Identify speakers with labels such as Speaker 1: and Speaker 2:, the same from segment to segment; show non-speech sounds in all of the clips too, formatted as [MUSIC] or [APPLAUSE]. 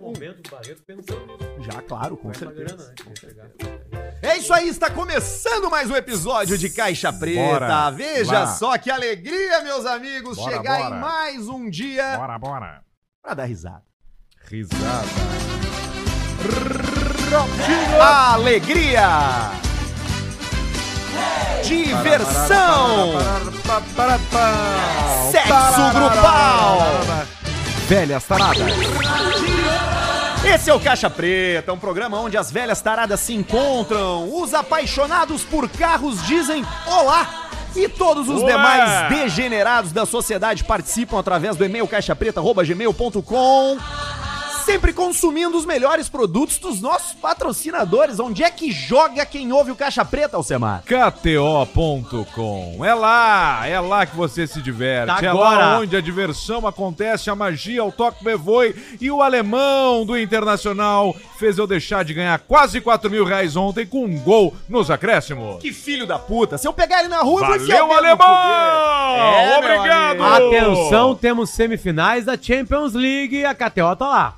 Speaker 1: momento do Barreto pensando nisso.
Speaker 2: Já, claro, com
Speaker 1: Essa
Speaker 2: certeza.
Speaker 1: grana antes de chegar.
Speaker 2: É isso aí, está começando mais um episódio de Caixa Preta.
Speaker 3: Bora,
Speaker 2: Veja
Speaker 3: lá.
Speaker 2: só que alegria, meus amigos,
Speaker 3: Bora,
Speaker 2: chegar
Speaker 3: bora.
Speaker 2: em mais um dia
Speaker 3: Bora, bora.
Speaker 2: para dar risada.
Speaker 3: Risada.
Speaker 2: Alegria! Diversão! Sexo grupal!
Speaker 3: Velhas taradas.
Speaker 2: Esse é o Caixa Preta, um programa onde as velhas taradas se encontram, os apaixonados por carros dizem olá e todos os
Speaker 3: Olá!
Speaker 2: demais degenerados da sociedade participam através do e-mail caixapreta@gmail.com. Sempre consumindo os melhores produtos dos nossos patrocinadores. Onde é que joga quem ouve o Caixa Preta, Alcemar?
Speaker 3: KTO.com. É lá, é lá que você se diverte.
Speaker 2: Tá
Speaker 3: é
Speaker 2: agora.
Speaker 3: lá onde a diversão acontece, a magia, o toque bevoi e o alemão do Internacional fez eu deixar de ganhar quase 4 mil reais ontem com um gol nos acréscimos.
Speaker 2: Que filho da puta. Se eu pegar ele na rua, eu vou enfiar
Speaker 3: Valeu,
Speaker 2: o dedo no foguete.
Speaker 3: alemão!
Speaker 2: É, meu
Speaker 3: Obrigado!
Speaker 2: amigo.
Speaker 4: Atenção, temos semifinais da Champions League e a KTO tá lá.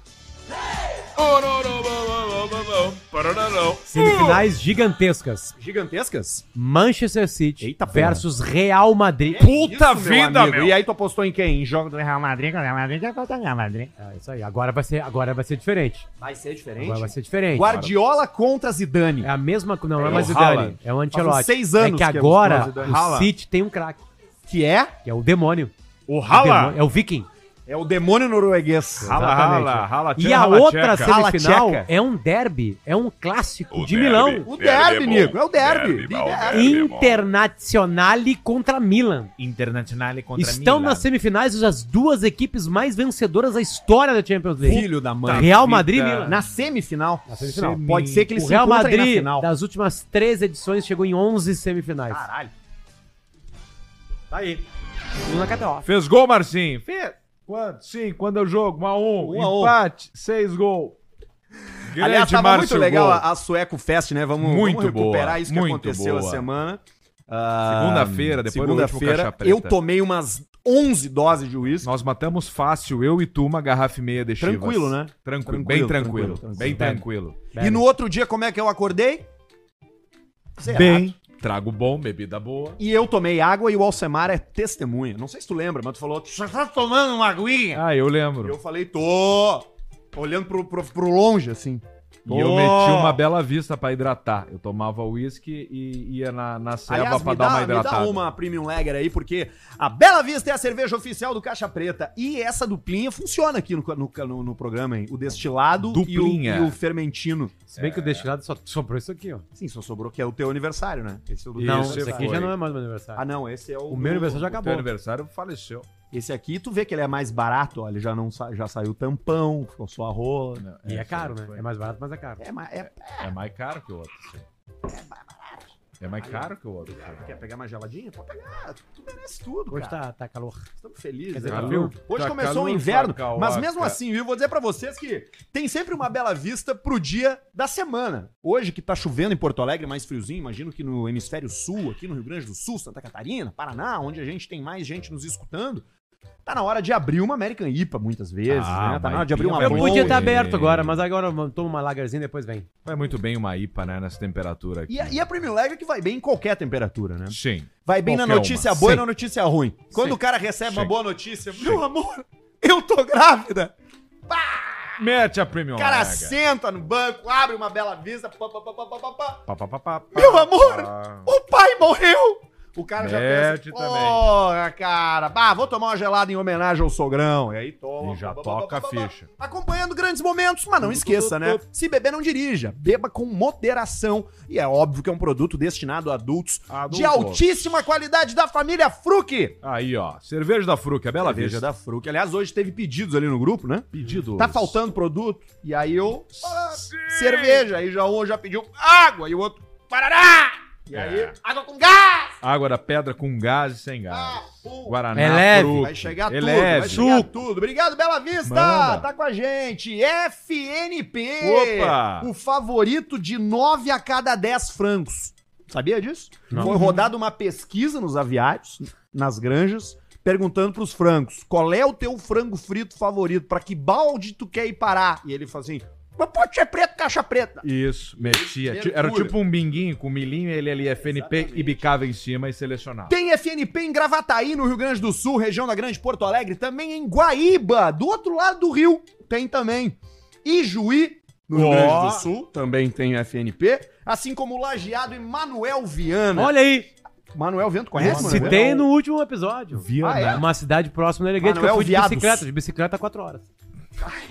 Speaker 4: Semifinais gigantescas.
Speaker 2: Ah, Gigantescas?
Speaker 4: Manchester City
Speaker 2: Eita porra.
Speaker 4: versus Real Madrid.
Speaker 3: Puta
Speaker 2: Isso, meu
Speaker 3: vida,
Speaker 2: amigo.
Speaker 3: meu!
Speaker 2: E aí tu apostou em quem? Em jogo
Speaker 5: do Real Madrid, com o Real Madrid, já contra o Real Madrid.
Speaker 4: É isso aí, agora vai ser, agora vai ser diferente.
Speaker 2: Vai ser diferente?
Speaker 4: Agora vai ser diferente.
Speaker 2: Guardiola contra Zidane.
Speaker 4: É a mesma, não é,
Speaker 2: o
Speaker 4: mais
Speaker 2: Haaland.
Speaker 4: Zidane, é o Ancelotti.
Speaker 2: Faz uns seis anos
Speaker 4: é
Speaker 2: que
Speaker 4: que
Speaker 2: é o
Speaker 4: agora
Speaker 2: Zidane.
Speaker 4: o
Speaker 2: Haaland.
Speaker 4: City tem um craque,
Speaker 2: Que é?
Speaker 4: que é o demônio.
Speaker 3: O
Speaker 4: Demônio- É o Viking.
Speaker 2: É o demônio norueguês.
Speaker 3: Rala,
Speaker 4: Exatamente.
Speaker 3: rala, rala,
Speaker 4: E
Speaker 3: tcheca,
Speaker 4: a
Speaker 3: rala,
Speaker 4: outra
Speaker 3: tcheca.
Speaker 4: semifinal
Speaker 2: Rala, tcheca.
Speaker 4: é um derby, é um clássico
Speaker 6: O
Speaker 4: de
Speaker 6: derby.
Speaker 4: Milão.
Speaker 2: O
Speaker 6: Derby
Speaker 2: derby,
Speaker 6: é bom.
Speaker 2: Nico. É o derby.
Speaker 6: Derby, mal,
Speaker 2: Derby.
Speaker 6: derby.
Speaker 4: Internazionale contra Milan.
Speaker 3: Internacional
Speaker 4: Estão nas
Speaker 2: Tá,
Speaker 4: semifinais as duas equipes mais vencedoras da história da Champions League.
Speaker 2: Filho da
Speaker 3: Tá.
Speaker 2: mãe.
Speaker 4: Real Madrid e
Speaker 3: vida.
Speaker 4: Milan.
Speaker 2: Na semifinal.
Speaker 4: Na semifinal.
Speaker 2: Semi- Pode ser que eles
Speaker 4: o Real
Speaker 2: encontrem na
Speaker 4: Madrid,
Speaker 2: final.
Speaker 4: das últimas três edições, chegou em 11 semifinais.
Speaker 2: Caralho.
Speaker 4: Tá aí. Um na KTO.
Speaker 3: Fez gol, Marcinho? Fez. Quanto? Sim, quando é o jogo? 1 a 1
Speaker 2: Um a um.
Speaker 3: Empate, 6 gol. Grande
Speaker 2: Aliás, tava muito
Speaker 3: Márcio
Speaker 2: legal
Speaker 3: Gol.
Speaker 2: a, a Sueco Fest, né? Vamos,
Speaker 3: Muito
Speaker 2: vamos recuperar
Speaker 3: boa,
Speaker 2: isso que
Speaker 3: muito
Speaker 2: aconteceu
Speaker 3: boa.
Speaker 2: a semana. Ah,
Speaker 3: Segunda-feira, depois do último
Speaker 2: Segunda-feira,
Speaker 3: Caixa Preta.
Speaker 2: eu tomei umas 11 doses de uísque.
Speaker 3: Nós matamos fácil, eu e tu, uma garrafa e meia de Chivas.
Speaker 2: Tranquilo, né?
Speaker 3: Tranquilo, bem tranquilo.
Speaker 2: tranquilo,
Speaker 3: Bem
Speaker 4: tranquilo.
Speaker 3: tranquilo.
Speaker 2: E no outro dia, como é que eu acordei? Zerado.
Speaker 3: Bem. Trago bom, bebida boa.
Speaker 2: E eu tomei água e o Alcemar é testemunha. Não sei se tu lembra, mas tu falou, "Tu já tá tomando uma aguinha?
Speaker 3: Ah, eu lembro.
Speaker 2: É. Eu falei, tô olhando pro, pro, pro longe, assim.
Speaker 3: E eu
Speaker 2: Tô.
Speaker 3: meti uma bela vista pra hidratar. Eu tomava uísque e ia na, na ceva
Speaker 2: Aliás,
Speaker 3: pra
Speaker 2: me
Speaker 3: dar
Speaker 2: dá,
Speaker 3: uma
Speaker 2: me dá
Speaker 3: hidratada.
Speaker 2: uma Premium Lager aí, porque a Bela Vista é a cerveja oficial do Caixa Preta. E essa duplinha funciona aqui no, no, no- no programa, hein? O destilado e o,
Speaker 3: Duplinha.
Speaker 2: e o fermentino.
Speaker 4: Se bem que o destilado só sobrou isso aqui, ó.
Speaker 2: Sim, só sobrou que é o teu aniversário, né? Esse é o do
Speaker 4: Não,
Speaker 3: Isso
Speaker 4: isso aqui
Speaker 3: foi.
Speaker 4: já não é mais meu aniversário.
Speaker 2: Ah, não, esse é o...
Speaker 4: o meu aniversário já
Speaker 3: O
Speaker 4: acabou.
Speaker 3: teu aniversário faleceu.
Speaker 2: Esse aqui, tu vê que ele é mais barato, ó. Ele já, não sa- já saiu tampão, ficou só a rola.
Speaker 4: E é caro, né? É mais barato, mas é caro.
Speaker 2: É, mas é...
Speaker 3: É mais caro que o outro. sim. É mais caro que o outro.
Speaker 4: É.
Speaker 3: sim.
Speaker 2: Quer pegar mais geladinha? Pode pegar. Tu merece tudo,
Speaker 4: Hoje
Speaker 2: cara.
Speaker 4: tá, tá calor.
Speaker 2: Estamos felizes,
Speaker 4: Quer dizer,
Speaker 2: né?
Speaker 3: tá
Speaker 2: Calor.
Speaker 3: frio?
Speaker 2: Hoje
Speaker 3: Tá
Speaker 2: começou
Speaker 3: calor,
Speaker 2: o inverno,
Speaker 3: tá calor,
Speaker 2: mas mesmo
Speaker 3: cara.
Speaker 2: assim, eu vou dizer pra vocês que tem sempre uma bela vista pro dia da semana. Hoje que tá chovendo em Porto Alegre, mais friozinho, imagino que no hemisfério sul, aqui no Rio Grande do Sul, Santa Catarina, Paraná, onde a gente tem mais gente nos escutando, tá na hora de abrir uma American IPA muitas vezes,
Speaker 3: Ah,
Speaker 2: né? Tá
Speaker 3: mas
Speaker 2: na hora de abrir
Speaker 3: IPA
Speaker 2: uma
Speaker 3: é
Speaker 4: Eu
Speaker 3: bom,
Speaker 4: podia estar
Speaker 3: hein?
Speaker 4: aberto agora, mas agora eu tomo uma lagerzinha e depois vem.
Speaker 3: Vai muito bem uma IPA, né, nessa temperatura aqui.
Speaker 2: E a, e a Premium Lager que vai bem em qualquer temperatura, né?
Speaker 3: Sim.
Speaker 2: Vai bem na
Speaker 3: Qualquer
Speaker 2: notícia
Speaker 3: uma.
Speaker 2: boa e
Speaker 3: Sim.
Speaker 2: na notícia ruim. Quando
Speaker 3: Sim.
Speaker 2: o cara recebe uma
Speaker 3: Sim.
Speaker 2: boa notícia, meu amor, eu tô grávida.
Speaker 3: Mete a Premium
Speaker 2: O cara
Speaker 3: Lager.
Speaker 2: senta no banco, abre uma bela vista. Pá, pá, pá, pá, pá, pá, pá.
Speaker 3: Pá, pá, pá, pá, pá,
Speaker 2: Meu amor,
Speaker 3: pá.
Speaker 2: o pai morreu! O cara já
Speaker 3: ah. Mete
Speaker 2: pensa,
Speaker 3: também.
Speaker 2: porra, cara, bah, vou tomar uma gelada em homenagem ao sogrão. E aí toma.
Speaker 3: E já
Speaker 2: pá, pá,
Speaker 3: toca
Speaker 2: pá,
Speaker 3: a
Speaker 2: pá, pá.
Speaker 3: ficha.
Speaker 2: Acompanhando grandes momentos, mas não esqueça, [LAUGHS] né? Se beber, não dirija. Beba com moderação. E é óbvio que é um produto destinado a adultos
Speaker 3: Adulto.
Speaker 2: de altíssima qualidade da família Fruc.
Speaker 3: Aí, ó. Cerveja da Fruc, a Bela Vista.
Speaker 2: da Fruc. Aliás, hoje teve pedidos ali no grupo, né?
Speaker 3: Pedido.
Speaker 2: Tá faltando produto. E aí eu. ah,
Speaker 3: Sim.
Speaker 2: cerveja. Aí já um já pediu água e o outro. Parará! E aí,
Speaker 3: É.
Speaker 2: água com gás!
Speaker 3: Água da pedra com gás e sem
Speaker 2: Ah,
Speaker 3: gás.
Speaker 2: pum.
Speaker 3: Guaraná,
Speaker 4: É leve.
Speaker 3: Fruc.
Speaker 2: Vai chegar
Speaker 3: É
Speaker 2: tudo, vai
Speaker 3: leve.
Speaker 2: chegar tudo. Obrigado, Bela Vista!
Speaker 3: Manda.
Speaker 2: Tá com a gente! FNP!
Speaker 3: Opa!
Speaker 2: O favorito de 9 a cada 10 francos. Sabia disso?
Speaker 4: Não.
Speaker 2: Foi rodada uma pesquisa nos aviários, nas granjas, perguntando pros frangos, qual é o teu frango frito favorito? Pra que balde tu quer ir parar? E ele fala assim, mas pode ser preto, caixa preta.
Speaker 3: Isso, metia. Ti- Era
Speaker 2: Mercúrio.
Speaker 3: tipo um binguinho com milhinho, ele ali é FNP e bicava em cima e selecionava.
Speaker 2: Tem FNP em Gravataí, no Rio Grande do Sul, região da Grande Porto Alegre, também em Guaíba, do outro lado do rio, tem também. Ijuí, no Rio
Speaker 3: Ó.
Speaker 2: Grande do Sul, também tem FNP, assim como Lajeado e Manuel Viana.
Speaker 4: Olha aí,
Speaker 2: Manuel Viana, tu conhece,
Speaker 4: se
Speaker 2: Manuel?
Speaker 4: tem no último episódio. Viana.
Speaker 2: Ah, é?
Speaker 4: Uma cidade próxima da Elegante que eu
Speaker 2: Manoel
Speaker 4: fui de
Speaker 2: Viados.
Speaker 4: bicicleta. De bicicleta quatro horas.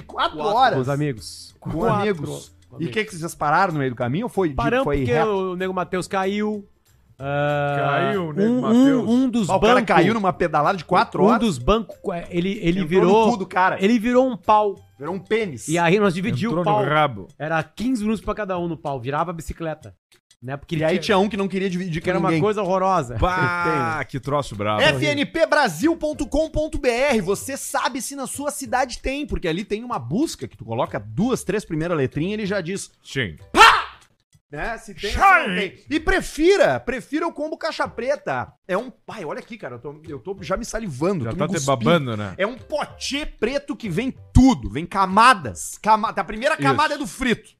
Speaker 2: Quatro horas.
Speaker 4: Com os amigos.
Speaker 2: Com
Speaker 4: Quatro.
Speaker 2: amigos. E o que, que vocês pararam no meio do caminho? Ou foi, de-
Speaker 4: Paramos
Speaker 2: foi
Speaker 4: porque
Speaker 2: reto?
Speaker 4: o Nego Matheus caiu. ah,
Speaker 3: Caiu o Nego
Speaker 4: um,
Speaker 3: Mateus.
Speaker 4: um, um dos
Speaker 2: Ah, o
Speaker 4: bancos.
Speaker 2: cara caiu numa pedalada de quatro
Speaker 4: um
Speaker 2: horas.
Speaker 4: dos bancos, ele, ele
Speaker 2: entrou no cu
Speaker 4: virou.
Speaker 2: do cara.
Speaker 4: Ele virou um pau.
Speaker 2: Virou um pênis.
Speaker 4: E aí nós dividimos o pau.
Speaker 2: [LAUGHS]
Speaker 3: rabo.
Speaker 4: Era 15 minutos pra cada um no pau. Virava a bicicleta. Né? Porque
Speaker 2: E
Speaker 4: ele
Speaker 2: aí
Speaker 4: tinha,
Speaker 2: tinha um que não queria dividir
Speaker 4: que
Speaker 2: com
Speaker 4: era uma
Speaker 2: ninguém.
Speaker 4: coisa horrorosa.
Speaker 3: Pá, que troço brabo.
Speaker 2: É fnpbrasil.com.br Você sabe se na sua cidade tem, porque ali tem uma busca que tu coloca duas, três primeiras letrinhas e ele já diz.
Speaker 3: Sim.
Speaker 2: Né? Se tem, se não tem. E prefira, prefira o combo caixa preta. É um. Pai, olha aqui, cara, eu tô, eu tô já me salivando.
Speaker 3: Já
Speaker 2: tô
Speaker 3: tá
Speaker 2: me
Speaker 3: até
Speaker 2: cuspindo.
Speaker 3: babando, né?
Speaker 2: É um potê preto que vem tudo, vem camadas. Cama... A primeira camada é do frito.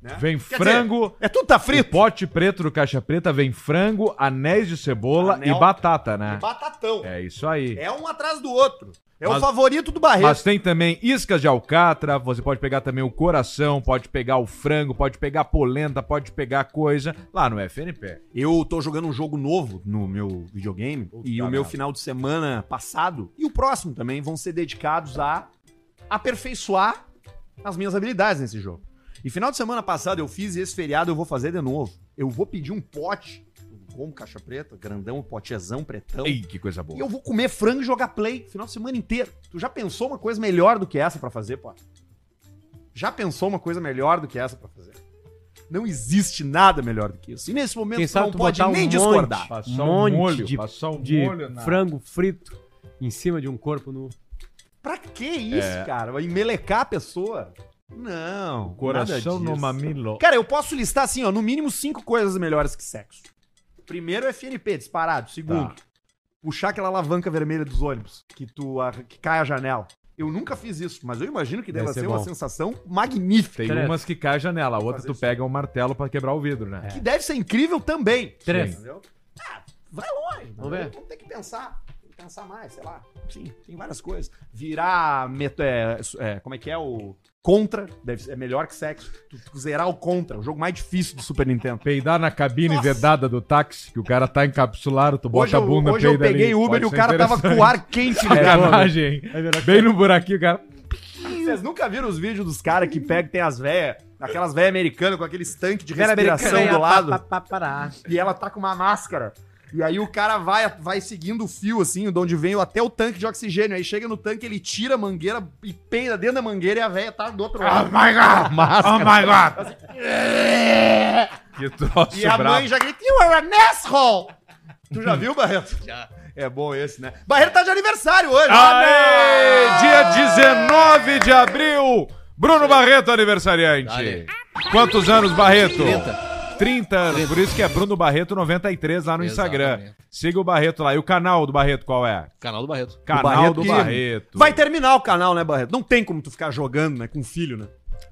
Speaker 2: né?
Speaker 3: Vem
Speaker 2: Quer
Speaker 3: frango.
Speaker 2: É tudo tá
Speaker 3: O
Speaker 2: frito.
Speaker 3: pote preto do caixa preta vem frango, anéis de cebola
Speaker 2: Anel.
Speaker 3: e batata, né?
Speaker 2: Batatão.
Speaker 3: É isso aí.
Speaker 2: É um atrás do outro. É o
Speaker 3: Mas-
Speaker 2: favorito do Barreto.
Speaker 3: Mas tem também iscas de alcatra, você pode pegar também o coração, pode pegar o frango, pode pegar polenta, pode pegar coisa lá no FNP.
Speaker 2: Eu tô jogando um jogo novo no meu videogame e o meu
Speaker 3: merda.
Speaker 2: final de semana passado e o próximo também vão ser dedicados a aperfeiçoar as minhas habilidades nesse jogo. E final de semana passado eu fiz e esse feriado eu vou fazer de novo. Eu vou pedir um pote, um combo caixa preta, grandão, potezão, pretão.
Speaker 3: Ei, que coisa boa.
Speaker 2: E eu vou comer frango e jogar play final de semana inteiro. Tu já pensou uma coisa melhor do que essa pra fazer, pô? Já pensou uma coisa melhor do que essa pra fazer? Não existe nada melhor do que isso. E nesse momento
Speaker 4: Quem
Speaker 2: tu não
Speaker 4: sabe tu
Speaker 2: pode
Speaker 4: botar um
Speaker 2: nem
Speaker 4: monte
Speaker 2: discordar.
Speaker 3: Passar um
Speaker 4: monte
Speaker 3: molho,
Speaker 4: de-
Speaker 3: passar um
Speaker 4: de
Speaker 3: molho na-
Speaker 4: frango frito em cima de um corpo nu.
Speaker 2: Pra que isso,
Speaker 3: É.
Speaker 2: cara? Vai Melecar a pessoa? Não.
Speaker 3: Coração
Speaker 2: nada
Speaker 3: no
Speaker 2: disso.
Speaker 3: mamilo.
Speaker 2: Cara, eu posso listar assim, ó, no mínimo cinco coisas melhores que sexo. Primeiro, é FNP, disparado. Segundo,
Speaker 4: Tá.
Speaker 2: puxar aquela alavanca vermelha dos ônibus, que tu a- que cai a janela. Eu nunca fiz isso, mas eu imagino que
Speaker 4: Deve
Speaker 2: deve
Speaker 4: ser
Speaker 2: ser uma
Speaker 4: bom.
Speaker 2: sensação magnífica.
Speaker 3: Tem
Speaker 4: Credo.
Speaker 3: umas que cai a janela, a outra
Speaker 2: Fazer
Speaker 3: tu
Speaker 2: isso. É.
Speaker 3: pega um martelo pra quebrar o vidro, né?
Speaker 2: Que deve ser incrível também.
Speaker 4: Três.
Speaker 2: Entendeu? Ah, vai longe.
Speaker 4: Vamos ver.
Speaker 2: Vamos ter que pensar. Tem que Pensar mais, sei lá. Sim, tem várias coisas. Virar. Meto, é, é, como é que é o. Contra. Deve ser, é melhor que sexo. Tu, tu zerar o Contra, o jogo mais difícil do Super Nintendo.
Speaker 3: Peidar na cabine
Speaker 2: Nossa.
Speaker 3: vedada do táxi, que o cara tá encapsulado, tu bota
Speaker 2: Hoje,
Speaker 3: a bunda,
Speaker 2: eu, hoje eu peguei Uber e o cara tava com o ar
Speaker 3: [LAUGHS]
Speaker 2: quente ligado.
Speaker 3: Sacanagem, hein? É, Bem no buraquinho, cara.
Speaker 2: Vocês nunca viram os vídeos dos caras que pegam, tem as velhas, aquelas velhas americanas com aqueles tanques de respiração do lado.
Speaker 4: Pa, pa, pa, pará.
Speaker 2: e ela tá com uma máscara. E aí o cara vai, vai seguindo o fio, assim, de onde vem o- até o tanque de oxigênio. Aí chega no tanque, ele tira a mangueira e peida dentro da mangueira e a véia tá do outro lado.
Speaker 3: my [LAUGHS] God! Oh my God! que troço
Speaker 2: e a
Speaker 3: brabo.
Speaker 2: mãe já grita, you are an asshole! Tu já viu,
Speaker 3: [LAUGHS]
Speaker 2: Barreto? Já. É bom esse, né? Barreto tá de aniversário hoje.
Speaker 3: Aê!
Speaker 2: Ah, não!
Speaker 3: Dia 19 de abril, Bruno Barreto aniversariante.
Speaker 6: Dale.
Speaker 3: Quantos anos, Barreto?
Speaker 6: 30.
Speaker 3: 30 anos, por isso que é Bruno Barreto 93 lá no Instagram.
Speaker 6: Exatamente.
Speaker 3: Siga o Barreto lá. E o canal do Barreto qual é?
Speaker 6: Canal do Barreto.
Speaker 3: Canal
Speaker 2: Barreto
Speaker 3: do
Speaker 2: que-
Speaker 3: Barreto.
Speaker 2: Vai terminar o canal, né, Barreto? Não tem como tu ficar jogando, né, com o filho, né?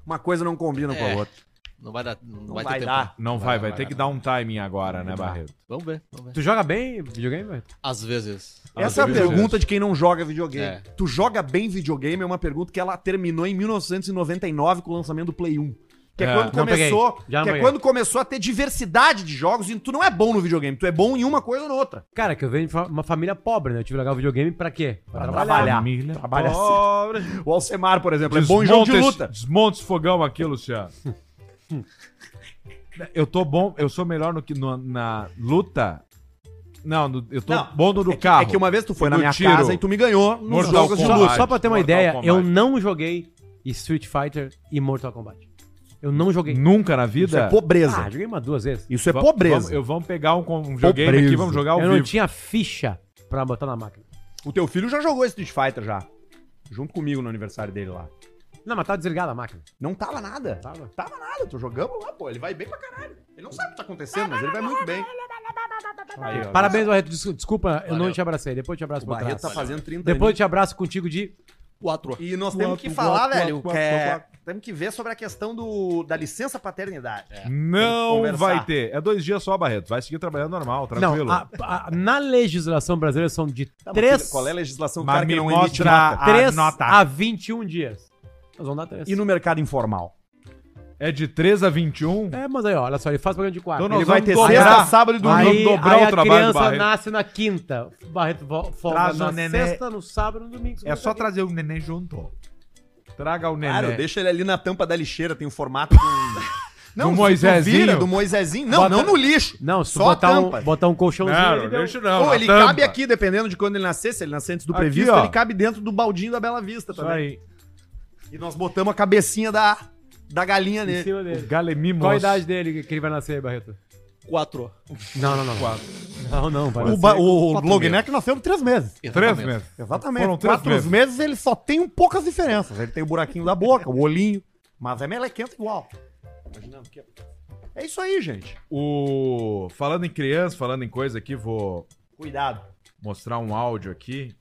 Speaker 2: Uma coisa não combina com a
Speaker 6: É,
Speaker 2: outra.
Speaker 6: Não vai dar. Não,
Speaker 2: Não
Speaker 6: vai,
Speaker 2: vai
Speaker 6: ter
Speaker 2: dar.
Speaker 6: tempo. né?
Speaker 3: Não vai, vai, ter que dar um timing agora, né, Barreto?
Speaker 6: Vamos ver, vamos ver.
Speaker 4: Tu joga bem videogame, velho?
Speaker 6: Às vezes.
Speaker 2: Essa é a
Speaker 3: beleza.
Speaker 2: pergunta de quem não joga videogame.
Speaker 6: É.
Speaker 2: Tu joga bem videogame é uma pergunta que ela terminou em 1999 com o lançamento do Play 1. Que é,
Speaker 3: É,
Speaker 2: quando
Speaker 4: não
Speaker 2: começou,
Speaker 4: peguei. Já não
Speaker 2: que é
Speaker 4: peguei.
Speaker 2: quando começou a ter diversidade de jogos e tu não é bom no videogame, tu é bom em uma coisa ou na outra.
Speaker 4: Cara, que eu venho de fa- uma família pobre, né? Eu tive que jogar videogame pra quê? Pra
Speaker 3: Família
Speaker 2: Trabalha assim.
Speaker 3: pobre.
Speaker 2: O Alcemar, por exemplo, é bom em jogo de
Speaker 3: Desmonta
Speaker 2: luta.
Speaker 3: esse- Desmonta esse fogão aqui, Luciano. eu tô bom, eu sou melhor no que no- na luta. Não, no- eu tô
Speaker 2: Não,
Speaker 3: bom no do
Speaker 2: É que,
Speaker 3: carro.
Speaker 2: é que uma vez tu foi
Speaker 3: E
Speaker 2: na
Speaker 3: no
Speaker 2: minha
Speaker 3: tiro.
Speaker 2: casa e tu me ganhou nos
Speaker 3: Mortal
Speaker 2: jogos de
Speaker 3: Kombat.
Speaker 2: luta.
Speaker 4: Só, só pra ter uma
Speaker 3: Mortal
Speaker 4: ideia,
Speaker 3: Kombat.
Speaker 4: eu não joguei Street Fighter e Mortal Kombat. Eu não joguei.
Speaker 3: Nunca na vida.
Speaker 2: Isso é pobreza.
Speaker 4: Ah, joguei umas duas vezes.
Speaker 2: Isso é
Speaker 3: Va-
Speaker 2: pobreza.
Speaker 3: Vamos, eu vamos pegar um, com- um videogame
Speaker 2: Pobreza.
Speaker 3: aqui, vamos jogar ao
Speaker 4: eu não
Speaker 3: vivo.
Speaker 4: tinha ficha pra botar na máquina.
Speaker 2: O teu filho já jogou Street Fighter já. Junto comigo no aniversário dele lá.
Speaker 4: Não, mas tava desligada a máquina.
Speaker 2: Não tava nada.
Speaker 4: Tava.
Speaker 2: Tava nada, tu jogamos lá, pô. tá Ele vai bem pra caralho. Ele não sabe o que tá acontecendo, mas ele vai muito bem. Aí, ó.
Speaker 4: Parabéns, Barreto. Des- Desculpa, eu não
Speaker 6: Valeu.
Speaker 4: te abracei. Depois eu te abraço
Speaker 2: O
Speaker 4: pra
Speaker 2: Barreto
Speaker 4: trás.
Speaker 2: tá fazendo 30
Speaker 4: Depois eu te abraço contigo de.
Speaker 6: Quatro.
Speaker 2: E nós temos que falar, velho, que é- temos que ver sobre a questão do, da licença paternidade.
Speaker 4: É.
Speaker 2: Tem que
Speaker 3: Não
Speaker 2: conversar.
Speaker 3: vai ter. É dois dias só, Barreto. Vai seguir trabalhando normal, tranquilo.
Speaker 4: Não, a- a- na legislação brasileira são de
Speaker 2: Tá, mas
Speaker 4: três
Speaker 2: Qual é a legislação do
Speaker 3: Mas
Speaker 2: cara que
Speaker 3: me
Speaker 2: não emite
Speaker 3: mostra-
Speaker 2: nota?
Speaker 3: a
Speaker 4: três
Speaker 3: nota.
Speaker 4: a 21 dias. Nós vamos dar três.
Speaker 2: E no mercado informal?
Speaker 3: É de 3 a 21.
Speaker 4: É, mas aí, ó, olha só, ele faz programa de quarta.
Speaker 3: Então nós
Speaker 4: ele
Speaker 3: vamos
Speaker 4: sexta,
Speaker 3: dobrar-
Speaker 2: sábado e
Speaker 3: domingo.
Speaker 4: Aí,
Speaker 3: dobrar
Speaker 4: aí
Speaker 3: o
Speaker 4: a
Speaker 3: trabalho do
Speaker 4: criança
Speaker 3: Barreto.
Speaker 4: nasce na quinta. O Barreto vo- folga
Speaker 3: Traz
Speaker 4: na
Speaker 3: o nenê.
Speaker 4: sexta, no sábado, no domingo.
Speaker 3: É só trazer o neném junto. Traga o
Speaker 4: Né,
Speaker 3: neném.
Speaker 2: Claro, deixa ele ali na tampa da lixeira, tem o formato de
Speaker 4: [LAUGHS]
Speaker 2: um...
Speaker 3: Do
Speaker 2: do
Speaker 3: Moisésinho.
Speaker 2: Moisésinho. Do Moisésinho. Não,
Speaker 4: Bota-
Speaker 2: não no lixo.
Speaker 4: Não, se tu
Speaker 2: Só a
Speaker 4: botar um,
Speaker 2: tampa.
Speaker 4: botar um colchãozinho.
Speaker 3: Não,
Speaker 4: ele
Speaker 3: não
Speaker 4: deu-
Speaker 3: deixa não.
Speaker 2: Ou
Speaker 3: na
Speaker 2: ele
Speaker 3: tampa.
Speaker 2: cabe aqui, dependendo de quando ele nascer. Se ele nascer antes do
Speaker 3: Aqui,
Speaker 2: previsto,
Speaker 3: ó.
Speaker 2: ele cabe dentro do baldinho da Bela Vista
Speaker 3: Isso
Speaker 2: também.
Speaker 3: aí.
Speaker 2: E nós botamos a cabecinha da, da galinha
Speaker 4: Em
Speaker 2: nele.
Speaker 4: cima dele.
Speaker 3: Galemimos.
Speaker 4: Qual a idade dele que ele vai nascer, Barreto?
Speaker 6: Quatro.
Speaker 4: Não, não, não. Não, não, vai
Speaker 2: O,
Speaker 4: nascer.
Speaker 3: é
Speaker 2: ba- o
Speaker 6: quatro
Speaker 2: Logneck nasceu de três meses.
Speaker 3: Três meses.
Speaker 2: Exatamente.
Speaker 3: Foram três
Speaker 2: Quatro
Speaker 3: meses.
Speaker 2: meses. ele só tem um poucas diferenças. Ele tem o buraquinho da boca, o olhinho. Mas é melequento igual. É isso aí, gente.
Speaker 3: O... Falando em criança, falando em coisa aqui, vou
Speaker 2: Cuidado.
Speaker 3: mostrar um áudio aqui.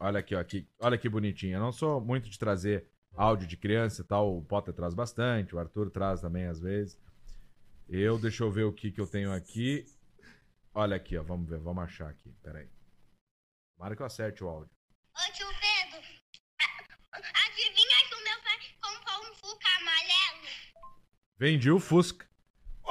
Speaker 3: Olha aqui, ó, aqui. olha que bonitinho. Eu não sou muito de trazer áudio de criança e tal. O Potter traz bastante, o Arthur traz também às vezes. Eu, deixa eu ver o que, que eu tenho aqui. Olha aqui, ó. Vamos ver, vamos achar aqui. Pera aí. Tomara que eu acerte o áudio.
Speaker 7: Ô tio Pedro, a- adivinha que o meu pai comprou um Fuca amarelo?
Speaker 3: Vendi o Fusca.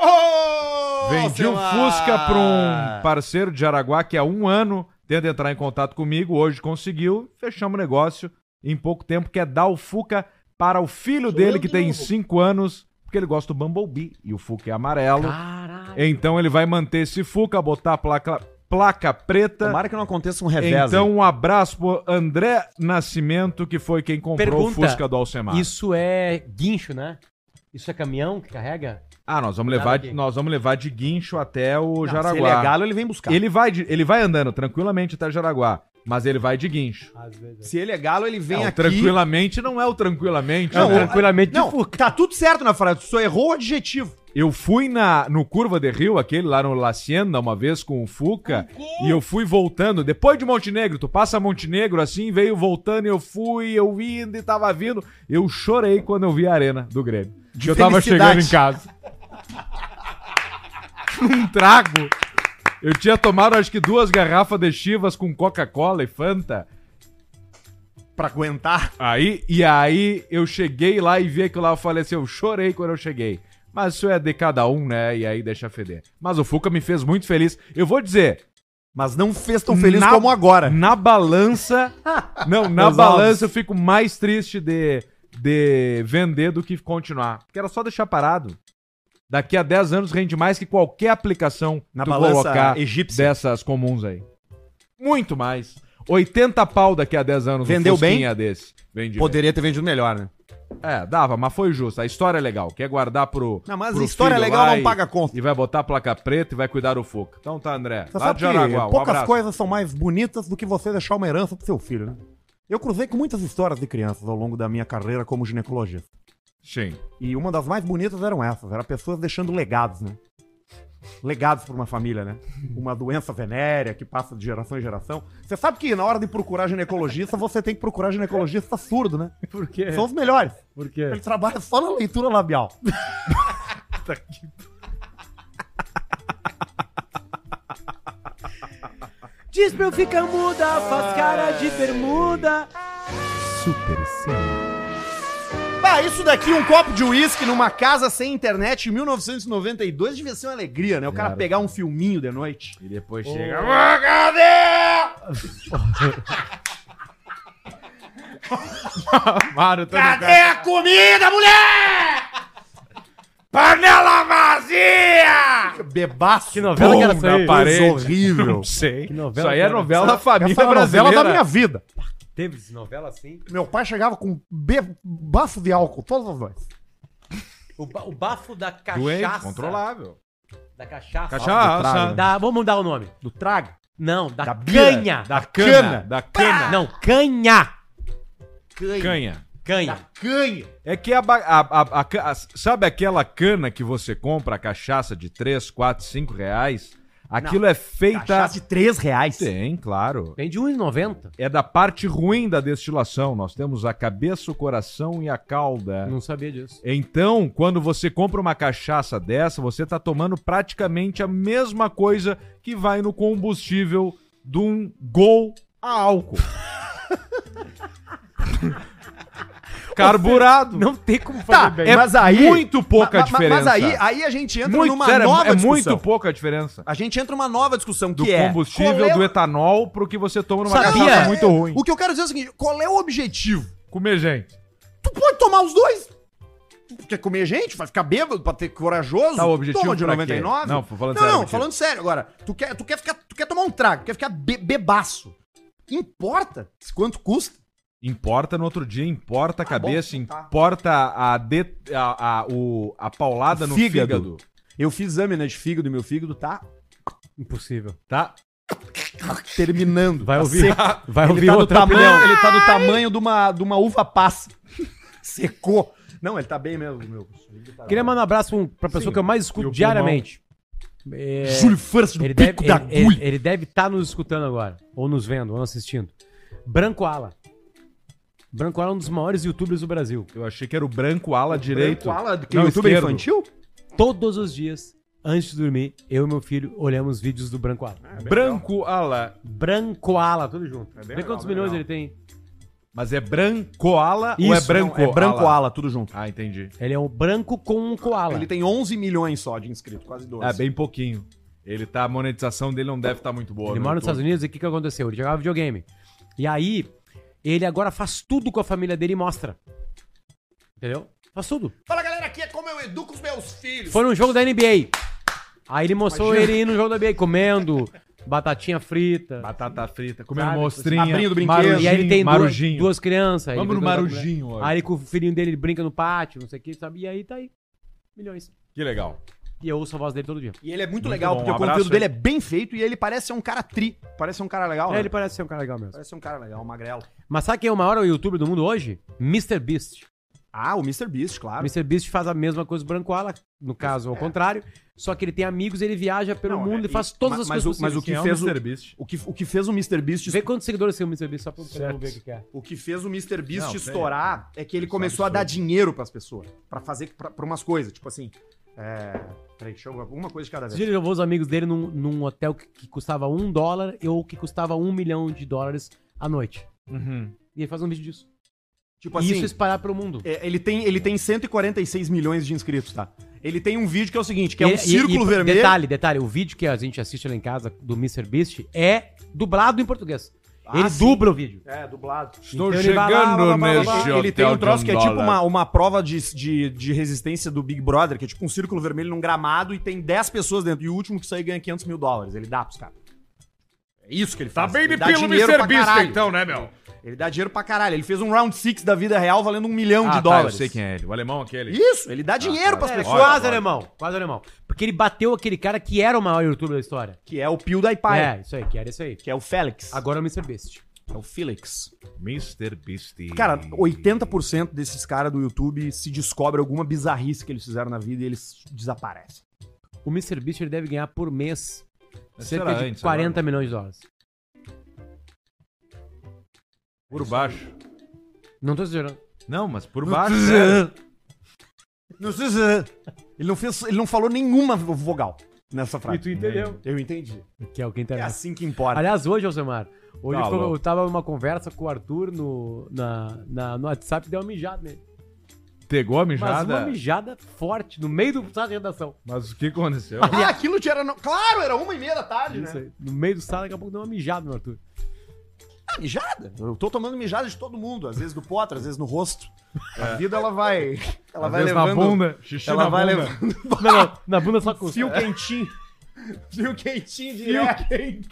Speaker 2: Oh,
Speaker 3: Vendi o Fusca para um parceiro de Jaraguá que há um ano tenta entrar em contato comigo. Hoje conseguiu. Fechamos o negócio em pouco tempo, que é dar o Fuca para o filho dele, que tem cinco anos, porque ele gosta do Bumblebee. E o Fuca é amarelo.
Speaker 4: Caralho.
Speaker 3: Então ele vai manter esse Fuca, botar a placa, placa preta.
Speaker 2: Tomara que não aconteça um revés.
Speaker 3: Então um abraço pro André Nascimento, que foi quem comprou o
Speaker 4: Pergunta,
Speaker 3: Fusca do Alcemar.
Speaker 4: Isso é guincho, né? Isso é caminhão que carrega?
Speaker 3: Ah, nós vamos, levar,
Speaker 4: Cuidado aqui.
Speaker 3: nós vamos levar de guincho até o
Speaker 2: Não,
Speaker 3: Jaraguá.
Speaker 2: Se ele é galo, ele vem buscar.
Speaker 3: Ele vai, de- ele vai andando tranquilamente até Jaraguá, mas ele vai de guincho.
Speaker 4: Às vezes.
Speaker 2: Se ele é galo, ele vem
Speaker 3: É, o
Speaker 2: aqui.
Speaker 3: Tranquilamente não é o tranquilamente.
Speaker 2: Não,
Speaker 3: né?
Speaker 4: Tranquilamente
Speaker 2: Não, tá tudo certo na frase. Tu só errou o adjetivo.
Speaker 3: Eu fui na, no Curva de Rio, aquele lá no Lacienda, uma vez com o Fuca, e eu fui voltando. Depois de Montenegro, tu passa Montenegro assim, veio voltando, eu fui, eu indo e tava vindo. Eu chorei quando eu vi a arena do Grêmio.
Speaker 2: De
Speaker 3: eu tava
Speaker 2: felicidade.
Speaker 3: chegando em casa. [LAUGHS] Num trago. Eu tinha tomado acho que duas garrafas de chivas com Coca-Cola e Fanta.
Speaker 2: Pra aguentar.
Speaker 3: Aí, e aí eu cheguei lá e vi aquilo lá, eu falei assim, eu chorei quando eu cheguei. Mas isso é de cada um, né? E aí deixa feder. Mas o Fuca me fez muito feliz. Eu vou dizer,
Speaker 2: Mas não fez tão feliz
Speaker 3: Na-
Speaker 2: como agora.
Speaker 3: na
Speaker 2: [LAUGHS]
Speaker 3: balança. Não, na
Speaker 2: Os ovos.
Speaker 3: balança eu fico mais triste de, de vender do que continuar. Porque era só deixar parado. Daqui a 10 anos rende mais que qualquer aplicação
Speaker 2: Na
Speaker 3: tu
Speaker 2: balança
Speaker 3: colocar
Speaker 2: egípcia.
Speaker 3: dessas comuns aí. Muito mais. 80 pau daqui a 10 anos um
Speaker 2: Vendeu bem?
Speaker 3: Fusquinha desse. Vendi bem.
Speaker 2: Poderia ter vendido melhor, né?
Speaker 3: É, dava, mas foi justo. A história é legal. Quer guardar pro.
Speaker 2: Não, mas
Speaker 3: pro
Speaker 2: a história é
Speaker 3: filho
Speaker 2: legal
Speaker 3: lá
Speaker 2: não
Speaker 3: e-
Speaker 2: paga conta.
Speaker 3: E vai botar a placa preta e vai cuidar do Fuca. Então tá, André.
Speaker 2: Você
Speaker 3: lá
Speaker 2: sabe
Speaker 3: de
Speaker 2: que
Speaker 3: Jaraguá. Um
Speaker 2: poucas
Speaker 3: abraço.
Speaker 2: coisas são mais bonitas do que você deixar uma herança pro seu filho, né? Eu cruzei com muitas histórias de crianças ao longo da minha carreira como ginecologista.
Speaker 3: Sim.
Speaker 2: E uma das mais bonitas eram essas. Era pessoas deixando legados, né? Legados pra uma família, né? Uma doença venérea que passa de geração em geração. Você sabe que na hora de procurar ginecologista, você tem que procurar ginecologista surdo, né?
Speaker 4: Por
Speaker 3: É.
Speaker 4: quê?
Speaker 2: São os melhores.
Speaker 4: Por quê?
Speaker 2: Ele trabalha só na leitura labial.
Speaker 4: Diz pra eu ficar muda, faz cara de bermuda.
Speaker 2: Bah, isso daqui, um copo de uísque numa casa sem internet em 1992, devia ser uma alegria, né? O cara
Speaker 3: Claro.
Speaker 2: pegar um filminho de noite.
Speaker 3: E depois chega. [LAUGHS] Mário, tô Cadê a
Speaker 2: Bebaço.
Speaker 4: Que novela que era essa aí?
Speaker 2: horrível.
Speaker 3: Não [LAUGHS] sei.
Speaker 4: Que novela
Speaker 3: Isso aí é
Speaker 4: que era?
Speaker 3: novela
Speaker 2: Essa-
Speaker 3: da família
Speaker 2: essa era a
Speaker 3: brasileira.
Speaker 2: novela da minha vida.
Speaker 4: Teve essa novela assim?
Speaker 2: Meu pai chegava com bebaço de álcool todas as noites.
Speaker 4: O, ba- o bafo da cachaça.
Speaker 3: Doente, controlável.
Speaker 4: Da cachaça. Ah,
Speaker 3: Cachaça.
Speaker 4: Da- vamos mudar o nome.
Speaker 2: Do trago.
Speaker 4: Não, da,
Speaker 2: Da bira,
Speaker 4: canha.
Speaker 3: Da cana.
Speaker 2: Cana.
Speaker 3: Da cana.
Speaker 4: Não, canha.
Speaker 3: Canha.
Speaker 4: Canha.
Speaker 2: Canha.
Speaker 3: É que a, ba- a, a- a ca- a- Sabe aquela cana que você compra, a cachaça de 3, 4, 5 reais? Aquilo é feita.
Speaker 2: Cachaça de 3 reais.
Speaker 3: Tem, claro.
Speaker 4: Vem de 1,90.
Speaker 3: É da parte ruim da destilação. Nós temos a cabeça, o coração e a cauda.
Speaker 4: Não sabia disso.
Speaker 3: Então, quando você compra uma cachaça dessa, você tá tomando praticamente a mesma coisa que vai no combustível de um gol a
Speaker 2: [LAUGHS]
Speaker 3: álcool. Carburado.
Speaker 4: Não tem como
Speaker 2: Tá,
Speaker 4: fazer bem.
Speaker 2: é mas aí,
Speaker 3: muito
Speaker 2: ma-
Speaker 3: pouca
Speaker 2: ma-
Speaker 3: diferença.
Speaker 2: Mas aí, aí a gente entra
Speaker 3: muito,
Speaker 2: numa
Speaker 3: sério, é-
Speaker 2: nova
Speaker 3: é
Speaker 2: discussão.
Speaker 3: muito pouca a diferença
Speaker 2: A gente entra numa nova discussão
Speaker 3: do
Speaker 2: que é,
Speaker 3: combustível,
Speaker 2: qual é o-
Speaker 3: do etanol, pro que você toma numa
Speaker 2: Sabia?
Speaker 3: cachaça muito ruim.
Speaker 2: O que eu quero dizer é o seguinte, qual é o objetivo?
Speaker 3: Comer gente.
Speaker 2: Tu pode tomar os dois. Tu quer comer gente? Vai ficar bêbado pra ter corajoso?
Speaker 3: Tá, o objetivo
Speaker 2: Toma de
Speaker 3: pra quê?
Speaker 2: 99?
Speaker 3: Não, falando
Speaker 2: não,
Speaker 3: sério,
Speaker 2: não,
Speaker 3: mentira.
Speaker 2: falando sério agora. Tu quer, tu quer, ficar, tu quer tomar um trago, quer ficar be- bebaço. Importa quanto custa.
Speaker 3: Importa no outro dia, importa a
Speaker 2: Tá bom,
Speaker 3: cabeça,
Speaker 2: tá.
Speaker 3: importa a, de- a, a- o- a paulada
Speaker 2: O
Speaker 3: no
Speaker 2: fígado.
Speaker 3: fígado.
Speaker 2: Eu fiz exame né, de fígado e meu fígado tá
Speaker 4: Impossível.
Speaker 3: Tá?
Speaker 2: terminando.
Speaker 4: Vai
Speaker 2: tá
Speaker 4: ouvir-
Speaker 2: seco.
Speaker 4: [LAUGHS] Vai
Speaker 2: Ele
Speaker 4: ouvir
Speaker 2: tá, do
Speaker 4: outra
Speaker 2: tamanho,
Speaker 4: opinião.
Speaker 2: ele tá do tamanho de uma, de uma uva passa. [LAUGHS] Secou. Não, ele tá bem mesmo, meu.
Speaker 4: Queria mandar um abraço pra um- pra pessoa
Speaker 3: Sim.
Speaker 4: que eu mais
Speaker 3: E
Speaker 4: escuto
Speaker 3: o
Speaker 4: diariamente. É,
Speaker 2: Júlio First do
Speaker 4: ele, deve,
Speaker 2: Pico da
Speaker 4: ele, ele-
Speaker 2: Agulha.
Speaker 4: ele deve estar nos escutando agora. Ou nos vendo, ou assistindo. Branco Ala. Branco Ala é um dos maiores youtubers do Brasil.
Speaker 3: Eu achei que era o branco ala é direito.
Speaker 2: Branco, ala, que
Speaker 3: Não,
Speaker 2: YouTube é
Speaker 3: esquerdo.
Speaker 2: infantil?
Speaker 4: Todos os dias, antes de dormir, eu e meu filho olhamos vídeos do Branco Ala.
Speaker 3: branco ala.
Speaker 4: Branco Ala, tudo junto.
Speaker 2: É bem
Speaker 4: Vê
Speaker 2: legal,
Speaker 4: quantos
Speaker 2: bem
Speaker 4: milhões
Speaker 2: legal.
Speaker 4: ele tem.
Speaker 3: Mas é branco ala
Speaker 4: Isso,
Speaker 3: ou é
Speaker 4: não,
Speaker 3: branco
Speaker 2: é branco ala. tudo junto.
Speaker 3: Ah, entendi.
Speaker 4: Ele é um branco com um koala.
Speaker 2: Ele tem 11 milhões só de inscritos, quase 12.
Speaker 3: É bem pouquinho. Ele tá, a monetização dele não deve estar muito boa. né?
Speaker 4: Ele
Speaker 3: no
Speaker 4: mora nos
Speaker 3: YouTube.
Speaker 4: Estados Unidos e o que, que aconteceu? Ele jogava videogame. E aí, ele agora faz tudo com a família dele e mostra. Entendeu? Faz tudo.
Speaker 2: Fala galera, aqui é como eu educo os meus filhos.
Speaker 4: Foi num jogo da NBA. Aí ele mostrou
Speaker 2: Imagina.
Speaker 4: ele indo no jogo da NBA comendo batatinha frita.
Speaker 3: Batata frita, comendo
Speaker 4: Sabe?
Speaker 3: mostrinha.
Speaker 2: Abrindo brinquedo.
Speaker 3: marujinho,
Speaker 4: E aí ele tem duas,
Speaker 3: marujinho.
Speaker 4: duas crianças. aí
Speaker 3: Vamos
Speaker 4: ele
Speaker 3: no
Speaker 4: brinca com a
Speaker 3: marujinho
Speaker 4: mulher.
Speaker 3: hoje.
Speaker 4: Aí ele com o filhinho dele ele brinca no pátio, não sei o que, sabe? E aí tá aí. Milhões.
Speaker 3: Que legal.
Speaker 4: E eu ouço a voz dele todo dia.
Speaker 2: E ele é muito,
Speaker 3: Muito
Speaker 2: legal,
Speaker 3: bom,
Speaker 2: porque
Speaker 3: um
Speaker 2: o conteúdo
Speaker 3: abraço
Speaker 2: dele
Speaker 3: aí.
Speaker 2: é bem feito e ele parece ser um cara tri. Parece ser um cara legal,
Speaker 4: É,
Speaker 2: né?
Speaker 4: ele parece ser um cara legal mesmo.
Speaker 2: Parece ser um cara legal, magrelo.
Speaker 4: Mas sabe quem é o maior youtuber do mundo hoje? Mr. Beast.
Speaker 2: Ah, o Mr. Beast, claro.
Speaker 4: Mr. Beast faz a mesma coisa do Branco Ala, no caso ao contrário, só que ele tem amigos, ele viaja pelo
Speaker 2: Não,
Speaker 4: mundo
Speaker 2: é,
Speaker 4: e faz
Speaker 2: e-
Speaker 4: todas
Speaker 2: ma-
Speaker 4: as
Speaker 2: mas
Speaker 4: coisas
Speaker 2: o- mas o
Speaker 4: possíveis. é
Speaker 2: que fez o-
Speaker 3: Beast.
Speaker 2: O que, o que fez o Mr. Beast
Speaker 4: Vê quantos seguidores tem o Mr. Beast, só pra eu
Speaker 3: Certo.
Speaker 4: ver o que que é.
Speaker 2: O que fez o Mr. Beast
Speaker 3: Não,
Speaker 2: estourar é que ele
Speaker 3: Isso é
Speaker 2: começou a
Speaker 3: absurdo.
Speaker 2: dar dinheiro pras pessoas, Pra fazer pra, pra umas coisas, tipo assim, é, peraí, deixa eu uma coisa de cada
Speaker 4: Esse dia
Speaker 2: vez.
Speaker 4: ele levou os amigos dele num, num hotel que, que custava um dólar ou que custava um milhão de dólares à noite. E ele faz um vídeo disso.
Speaker 2: Tipo
Speaker 4: e
Speaker 2: assim,
Speaker 4: isso é espalhar pelo mundo.
Speaker 2: é, ele tem ele tem 146 milhões de inscritos, tá? Ele tem um vídeo que é o seguinte, que é
Speaker 4: E-
Speaker 2: um
Speaker 4: e-
Speaker 2: círculo
Speaker 4: e-
Speaker 2: vermelho.
Speaker 4: Detalhe, detalhe, o vídeo que a gente assiste lá em casa do Mr. Beast é dublado em português.
Speaker 2: Ah,
Speaker 4: ele
Speaker 2: sim.
Speaker 4: dubla o vídeo.
Speaker 2: É, dublado.
Speaker 3: Estou
Speaker 4: Então ele vai lá,
Speaker 3: chegando
Speaker 4: blá, blá, blá,
Speaker 3: neste
Speaker 4: blá,
Speaker 2: Ele,
Speaker 3: hotel
Speaker 2: ele tem um
Speaker 3: de
Speaker 2: troço que é tipo
Speaker 3: dólar.
Speaker 2: uma, uma prova de, de, de resistência do Big Brother, que é tipo um círculo vermelho num gramado e tem 10 pessoas dentro. E o último que sair ganha 500 mil dólares. Ele dá pros caras. É isso que ele
Speaker 3: Tá
Speaker 2: faz.
Speaker 3: bem
Speaker 2: ele
Speaker 3: de
Speaker 2: dá
Speaker 3: pelo
Speaker 2: dinheiro
Speaker 3: Mr.
Speaker 2: pra
Speaker 3: Beast,
Speaker 2: caralho.
Speaker 3: então, né, meu?
Speaker 2: Ele dá dinheiro pra caralho. Ele fez um round six da vida real valendo um milhão de
Speaker 3: tá,
Speaker 2: dólares.
Speaker 3: eu sei quem é ele. O alemão aquele.
Speaker 2: Isso, ele dá dinheiro
Speaker 3: tá.
Speaker 2: pras
Speaker 3: É,
Speaker 2: pessoas. né?
Speaker 3: olha,
Speaker 4: quase
Speaker 3: olha.
Speaker 4: alemão, quase alemão. Porque ele bateu aquele cara que era o maior youtuber da história.
Speaker 2: Que é o Pio da Ipai.
Speaker 4: É, isso aí, que era isso aí.
Speaker 2: Que é o Félix.
Speaker 4: Agora é o Mr. Beast.
Speaker 2: É o Felix.
Speaker 3: Mr. Beast.
Speaker 2: Cara, 80% desses caras do YouTube se descobre alguma bizarrice que eles fizeram na vida e eles desaparecem.
Speaker 4: O Mr. Beast ele deve ganhar por mês
Speaker 3: Mas
Speaker 4: cerca
Speaker 3: será
Speaker 4: de
Speaker 3: antes,
Speaker 4: 40 milhões de dólares.
Speaker 3: Por baixo.
Speaker 4: Não tô exagerando.
Speaker 3: Não, mas por baixo. É. sério.
Speaker 2: Não sei se- É. Ele não, fez, ele não falou nenhuma vogal nessa frase.
Speaker 4: tu entendeu.
Speaker 2: Eu entendi.
Speaker 4: Que é o que
Speaker 2: É
Speaker 4: interessa.
Speaker 2: assim que importa.
Speaker 4: Aliás, hoje, Alcemar, hoje
Speaker 3: Tá
Speaker 4: foi-
Speaker 3: louco.
Speaker 4: eu tava numa conversa com o Arthur no, na, na- no WhatsApp e deu uma mijada nele.
Speaker 3: Pegou a
Speaker 4: Mas
Speaker 3: mijada.
Speaker 4: uma
Speaker 3: Mas,
Speaker 4: mijada forte, no meio do sala de redação.
Speaker 3: o que aconteceu? [LAUGHS]
Speaker 2: Ah, aquilo já era. no- Claro, era uma e meia da tarde, né?
Speaker 4: Isso aí. No meio do sala, daqui a pouco deu uma mijada no
Speaker 2: [LAUGHS]
Speaker 4: Arthur.
Speaker 2: Ah, mijada? Eu tô tomando mijada de todo mundo. Às vezes do Potter, às vezes no rosto. A vida, ela vai. Ela
Speaker 3: Às
Speaker 2: vai
Speaker 3: vezes
Speaker 2: levando.
Speaker 3: na bunda. Xixi
Speaker 2: ela
Speaker 3: na
Speaker 2: vai
Speaker 3: bunda.
Speaker 2: levando.
Speaker 4: Não, não, na bunda só com
Speaker 2: Fio quentinho. Fio quentinho direto.
Speaker 3: direto.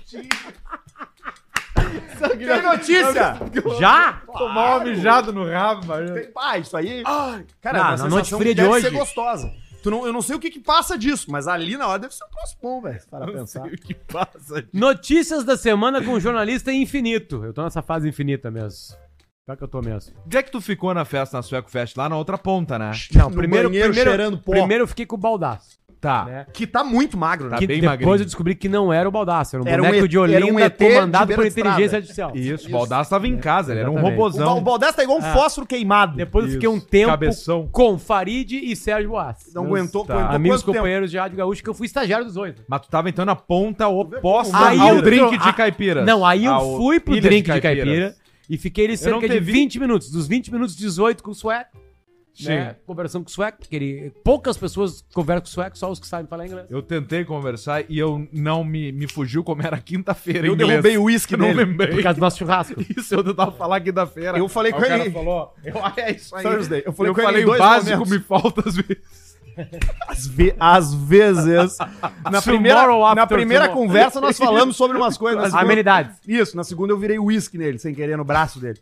Speaker 2: Tem notícia!
Speaker 4: Já?
Speaker 3: Tomar uma mijada no rabo, mano.
Speaker 2: Tem- Ah, isso aí. Cara,
Speaker 4: Não,
Speaker 2: é uma
Speaker 4: na
Speaker 2: sensação
Speaker 4: noite fria
Speaker 2: que
Speaker 4: de
Speaker 2: deve
Speaker 4: hoje.
Speaker 2: ser gostosa. Tu não, eu não sei o que que passa disso, mas ali na hora deve ser um troço bom, velho. Para pensar.
Speaker 3: O que passa?
Speaker 4: Notícias da semana com o jornalista infinito. Eu tô nessa fase infinita mesmo. Pior que eu tô mesmo.
Speaker 3: Onde é que tu ficou na festa, na Sueco Fest? Lá na outra ponta, né?
Speaker 2: Não,
Speaker 4: primeiro, primeiro,
Speaker 2: cheirando pó.
Speaker 4: primeiro eu fiquei com o baldaço.
Speaker 3: Tá.
Speaker 4: né?
Speaker 2: Que tá muito magro, né?
Speaker 4: que
Speaker 3: bem
Speaker 4: depois
Speaker 3: magrinho.
Speaker 4: eu descobri que não era o Baldaço, era um
Speaker 2: Era um
Speaker 4: boneco
Speaker 2: E-
Speaker 4: de
Speaker 2: era
Speaker 4: Olinda
Speaker 2: um ET de
Speaker 4: comandado
Speaker 2: beira
Speaker 4: por
Speaker 2: de
Speaker 4: inteligência
Speaker 2: estrada.
Speaker 4: artificial.
Speaker 3: Isso, o Baldaço tava em casa, ele era um
Speaker 4: Exatamente.
Speaker 2: O, Ba- o
Speaker 3: robozão.
Speaker 2: Baldassi tá igual um
Speaker 4: Ah.
Speaker 2: fósforo queimado.
Speaker 4: Depois eu
Speaker 3: Isso.
Speaker 4: fiquei um tempo
Speaker 3: Cabeção.
Speaker 4: com Farid e Sérgio Boas.
Speaker 2: Não aguentou,
Speaker 3: tá.
Speaker 2: aguentou
Speaker 4: Amigos
Speaker 2: quanto tempo?
Speaker 4: companheiros de Rádio Gaúcho, que eu fui estagiário dos oito.
Speaker 3: Mas tu tava então na ponta oposta
Speaker 4: Aí
Speaker 3: ao
Speaker 4: eu-
Speaker 3: drink
Speaker 4: Ah,
Speaker 3: de caipiras.
Speaker 4: Não, aí eu
Speaker 3: Ao
Speaker 4: fui pro
Speaker 3: Ilha
Speaker 4: drink de caipira,
Speaker 3: Caipiras.
Speaker 4: e fiquei ele
Speaker 3: não
Speaker 4: cerca de
Speaker 3: teve-
Speaker 4: 20 minutos. Dos 20 minutos, 18 com o sueco.
Speaker 3: Sim.
Speaker 4: Né? Conversando com o sueco, porque ele... poucas pessoas conversam com o sueco, só os que sabem falar inglês.
Speaker 3: Eu tentei conversar e eu não me, me fugiu como era quinta-feira.
Speaker 2: Eu
Speaker 3: em inglês.
Speaker 2: derrubei o uísque
Speaker 3: Eu não
Speaker 4: Por
Speaker 2: nele.
Speaker 3: lembrei.
Speaker 4: causa do nosso
Speaker 2: [LAUGHS]
Speaker 4: churrasco.
Speaker 3: Isso, eu tentava falar quinta-feira.
Speaker 2: Eu falei
Speaker 3: Aí
Speaker 2: com
Speaker 3: o cara
Speaker 2: ele.
Speaker 3: falou, eu, é isso aí.
Speaker 2: Thursday. Eu
Speaker 3: Eu
Speaker 2: falei
Speaker 3: falei,
Speaker 2: com ele em
Speaker 3: o
Speaker 2: dois
Speaker 3: básico
Speaker 2: momentos.
Speaker 3: me falta às vezes.
Speaker 2: Às, ve- às vezes.
Speaker 4: [LAUGHS] Tomorrow
Speaker 2: Na primeira,
Speaker 4: after
Speaker 2: na primeira
Speaker 4: tomorrow. [LAUGHS]
Speaker 2: conversa nós falamos sobre umas coisas. Na segunda-
Speaker 4: Amenidades. Hum.
Speaker 2: Isso, na segunda eu virei uísque nele, sem querer, no braço dele.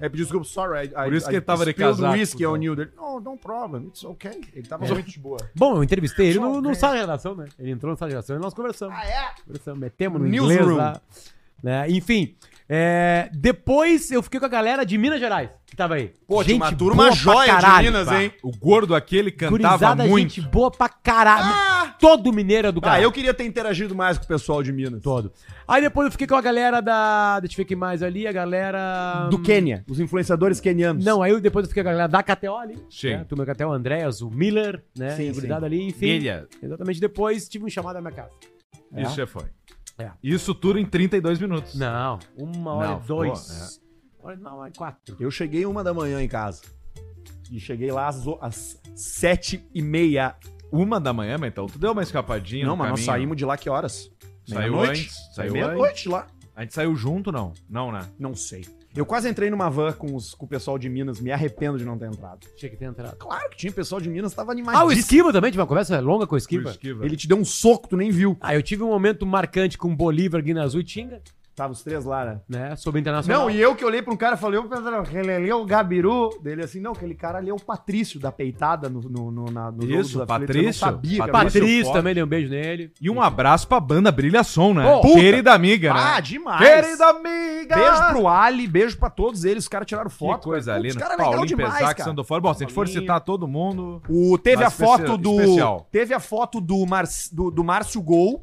Speaker 2: É Aí pedi desculpa, sorry. I,
Speaker 3: Por isso que ele tava de casaco,
Speaker 2: uísque
Speaker 3: então.
Speaker 2: ao Neil dele. No, no problem, it's okay. Ele tava
Speaker 4: É.
Speaker 2: muito de boa.
Speaker 4: Bom, eu entrevistei ele no, no Sala de Redação, né? Ele entrou no Sala de Redação e nós conversamos. Ah, é? Conversamos, metemos no inglês
Speaker 2: Newsroom.
Speaker 4: lá. Né? Enfim, é, depois eu fiquei com a galera de Minas Gerais, que tava aí.
Speaker 2: Pô, tinha uma turma
Speaker 4: boa pra
Speaker 2: joia de
Speaker 4: caralho,
Speaker 2: Minas,
Speaker 4: pá.
Speaker 2: hein?
Speaker 3: O gordo aquele cantava
Speaker 4: Gurizada,
Speaker 3: muito.
Speaker 4: gente boa pra caralho.
Speaker 2: Ah!
Speaker 4: Todo mineiro é do
Speaker 2: Ah,
Speaker 4: caralho.
Speaker 2: eu queria ter interagido mais com o pessoal de Minas.
Speaker 4: Todo. Aí depois eu fiquei com a galera da... Deixa eu ver quem mais ali, a galera...
Speaker 2: Do Quênia, os influenciadores quenianos.
Speaker 4: Hum. Não, aí eu- depois eu fiquei com a galera da KTO ali.
Speaker 3: Sim.
Speaker 4: Né? Turma da KTO, Andréas, o Miller, né?
Speaker 2: Sim,
Speaker 4: Sim, ali, enfim.
Speaker 3: Milha.
Speaker 4: Exatamente depois tive um chamado na minha casa.
Speaker 3: Isso já foi.
Speaker 4: É.
Speaker 3: Isso tudo em 32 minutos.
Speaker 4: Não, uma hora
Speaker 3: Não,
Speaker 4: e dois. Hora- Uma hora e quatro.
Speaker 2: Eu cheguei uma da manhã em casa. E cheguei lá às, o- às sete e meia.
Speaker 3: Uma da manhã, mas então tu deu uma escapadinha
Speaker 2: Não,
Speaker 3: no
Speaker 2: mas nós
Speaker 3: caminho.
Speaker 2: saímos de lá que horas?
Speaker 3: Saiu
Speaker 2: Meia-noite?
Speaker 3: antes. Saiu antes.
Speaker 2: Meia-noite lá.
Speaker 3: A gente saiu junto, não? Não, né?
Speaker 2: Não sei. Eu quase entrei numa van com, os- com o pessoal de Minas, me arrependo de não ter entrado.
Speaker 4: Tinha que ter entrado.
Speaker 2: Claro que tinha pessoal de Minas, tava
Speaker 4: Ah, o
Speaker 2: animadíssimo.
Speaker 4: Esquiva também, tive uma conversa longa com o
Speaker 3: Pro
Speaker 4: Esquiva.
Speaker 3: Esquiva.
Speaker 2: Ele te deu um soco, tu nem viu.
Speaker 4: Ah, eu tive um momento marcante com Bolívar, Guinazu e Tinga,
Speaker 2: Tava os três lá, né?
Speaker 4: né? Sobre internacional.
Speaker 2: Não, e eu que olhei pra um cara e falei, ô Pedro, aquele ali é o Gabiru. Dele assim, não, aquele cara ali é o Patrício da peitada no, no, no, na, no dos aflitos. Eu
Speaker 3: Isso,
Speaker 2: não
Speaker 3: Patrício.
Speaker 2: sabia, cara.
Speaker 3: Patrício.
Speaker 4: Patrício
Speaker 3: Forte.
Speaker 4: também, dei um beijo nele.
Speaker 3: E um abraço pra banda Brilha Som, né?
Speaker 4: Pô,
Speaker 3: Querida amiga, né?
Speaker 2: Ah, demais.
Speaker 3: Querida amiga!
Speaker 2: Beijo pro Ali, beijo pra todos eles. Os caras tiraram foto.
Speaker 3: que coisa
Speaker 2: cara.
Speaker 3: ali,
Speaker 2: Os
Speaker 3: né?
Speaker 2: caras é legal
Speaker 3: Paulinho
Speaker 2: demais,
Speaker 3: Pesac,
Speaker 2: cara.
Speaker 3: Sandofório. Bom, se a gente for
Speaker 2: Paulinho.
Speaker 3: citar todo mundo...
Speaker 2: O, teve a
Speaker 3: Mas
Speaker 2: foto
Speaker 3: especi-
Speaker 2: do.
Speaker 3: especial.
Speaker 2: Teve a foto do, Mar, do, do Márcio Gol,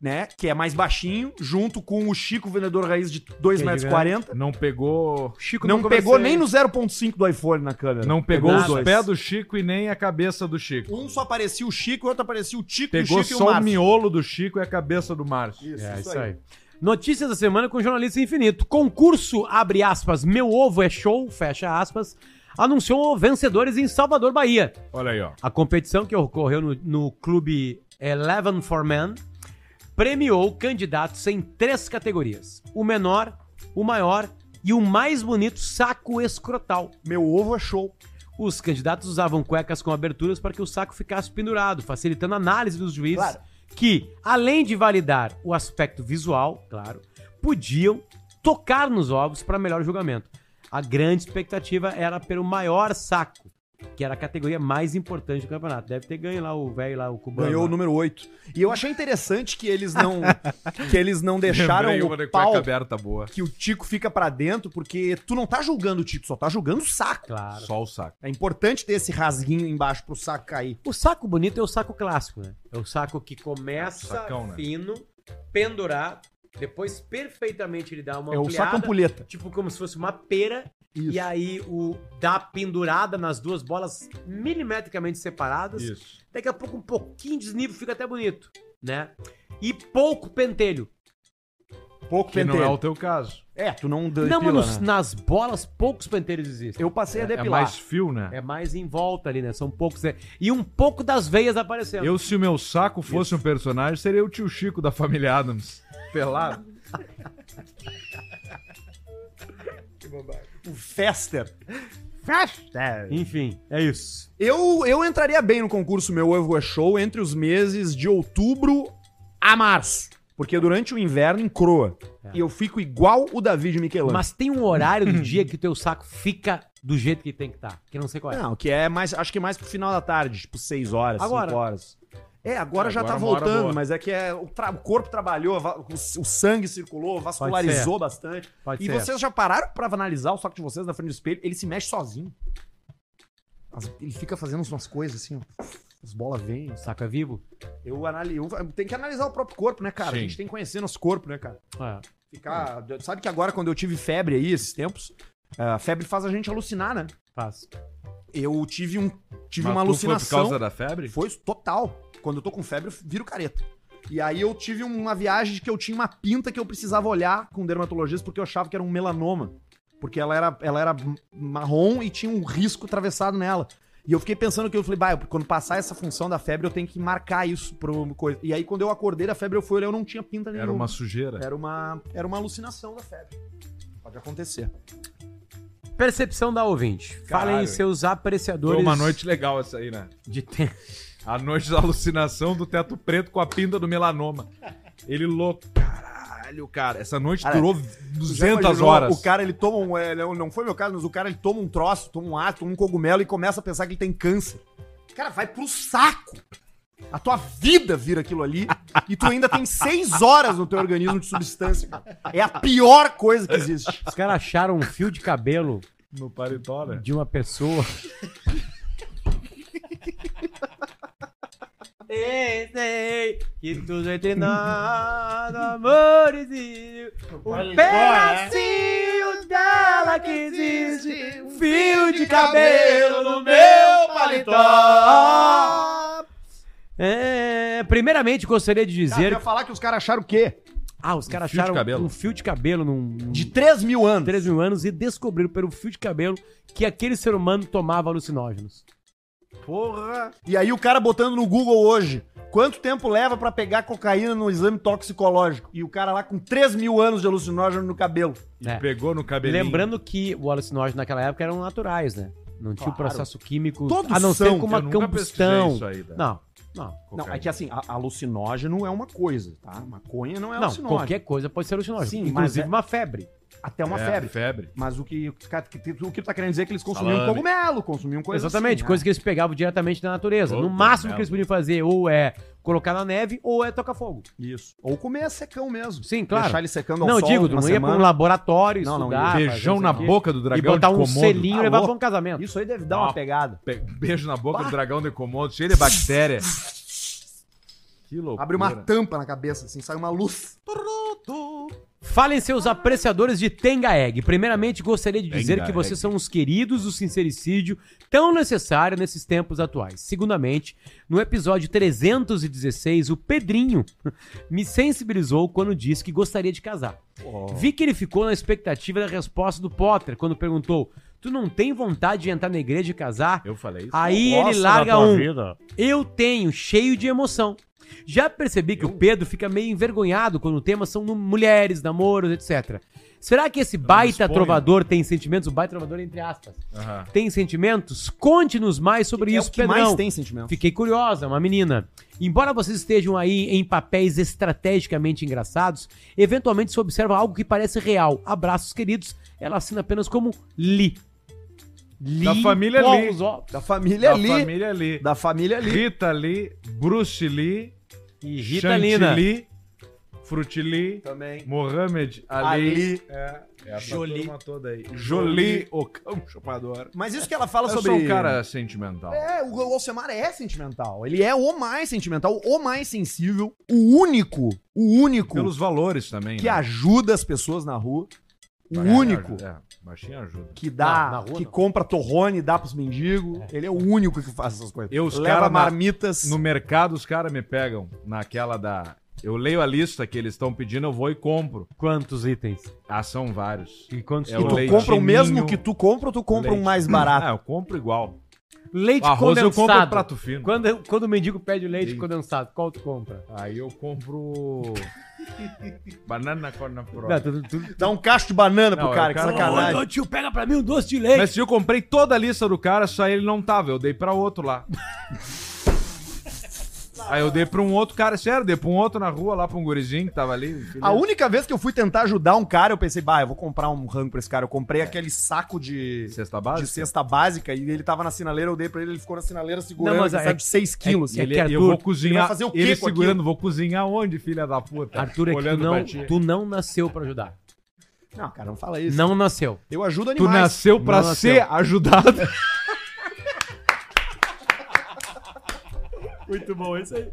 Speaker 2: né? Que é mais baixinho, junto com o Chico, vendedor raiz de 2,40
Speaker 4: Que
Speaker 2: metros.
Speaker 4: é
Speaker 2: quarenta.
Speaker 3: Não pegou...
Speaker 4: Chico
Speaker 2: Não pegou nem no 0,5 do iPhone na câmera.
Speaker 3: Não pegou
Speaker 2: Nada.
Speaker 3: os pés do Chico e nem a cabeça do Chico.
Speaker 2: Um só aparecia o Chico, o outro aparecia o Tico,
Speaker 3: Pegou
Speaker 2: o Chico
Speaker 3: só o miolo do Chico e a cabeça do Márcio.
Speaker 2: Isso,
Speaker 4: É,
Speaker 2: isso
Speaker 4: isso
Speaker 2: aí.
Speaker 4: aí. Notícias da semana com Jornalista Infinito. Concurso, abre aspas, Meu Ovo é Show, fecha aspas, anunciou vencedores em Salvador, Bahia.
Speaker 3: Olha aí, ó.
Speaker 4: A competição que ocorreu no, no clube Eleven for Men premiou candidatos em três categorias: o menor, o maior e o mais bonito saco escrotal.
Speaker 2: Meu ovo é show.
Speaker 4: Os candidatos usavam cuecas com aberturas para que o saco ficasse pendurado, facilitando a análise dos juízes
Speaker 2: Claro.
Speaker 4: que, além de validar o aspecto visual, claro, podiam tocar nos ovos para melhor julgamento. A grande expectativa era pelo maior saco, que era a categoria mais importante do campeonato. Deve ter ganho lá o velho lá, o cubano.
Speaker 2: Ganhou o
Speaker 4: lá.
Speaker 2: número 8. E eu achei interessante que eles
Speaker 3: [LAUGHS]
Speaker 2: não que eles não deixaram
Speaker 3: Lembrei uma de
Speaker 2: o
Speaker 3: cueca
Speaker 2: pau
Speaker 3: aberta boa.
Speaker 2: que o Tico fica pra dentro, porque tu não tá julgando o Tico, só tá julgando o saco.
Speaker 4: Claro.
Speaker 3: Só o saco.
Speaker 2: É importante ter esse rasguinho embaixo pro saco cair.
Speaker 4: O saco bonito é o saco clássico, né? É o saco que começa
Speaker 3: Sacão, né?
Speaker 4: fino, pendurado, depois perfeitamente ele dá uma
Speaker 2: é o
Speaker 4: ampliada,
Speaker 2: saco ampulheta.
Speaker 4: tipo como se fosse uma pera.
Speaker 2: Isso.
Speaker 4: E aí o dá a pendurada nas duas bolas milimetricamente separadas.
Speaker 3: Isso.
Speaker 4: Daqui a pouco um pouquinho de desnível fica até bonito, né? E pouco pentelho.
Speaker 2: Pouco
Speaker 3: Que não é o teu caso.
Speaker 2: É, tu não
Speaker 4: Não,
Speaker 2: depila,
Speaker 4: mas nos-
Speaker 2: né?
Speaker 4: nas bolas poucos pentelhos existem.
Speaker 2: Eu passei a
Speaker 3: É
Speaker 2: depilar.
Speaker 3: mais fio, né?
Speaker 4: É mais em volta ali, né? São poucos. né? E um pouco das veias aparecendo.
Speaker 3: Eu, se o meu saco fosse um personagem, seria o tio Chico da família Adams. Pelado.
Speaker 2: O Fester.
Speaker 5: Festa!
Speaker 4: Enfim, é isso.
Speaker 2: Eu, eu entraria bem no concurso Meu Ovo é Show entre os meses de outubro a março. Porque durante o inverno encroa.
Speaker 4: É.
Speaker 2: E eu fico igual o Davi de Michelangelo.
Speaker 4: Mas tem um horário
Speaker 2: [LAUGHS]
Speaker 4: do dia que o teu saco fica do jeito que tem que estar. que eu não sei qual é.
Speaker 2: Não, que é mais. Acho que é mais pro final da tarde, tipo 6 horas,
Speaker 4: Agora.
Speaker 2: 5 horas. É, agora
Speaker 3: É,
Speaker 2: já
Speaker 3: agora
Speaker 2: tá
Speaker 3: uma hora
Speaker 2: voltando,
Speaker 3: boa.
Speaker 2: mas é que é, o, tra- o corpo trabalhou, va- o, s- o sangue circulou, vascularizou bastante.
Speaker 4: Pode
Speaker 2: e
Speaker 4: ser.
Speaker 2: vocês já pararam pra analisar o saco de vocês na frente do espelho? Ele se mexe sozinho. As- Ele fica fazendo umas coisas assim, ó. As bolas vêm.
Speaker 4: Saco é vivo?
Speaker 2: Eu, anali... eu tem que analisar o próprio corpo, né, cara? A
Speaker 3: Sim.
Speaker 2: gente tem que conhecer nosso corpo, né, cara?
Speaker 4: É.
Speaker 2: Ficar. Sabe que agora, quando eu tive febre aí, esses tempos, ah, a febre faz a gente alucinar, né?
Speaker 4: Faz.
Speaker 2: Eu tive um. Tive
Speaker 3: Mas
Speaker 2: uma
Speaker 3: tu Foi por
Speaker 2: alucinação.
Speaker 3: causa da febre?
Speaker 2: Foi total. Quando eu tô com febre, eu viro careta. E aí eu tive uma viagem de que eu tinha uma pinta que eu precisava olhar com um dermatologista porque eu achava que era um melanoma. Porque ela era, ela era marrom e tinha um risco atravessado nela. E eu fiquei pensando que eu falei, bah, quando passar essa função da febre, eu tenho que marcar isso pro coisa. E aí quando eu acordei da febre, eu fui olhar, eu não tinha pinta nenhuma.
Speaker 3: Era uma sujeira.
Speaker 2: era uma, era uma alucinação da febre. Pode acontecer.
Speaker 4: Percepção da ouvinte. Falem
Speaker 3: Caralho,
Speaker 4: seus
Speaker 3: Foi
Speaker 4: apreciadores
Speaker 3: uma noite legal essa aí, né?
Speaker 4: de tempo.
Speaker 3: A noite da alucinação do teto preto com a pinta do melanoma. Ele louco. Caralho, cara. Essa noite
Speaker 2: Cara,
Speaker 3: durou
Speaker 2: Já
Speaker 3: 200
Speaker 2: imaginou?
Speaker 3: horas.
Speaker 2: O cara, ele toma um. é, não- não foi meu caso, mas o cara, ele toma um troço, toma um ácido, toma um cogumelo e começa a pensar que ele tem câncer. Cara, vai pro saco. A tua vida vira aquilo ali e tu ainda tem seis horas no teu organismo de substância, cara. É a pior coisa que existe.
Speaker 4: Os caras acharam um fio de cabelo
Speaker 3: No paletó, né?
Speaker 4: de uma pessoa. [LAUGHS] Ei, sei que tudo entre nós, amores um pedacinho dela que existe, um fio de cabelo no meu paletó. É, primeiramente, gostaria de
Speaker 2: Cara, eu
Speaker 4: dizer.
Speaker 2: ia falar que os caras acharam o quê?
Speaker 4: ah, os caras
Speaker 3: fio de
Speaker 4: acharam
Speaker 3: cabelo.
Speaker 4: um fio de cabelo num. num-
Speaker 2: De 3 mil anos.
Speaker 4: 3 mil anos e descobriram pelo fio de cabelo que aquele ser humano tomava alucinógenos.
Speaker 3: Porra.
Speaker 2: E aí o cara botando no Google hoje. Quanto tempo leva pra pegar cocaína no exame toxicológico? E o cara lá com 3 mil anos de alucinógeno no cabelo.
Speaker 4: É.
Speaker 3: Pegou no cabelinho.
Speaker 4: Lembrando que o alucinógeno naquela época eram naturais, né? Não tinha o
Speaker 2: Claro.
Speaker 4: processo químico,
Speaker 2: Todos
Speaker 4: a não ser
Speaker 2: são,
Speaker 4: com uma
Speaker 3: Eu nunca pesquisei
Speaker 4: combustão.
Speaker 3: isso aí, né?
Speaker 4: Não, não.
Speaker 2: Não,
Speaker 3: Cocaína.
Speaker 2: é que assim, a- alucinógeno é uma coisa, tá? Maconha não é
Speaker 4: não,
Speaker 2: alucinógeno.
Speaker 4: qualquer coisa pode ser alucinógeno.
Speaker 2: Sim, mas
Speaker 4: inclusive
Speaker 2: é-
Speaker 4: uma febre.
Speaker 2: Até uma
Speaker 3: É,
Speaker 2: febre.
Speaker 3: Febre.
Speaker 2: Mas o que, o que o que tu tá querendo dizer é que eles consumiam
Speaker 3: Salame.
Speaker 2: cogumelo, consumiam coisa
Speaker 4: Exatamente,
Speaker 2: assim, né?
Speaker 4: coisa que eles pegavam diretamente da natureza.
Speaker 3: Todo
Speaker 4: no máximo
Speaker 3: merda.
Speaker 4: que eles podiam fazer ou é colocar na neve ou é tocar fogo.
Speaker 2: né? Isso. Ou comer secão mesmo.
Speaker 4: Sim, claro.
Speaker 2: Deixar ele secando ao
Speaker 4: Não,
Speaker 2: sol
Speaker 4: digo,
Speaker 2: uma
Speaker 4: não ia pra um
Speaker 2: semana.
Speaker 4: laboratório
Speaker 2: Não, não ia.
Speaker 4: estudar. fazer
Speaker 3: Beijão
Speaker 4: isso
Speaker 3: na
Speaker 4: Ah, aqui.
Speaker 3: boca do
Speaker 4: E
Speaker 3: dragão
Speaker 4: botar
Speaker 3: de
Speaker 4: um
Speaker 3: Komodo.
Speaker 4: selinho e
Speaker 2: Tá
Speaker 4: levar pra
Speaker 2: louco.
Speaker 4: um casamento.
Speaker 2: Isso aí deve dar
Speaker 3: Ah.
Speaker 2: uma pegada.
Speaker 3: Pe- Beijo na boca do dragão de Komodo, cheio de bactéria. que loucura.
Speaker 2: Abre uma tampa na cabeça, assim, sai uma luz.
Speaker 4: Falem seus apreciadores de Tenga Egg. Primeiramente, gostaria de
Speaker 3: Tenga
Speaker 4: dizer que vocês
Speaker 3: Egg.
Speaker 4: são os queridos do sincericídio tão necessário nesses tempos atuais. Segundamente, no episódio 316, o Pedrinho [LAUGHS] me sensibilizou quando disse que gostaria de casar.
Speaker 2: É
Speaker 4: Vi que ele ficou na expectativa da resposta do Potter quando perguntou: Tu não tem vontade de entrar na igreja e casar?
Speaker 3: Eu falei isso.
Speaker 4: Aí ele larga um. Eu tenho, cheio de emoção. Já percebi que o Pedro fica meio envergonhado quando o tema são no- mulheres, namoros, etc. Será que esse baita
Speaker 3: exponho.
Speaker 4: trovador tem sentimentos? O baita trovador, entre aspas.
Speaker 3: Aham.
Speaker 4: Tem sentimentos? Conte-nos mais sobre isso,
Speaker 2: é o que
Speaker 4: Pedrão.
Speaker 2: mais tem sentimento.
Speaker 4: Fiquei curiosa, uma menina. Embora vocês estejam aí em papéis estrategicamente engraçados, eventualmente se observa algo que parece real. Abraços queridos. Ela assina apenas como Li. Li.
Speaker 3: Da família Li.
Speaker 4: Os ó-
Speaker 2: Da família
Speaker 3: da
Speaker 2: ali.
Speaker 3: família ali.
Speaker 2: Da família ali.
Speaker 3: Rita Lee, Bruce Lee,
Speaker 4: E Rita Lina.
Speaker 3: Chantilly, Frutili,
Speaker 2: Também.
Speaker 3: Mohamed Ali,
Speaker 2: Ali.
Speaker 3: É, essa
Speaker 4: Jolie.
Speaker 3: turma toda aí. Jolie, o cão chupador.
Speaker 2: Mas isso que ela fala
Speaker 3: Eu
Speaker 2: sobre.
Speaker 3: sou um cara sentimental.
Speaker 2: É, o Alcemar é sentimental. Ele é o mais sentimental, o mais sensível, o único, o único
Speaker 3: Pelos valores também. né?
Speaker 2: que ajuda as pessoas na rua, o
Speaker 3: Vai,
Speaker 2: único
Speaker 3: ajuda. É, baixinho ajuda.
Speaker 2: que dá,
Speaker 4: Não, na rua
Speaker 2: que
Speaker 4: não.
Speaker 2: compra torrone e dá pros mendigos. Ele é o único que faz essas coisas.
Speaker 3: Eu, os
Speaker 2: Leva
Speaker 3: cara na-
Speaker 2: marmitas.
Speaker 3: No mercado, os caras me pegam naquela da. Eu leio a lista que eles estão pedindo, eu vou e compro.
Speaker 4: Quantos itens?
Speaker 3: Ah, são vários.
Speaker 4: E quantos
Speaker 3: É
Speaker 2: E
Speaker 3: o
Speaker 2: tu
Speaker 3: leitinho.
Speaker 2: compra o mesmo que tu compra ou tu compra um
Speaker 3: Leite.
Speaker 2: mais barato?
Speaker 3: Ah, eu compro igual.
Speaker 4: Leite
Speaker 3: O arroz eu compro
Speaker 4: condensado.
Speaker 3: o prato fino.
Speaker 4: Quando, quando o mendigo pede leite
Speaker 3: Sim.
Speaker 4: condensado, qual tu compra?
Speaker 3: Aí eu [LAUGHS] compro. Banana corna pro.
Speaker 4: Não, tu, tu,
Speaker 3: [LAUGHS]
Speaker 4: tu-
Speaker 2: Dá um cacho de banana
Speaker 3: Não,
Speaker 2: pro cara,
Speaker 3: eu
Speaker 2: que
Speaker 3: quero-
Speaker 2: sacanagem.
Speaker 4: Ô, tio, pega pra mim um doce de leite.
Speaker 3: Mas se eu comprei toda a lista do cara, só ele não tava. Eu dei pra outro [LAUGHS] lá. Aí eu dei pra um outro cara, sério, dei pra um outro na rua lá, pra um gurizinho que tava ali.
Speaker 2: A única vez que eu fui tentar ajudar um cara, eu pensei, bah, eu vou comprar um rango pra esse cara. Eu
Speaker 4: É.
Speaker 2: comprei aquele saco de.
Speaker 3: Cesta
Speaker 2: de
Speaker 3: base?
Speaker 2: cesta básica e ele tava na sinaleira, eu dei pra ele, ele ficou na sinaleira segurando
Speaker 4: Não,
Speaker 2: não,
Speaker 4: mas é-
Speaker 2: de 6 quilos. assim,
Speaker 4: é
Speaker 3: Ele,
Speaker 4: que
Speaker 3: eu
Speaker 4: Arthur,
Speaker 3: vou cozinhar.
Speaker 2: ele vai fazer o quê
Speaker 3: ele
Speaker 2: com
Speaker 3: segurando, vou cozinhar onde, filha da puta?
Speaker 4: Arthur, é que tu
Speaker 3: Olhando pra
Speaker 4: não,
Speaker 3: ti.
Speaker 4: tu não nasceu pra ajudar.
Speaker 2: Não, cara, não fala isso.
Speaker 4: Não nasceu.
Speaker 2: Eu ajudo
Speaker 3: Tu
Speaker 2: animais.
Speaker 3: nasceu pra
Speaker 4: Não nasceu.
Speaker 3: ser ajudado.
Speaker 4: Muito bom, esse aí.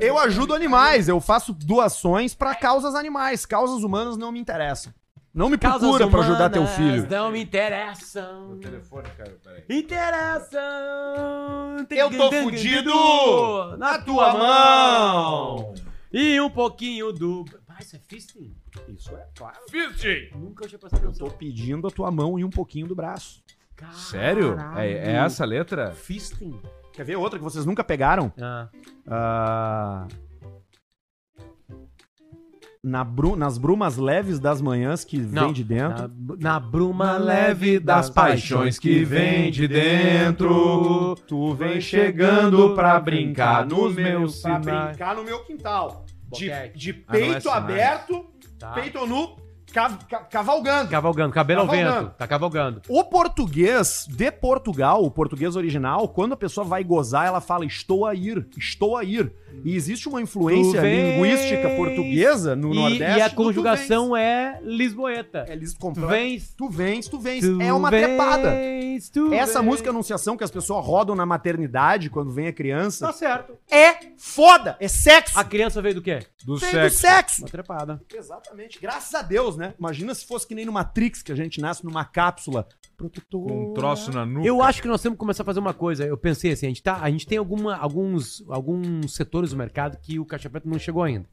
Speaker 2: Eu ajudo animais, eu faço doações pra causas animais. Causas humanas não me interessam. Não me
Speaker 4: Causas
Speaker 2: procura pra ajudar teu
Speaker 4: humanas
Speaker 2: filho.
Speaker 4: Não me interessam.
Speaker 3: telefone, cara, peraí.
Speaker 4: Interessam.
Speaker 2: Eu tô fudido
Speaker 4: na tua mão. E um pouquinho do. Ah, isso é fisting?
Speaker 2: Isso é claro.
Speaker 3: Fisting!
Speaker 4: Nunca tinha prestado
Speaker 2: Tô
Speaker 4: atenção.
Speaker 2: pedindo a tua mão e um pouquinho do braço.
Speaker 3: Sério? É,
Speaker 4: Caralho.
Speaker 3: é essa a letra?
Speaker 4: Fisting?
Speaker 2: Quer ver outra que vocês nunca pegaram?
Speaker 4: Ah.
Speaker 2: Ah, na bru- nas brumas leves das manhãs que
Speaker 4: Não.
Speaker 2: vem de dentro.
Speaker 4: Na, na bruma leve das paixões que vem de dentro.
Speaker 2: tu
Speaker 4: vem chegando pra brincar nos meus
Speaker 2: pra
Speaker 4: sinais.
Speaker 2: brincar no meu quintal. De,
Speaker 4: Boquete.
Speaker 2: de
Speaker 3: Ah, não é
Speaker 2: peito
Speaker 3: sinais.
Speaker 2: aberto,
Speaker 4: Tá.
Speaker 2: peito nu, ca- ca- cavalgando.
Speaker 4: Cavalgando, cabelo ao
Speaker 2: Cavalgando.
Speaker 4: vento. Tá cavalgando.
Speaker 2: O português de Portugal, o português original, quando a pessoa vai gozar, ela fala estou a ir, estou a ir. E existe uma influência
Speaker 4: Tu vens.
Speaker 2: linguística portuguesa no
Speaker 4: e,
Speaker 2: Nordeste.
Speaker 4: e a
Speaker 2: do tu
Speaker 4: conjugação é lisboeta.
Speaker 2: vens. É, eles compram-
Speaker 4: Tu vens.
Speaker 2: Tu vens, tu vens.
Speaker 4: tu
Speaker 2: é uma
Speaker 4: vens,
Speaker 2: trepada.
Speaker 4: tu
Speaker 2: Essa
Speaker 4: vens.
Speaker 2: música é anunciação que as pessoas rodam na maternidade quando vem a criança
Speaker 4: Tá certo.
Speaker 2: é foda, é sexo.
Speaker 4: A criança veio do quê?
Speaker 3: Do
Speaker 2: Vem
Speaker 3: sexo.
Speaker 4: Uma trepada.
Speaker 2: Exatamente. Graças a Deus, né? Imagina se fosse que nem no Matrix que a gente nasce numa cápsula protetora.
Speaker 3: Com um troço na nuca.
Speaker 4: Eu acho que nós temos que começar a fazer uma coisa. Eu pensei assim, a gente, tá, a gente tem alguma, alguns, alguns setores do mercado que o Caixa Preto não chegou ainda.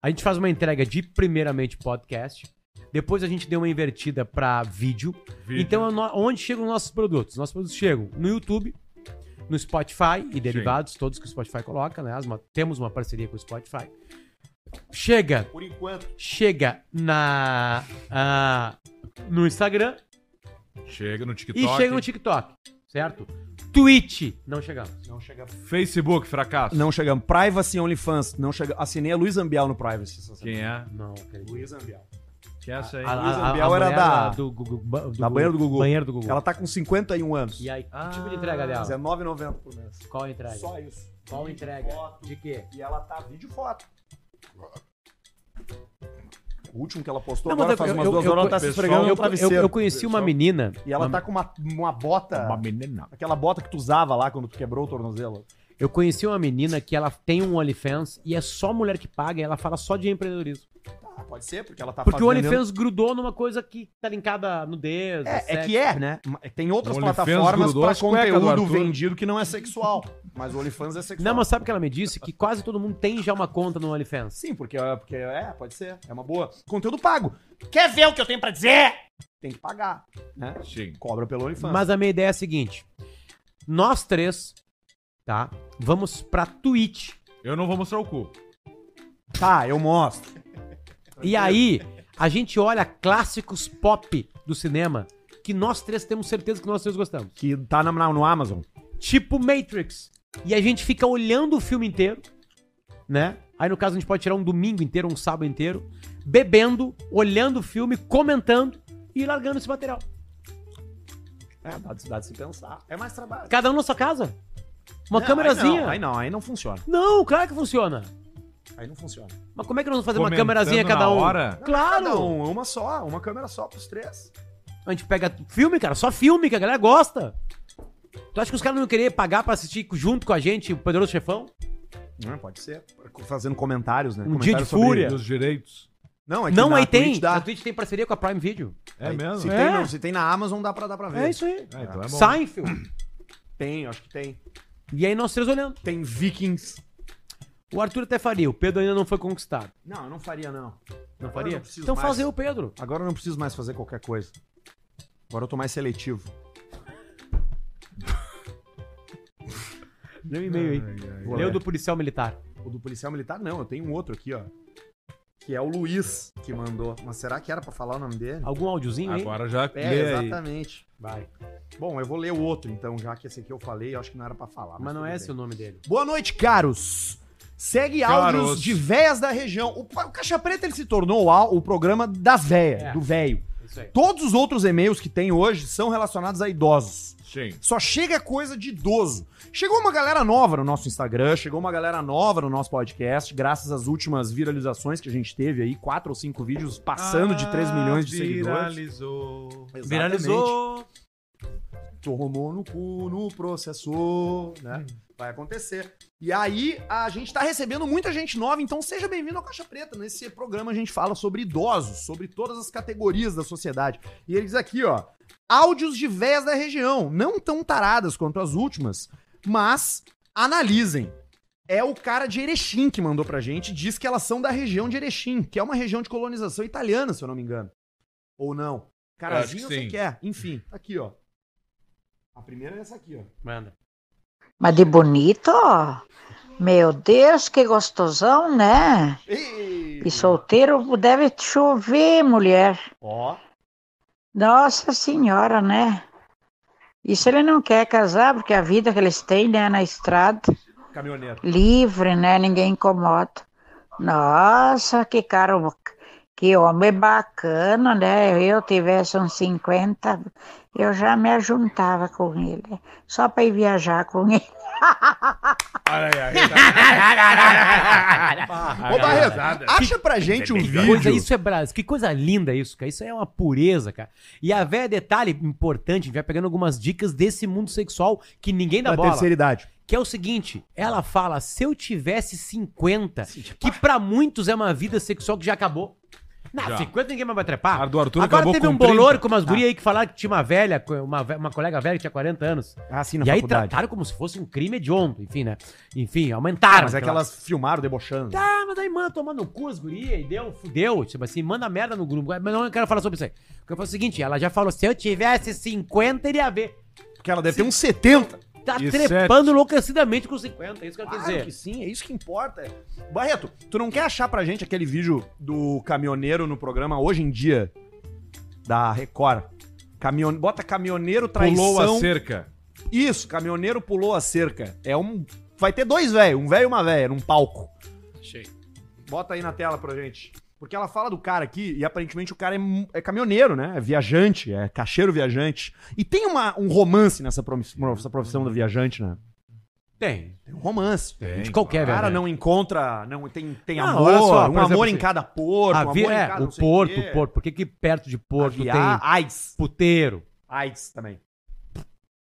Speaker 4: A gente faz uma entrega de primeiramente podcast, depois a gente deu uma invertida pra vídeo.
Speaker 3: Vídeo.
Speaker 4: Então, é no- onde chegam os nossos produtos? Nossos produtos chegam no YouTube, no Spotify e derivados, todos que o Spotify coloca, né? As ma- Temos uma parceria com o Spotify. Chega
Speaker 2: Por enquanto.
Speaker 4: chega na ah, no Instagram
Speaker 3: Chega no TikTok.
Speaker 4: e chega no TikTok, certo? Twitch, não chegamos.
Speaker 2: Não chegamos.
Speaker 3: Facebook, fracasso.
Speaker 2: Não chegamos. Privacy OnlyFans. Não chegamos. Assinei a Luiz Ambiel no Privacy. essa semana.
Speaker 3: Quem é?
Speaker 4: Não, acredito.
Speaker 2: Luiz Ambiel.
Speaker 3: Quem é essa aí?
Speaker 4: A,
Speaker 2: Luiz
Speaker 4: a, a,
Speaker 2: Ambiel
Speaker 4: a
Speaker 2: era
Speaker 4: mulher
Speaker 2: da-
Speaker 4: lá do, Gugu- ba- do
Speaker 2: da banheira do Gugu.
Speaker 4: Banheiro do Gugu.
Speaker 2: Ela tá com 51 anos.
Speaker 4: E aí, que tipo de entrega dela?
Speaker 2: R$19,90 por mês.
Speaker 4: Qual a entrega?
Speaker 2: Só isso.
Speaker 4: Qual a
Speaker 2: Vídeo,
Speaker 4: entrega?
Speaker 2: foto.
Speaker 4: De quê?
Speaker 2: E ela tá vídeo e foto. O último que ela postou
Speaker 4: Não, mas
Speaker 2: agora
Speaker 4: eu-
Speaker 2: faz umas
Speaker 4: eu-
Speaker 2: duas
Speaker 4: eu-
Speaker 2: horas, ela tá se
Speaker 3: pessoal-
Speaker 2: esfregando no
Speaker 4: eu, eu,
Speaker 2: travesseiro.
Speaker 4: eu conheci uma menina.
Speaker 2: E ela
Speaker 4: uma-
Speaker 2: tá com uma, uma bota.
Speaker 3: Uma menina.
Speaker 2: Aquela bota que tu usava lá quando tu quebrou o tornozelo.
Speaker 4: Eu conheci uma menina que ela tem um OnlyFans e é só mulher que paga e ela fala só de empreendedorismo.
Speaker 2: Ah, pode ser, porque ela tá
Speaker 4: Porque o
Speaker 2: fazendo-
Speaker 4: OnlyFans grudou numa coisa que tá linkada no dedo.
Speaker 2: É, é
Speaker 4: sexo.
Speaker 2: que é, né? Tem outras
Speaker 3: O OnlyFans
Speaker 2: plataformas
Speaker 3: grudou
Speaker 2: pra
Speaker 3: as cuecas do
Speaker 2: conteúdo
Speaker 3: Arthur.
Speaker 2: vendido que não é sexual. Mas o OnlyFans é sexual.
Speaker 4: Não, mas sabe o que ela me disse? Que quase todo mundo tem já uma conta no OnlyFans.
Speaker 2: Sim, porque, é- porque é, pode ser. É uma boa. Conteúdo pago. Quer ver o que eu tenho pra dizer? Tem que pagar, né?
Speaker 3: Sim.
Speaker 2: Cobra pelo OnlyFans.
Speaker 4: Mas a minha ideia é a seguinte: nós três, tá? Vamos pra Twitch.
Speaker 3: Eu não vou mostrar o cu.
Speaker 2: Tá, eu mostro.
Speaker 4: E aí, a gente olha clássicos pop do cinema que nós três temos certeza que nós três gostamos.
Speaker 2: Que tá na, na- no Amazon.
Speaker 4: Tipo Matrix. E a gente fica olhando o filme inteiro, né? Aí, no caso, a gente pode tirar um domingo inteiro, um sábado inteiro, bebendo, olhando o filme, comentando e largando esse material.
Speaker 2: É, dá, de- dá de se pensar. É mais trabalho.
Speaker 4: Cada um na sua casa. Uma
Speaker 2: Não,
Speaker 4: câmerazinha.
Speaker 2: Aí não, aí não, aí não funciona.
Speaker 4: Não, claro que funciona.
Speaker 2: Aí não funciona.
Speaker 4: Mas como é que nós vamos fazer uma
Speaker 3: Comentando
Speaker 4: câmerazinha cada
Speaker 3: na
Speaker 4: um?
Speaker 3: hora?
Speaker 4: Claro!
Speaker 2: Cada um, uma só, uma câmera só pros três.
Speaker 4: A gente pega filme, cara, só filme que a galera gosta. Tu acha que os caras não iam querer pagar pra assistir junto com a gente o Poderoso Chefão?
Speaker 2: Não, Né, pode ser. Fazendo comentários, né?
Speaker 4: Um
Speaker 2: Comentários
Speaker 4: dia de
Speaker 2: sobre-
Speaker 4: fúria.
Speaker 3: Dos direitos.
Speaker 2: Não, é que
Speaker 4: não,
Speaker 2: na
Speaker 4: aí tem.
Speaker 2: Twitch dá.
Speaker 4: A Twitch tem parceria com a Prime Video.
Speaker 3: É
Speaker 2: Aí,
Speaker 3: mesmo?
Speaker 2: Se,
Speaker 4: É.
Speaker 2: Tem, no- se tem na Amazon, dá pra dar pra ver.
Speaker 4: É isso aí.
Speaker 3: Ah, então é bom.
Speaker 4: Seinfeld.
Speaker 2: Tem, acho que tem.
Speaker 4: E aí nós três olhando.
Speaker 2: Tem Vikings.
Speaker 4: O Arthur até faria, o Pedro ainda não foi conquistado.
Speaker 2: Não, eu não faria, não.
Speaker 4: Não
Speaker 2: Agora
Speaker 4: faria?
Speaker 2: eu não preciso
Speaker 4: então
Speaker 2: mais.
Speaker 4: fazer o Pedro.
Speaker 2: Agora eu não preciso mais fazer qualquer coisa. Agora eu tô mais seletivo.
Speaker 4: Lê o e-mail aí.
Speaker 2: Vou
Speaker 4: Lê o
Speaker 2: ler.
Speaker 4: do policial militar.
Speaker 2: O do policial militar, não. Eu tenho um outro aqui, ó. Que é o Luiz que mandou. Mas será que era pra falar o nome dele?
Speaker 4: Algum áudiozinho aí?
Speaker 3: Agora já
Speaker 2: É,
Speaker 3: lê aí.
Speaker 2: exatamente.
Speaker 4: Vai.
Speaker 2: Bom, eu vou ler o outro, então, já que esse aqui eu falei, eu acho que não era pra falar.
Speaker 4: Mas não
Speaker 2: tudo
Speaker 4: é
Speaker 2: bem.
Speaker 4: esse o nome dele.
Speaker 2: Boa noite, caros. Segue
Speaker 3: Caros.
Speaker 2: áudios de véias da região. O, o Caixa Preta ele se tornou o, au- o programa da véia,
Speaker 4: É.
Speaker 2: do véio.
Speaker 4: Isso aí.
Speaker 2: Todos os outros e-mails que tem hoje são relacionados a idosos.
Speaker 3: Sim.
Speaker 2: Só chega coisa de idoso. Chegou uma galera nova no nosso Instagram, chegou uma galera nova no nosso podcast, graças às últimas viralizações que a gente teve aí, quatro ou cinco vídeos passando de 3 milhões de seguidores.
Speaker 3: Ah, Viralizou.
Speaker 2: Exatamente.
Speaker 4: Viralizou.
Speaker 2: Torromou no cu, no processor, né?
Speaker 3: Hum.
Speaker 2: Vai acontecer. E aí, a gente tá recebendo muita gente nova, então seja bem-vindo ao Caixa Preta. Nesse programa a gente fala sobre idosos, sobre todas as categorias da sociedade. E ele diz aqui, ó, áudios de véias da região, não tão taradas quanto as últimas, mas analisem. É o cara de Erechim que mandou pra gente, diz que elas são da região de Erechim, que é uma região de colonização italiana, se eu não me engano. Ou não. Carazinho,
Speaker 3: Eu acho que
Speaker 2: você
Speaker 3: sim.
Speaker 2: quer. é. Enfim, tá aqui, ó. A primeira é essa aqui, ó.
Speaker 4: Manda.
Speaker 8: Mas de bonito, ó. Meu Deus, que gostosão, né?
Speaker 2: Ei!
Speaker 8: E solteiro deve chover, mulher.
Speaker 2: Ó,
Speaker 8: Nossa Senhora, né? Isso ele não quer casar, porque a vida que eles têm, né, na estrada,
Speaker 2: caminhoneiro.
Speaker 8: livre, né? Ninguém incomoda. Nossa, que cara, que homem bacana, né? Eu tivesse uns 50, eu já me ajuntava com ele, só para ir viajar com ele.
Speaker 3: tá-
Speaker 4: [LAUGHS]
Speaker 3: Ah,
Speaker 2: Ô, Barreto, acha pra gente um
Speaker 4: Que coisa,
Speaker 2: vídeo.
Speaker 4: isso é Brasil. Que coisa linda isso, cara. Isso é uma pureza, cara. E a véia detalhe importante, a gente vai pegando algumas dicas desse mundo sexual que ninguém dá
Speaker 2: Da
Speaker 4: bola.
Speaker 2: terceira idade.
Speaker 4: Que é o seguinte, ela fala, se eu tivesse 50, que pra muitos é uma vida sexual que já acabou. Na
Speaker 3: Já.
Speaker 4: 50 ninguém mais vai trepar.
Speaker 3: A do Arthur
Speaker 4: Agora
Speaker 3: acabou
Speaker 4: teve
Speaker 3: com
Speaker 4: um bolor
Speaker 3: 30.
Speaker 4: com umas gurias aí que falaram que tinha uma velha, uma, ve- uma colega velha que tinha 40 anos.
Speaker 2: Ah, sim,
Speaker 4: e aí trataram como se fosse um crime hediondo, enfim, né? Enfim, aumentaram.
Speaker 2: mas é que
Speaker 4: aquela-
Speaker 2: elas filmaram debochando.
Speaker 4: Tá, mas aí manda tomando no cu as gurias e deu, fudeu. Tipo assim, manda merda no grupo. Mas não eu quero falar sobre isso aí. Eu quero falar o seguinte, ela já falou, se eu tivesse 50, iria ver.
Speaker 2: Porque ela deve ter uns 70.
Speaker 4: Tá
Speaker 3: E
Speaker 4: trepando enlouquecidamente com 50, é isso que eu quero dizer.
Speaker 2: Claro que sim, é isso que importa. Barreto, tu não quer achar pra gente aquele vídeo do caminhoneiro no programa Hoje em Dia, da Record? Caminhon... Bota caminhoneiro traição.
Speaker 3: Pulou a cerca.
Speaker 2: Isso, caminhoneiro pulou a cerca. É um. Vai ter dois velhos, um velho e uma velha, num palco.
Speaker 6: Achei.
Speaker 2: Bota aí na tela pra gente. Porque ela fala do cara aqui e aparentemente o cara é, mu- é caminhoneiro, né? É viajante, é cacheiro viajante. E tem uma- um romance nessa promis- nessa profissão do viajante, né?
Speaker 4: Tem.
Speaker 2: Tem um romance.
Speaker 4: de qualquer,
Speaker 2: O cara
Speaker 4: velho.
Speaker 2: não encontra, não tem, tem
Speaker 4: Não,
Speaker 2: amor,
Speaker 4: olha só, por
Speaker 2: um
Speaker 4: exemplo,
Speaker 2: amor em
Speaker 4: assim,
Speaker 2: cada porto, um
Speaker 4: A
Speaker 2: amor
Speaker 4: vi-
Speaker 2: em
Speaker 4: é,
Speaker 2: cada
Speaker 4: o
Speaker 2: não sei
Speaker 4: Porto,
Speaker 2: quê.
Speaker 4: o Porto. Por que, que perto de Porto
Speaker 2: Aviar-
Speaker 4: tem
Speaker 2: AIDS,
Speaker 4: puteiro
Speaker 2: AIDS também.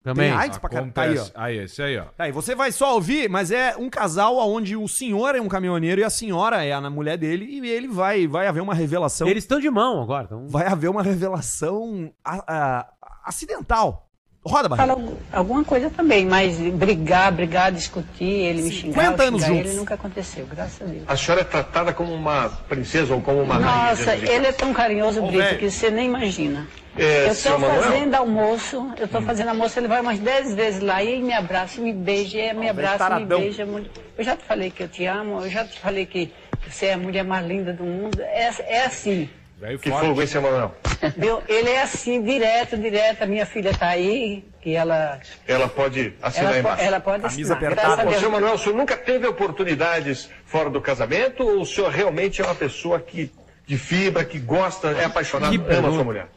Speaker 4: também?
Speaker 2: Tem AIDS pra cá, tá aí, ó.
Speaker 3: Acontece. Aí, esse aí, ó.
Speaker 2: Tá aí, você vai só ouvir, mas é um casal onde o senhor é um caminhoneiro e a senhora é a na- mulher dele e ele vai vai haver uma revelação,
Speaker 4: Eles estão de mão agora. Então...
Speaker 2: vai haver uma revelação a- a- acidental. Roda, Barreto.
Speaker 9: Fala algu- alguma coisa também, mas brigar, brigar, discutir, ele me
Speaker 2: 50
Speaker 9: xingar, eu
Speaker 2: anos
Speaker 9: xingar ele
Speaker 2: juntos.
Speaker 9: nunca aconteceu, graças a Deus.
Speaker 10: A senhora é tratada como uma princesa ou como uma
Speaker 9: Nossa,
Speaker 10: rainha.
Speaker 9: ele é tão carinhoso,
Speaker 2: Ô,
Speaker 9: Brito,
Speaker 2: velho.
Speaker 9: que você nem imagina.
Speaker 10: É,
Speaker 9: eu
Speaker 10: seu
Speaker 9: tô
Speaker 10: Manuel?
Speaker 9: fazendo almoço, eu tô fazendo almoço, ele vai umas 10 vezes lá e me abraça, me beija, e me
Speaker 2: velho
Speaker 9: abraça, me
Speaker 2: taradão.
Speaker 9: beija. muito. Eu já te falei que eu te amo, eu já te falei que você é a mulher mais linda do mundo. É, é assim.
Speaker 3: Velho
Speaker 10: Que
Speaker 3: forte.
Speaker 10: fogo, hein, seu Manuel?
Speaker 9: Meu, ele é assim, direto, direto. A minha filha tá aí, que ela,
Speaker 10: Ela pode
Speaker 9: ela,
Speaker 10: assinar
Speaker 9: po-
Speaker 10: embaixo.
Speaker 9: ela pode
Speaker 2: Camisa
Speaker 9: assinar,
Speaker 2: apertada.
Speaker 9: graças a
Speaker 10: Ô,
Speaker 9: Deus.
Speaker 10: seu Manuel, o senhor nunca teve oportunidades fora do casamento ou o senhor realmente é uma pessoa que de fibra, que gosta, é apaixonado, ama a sua mulher?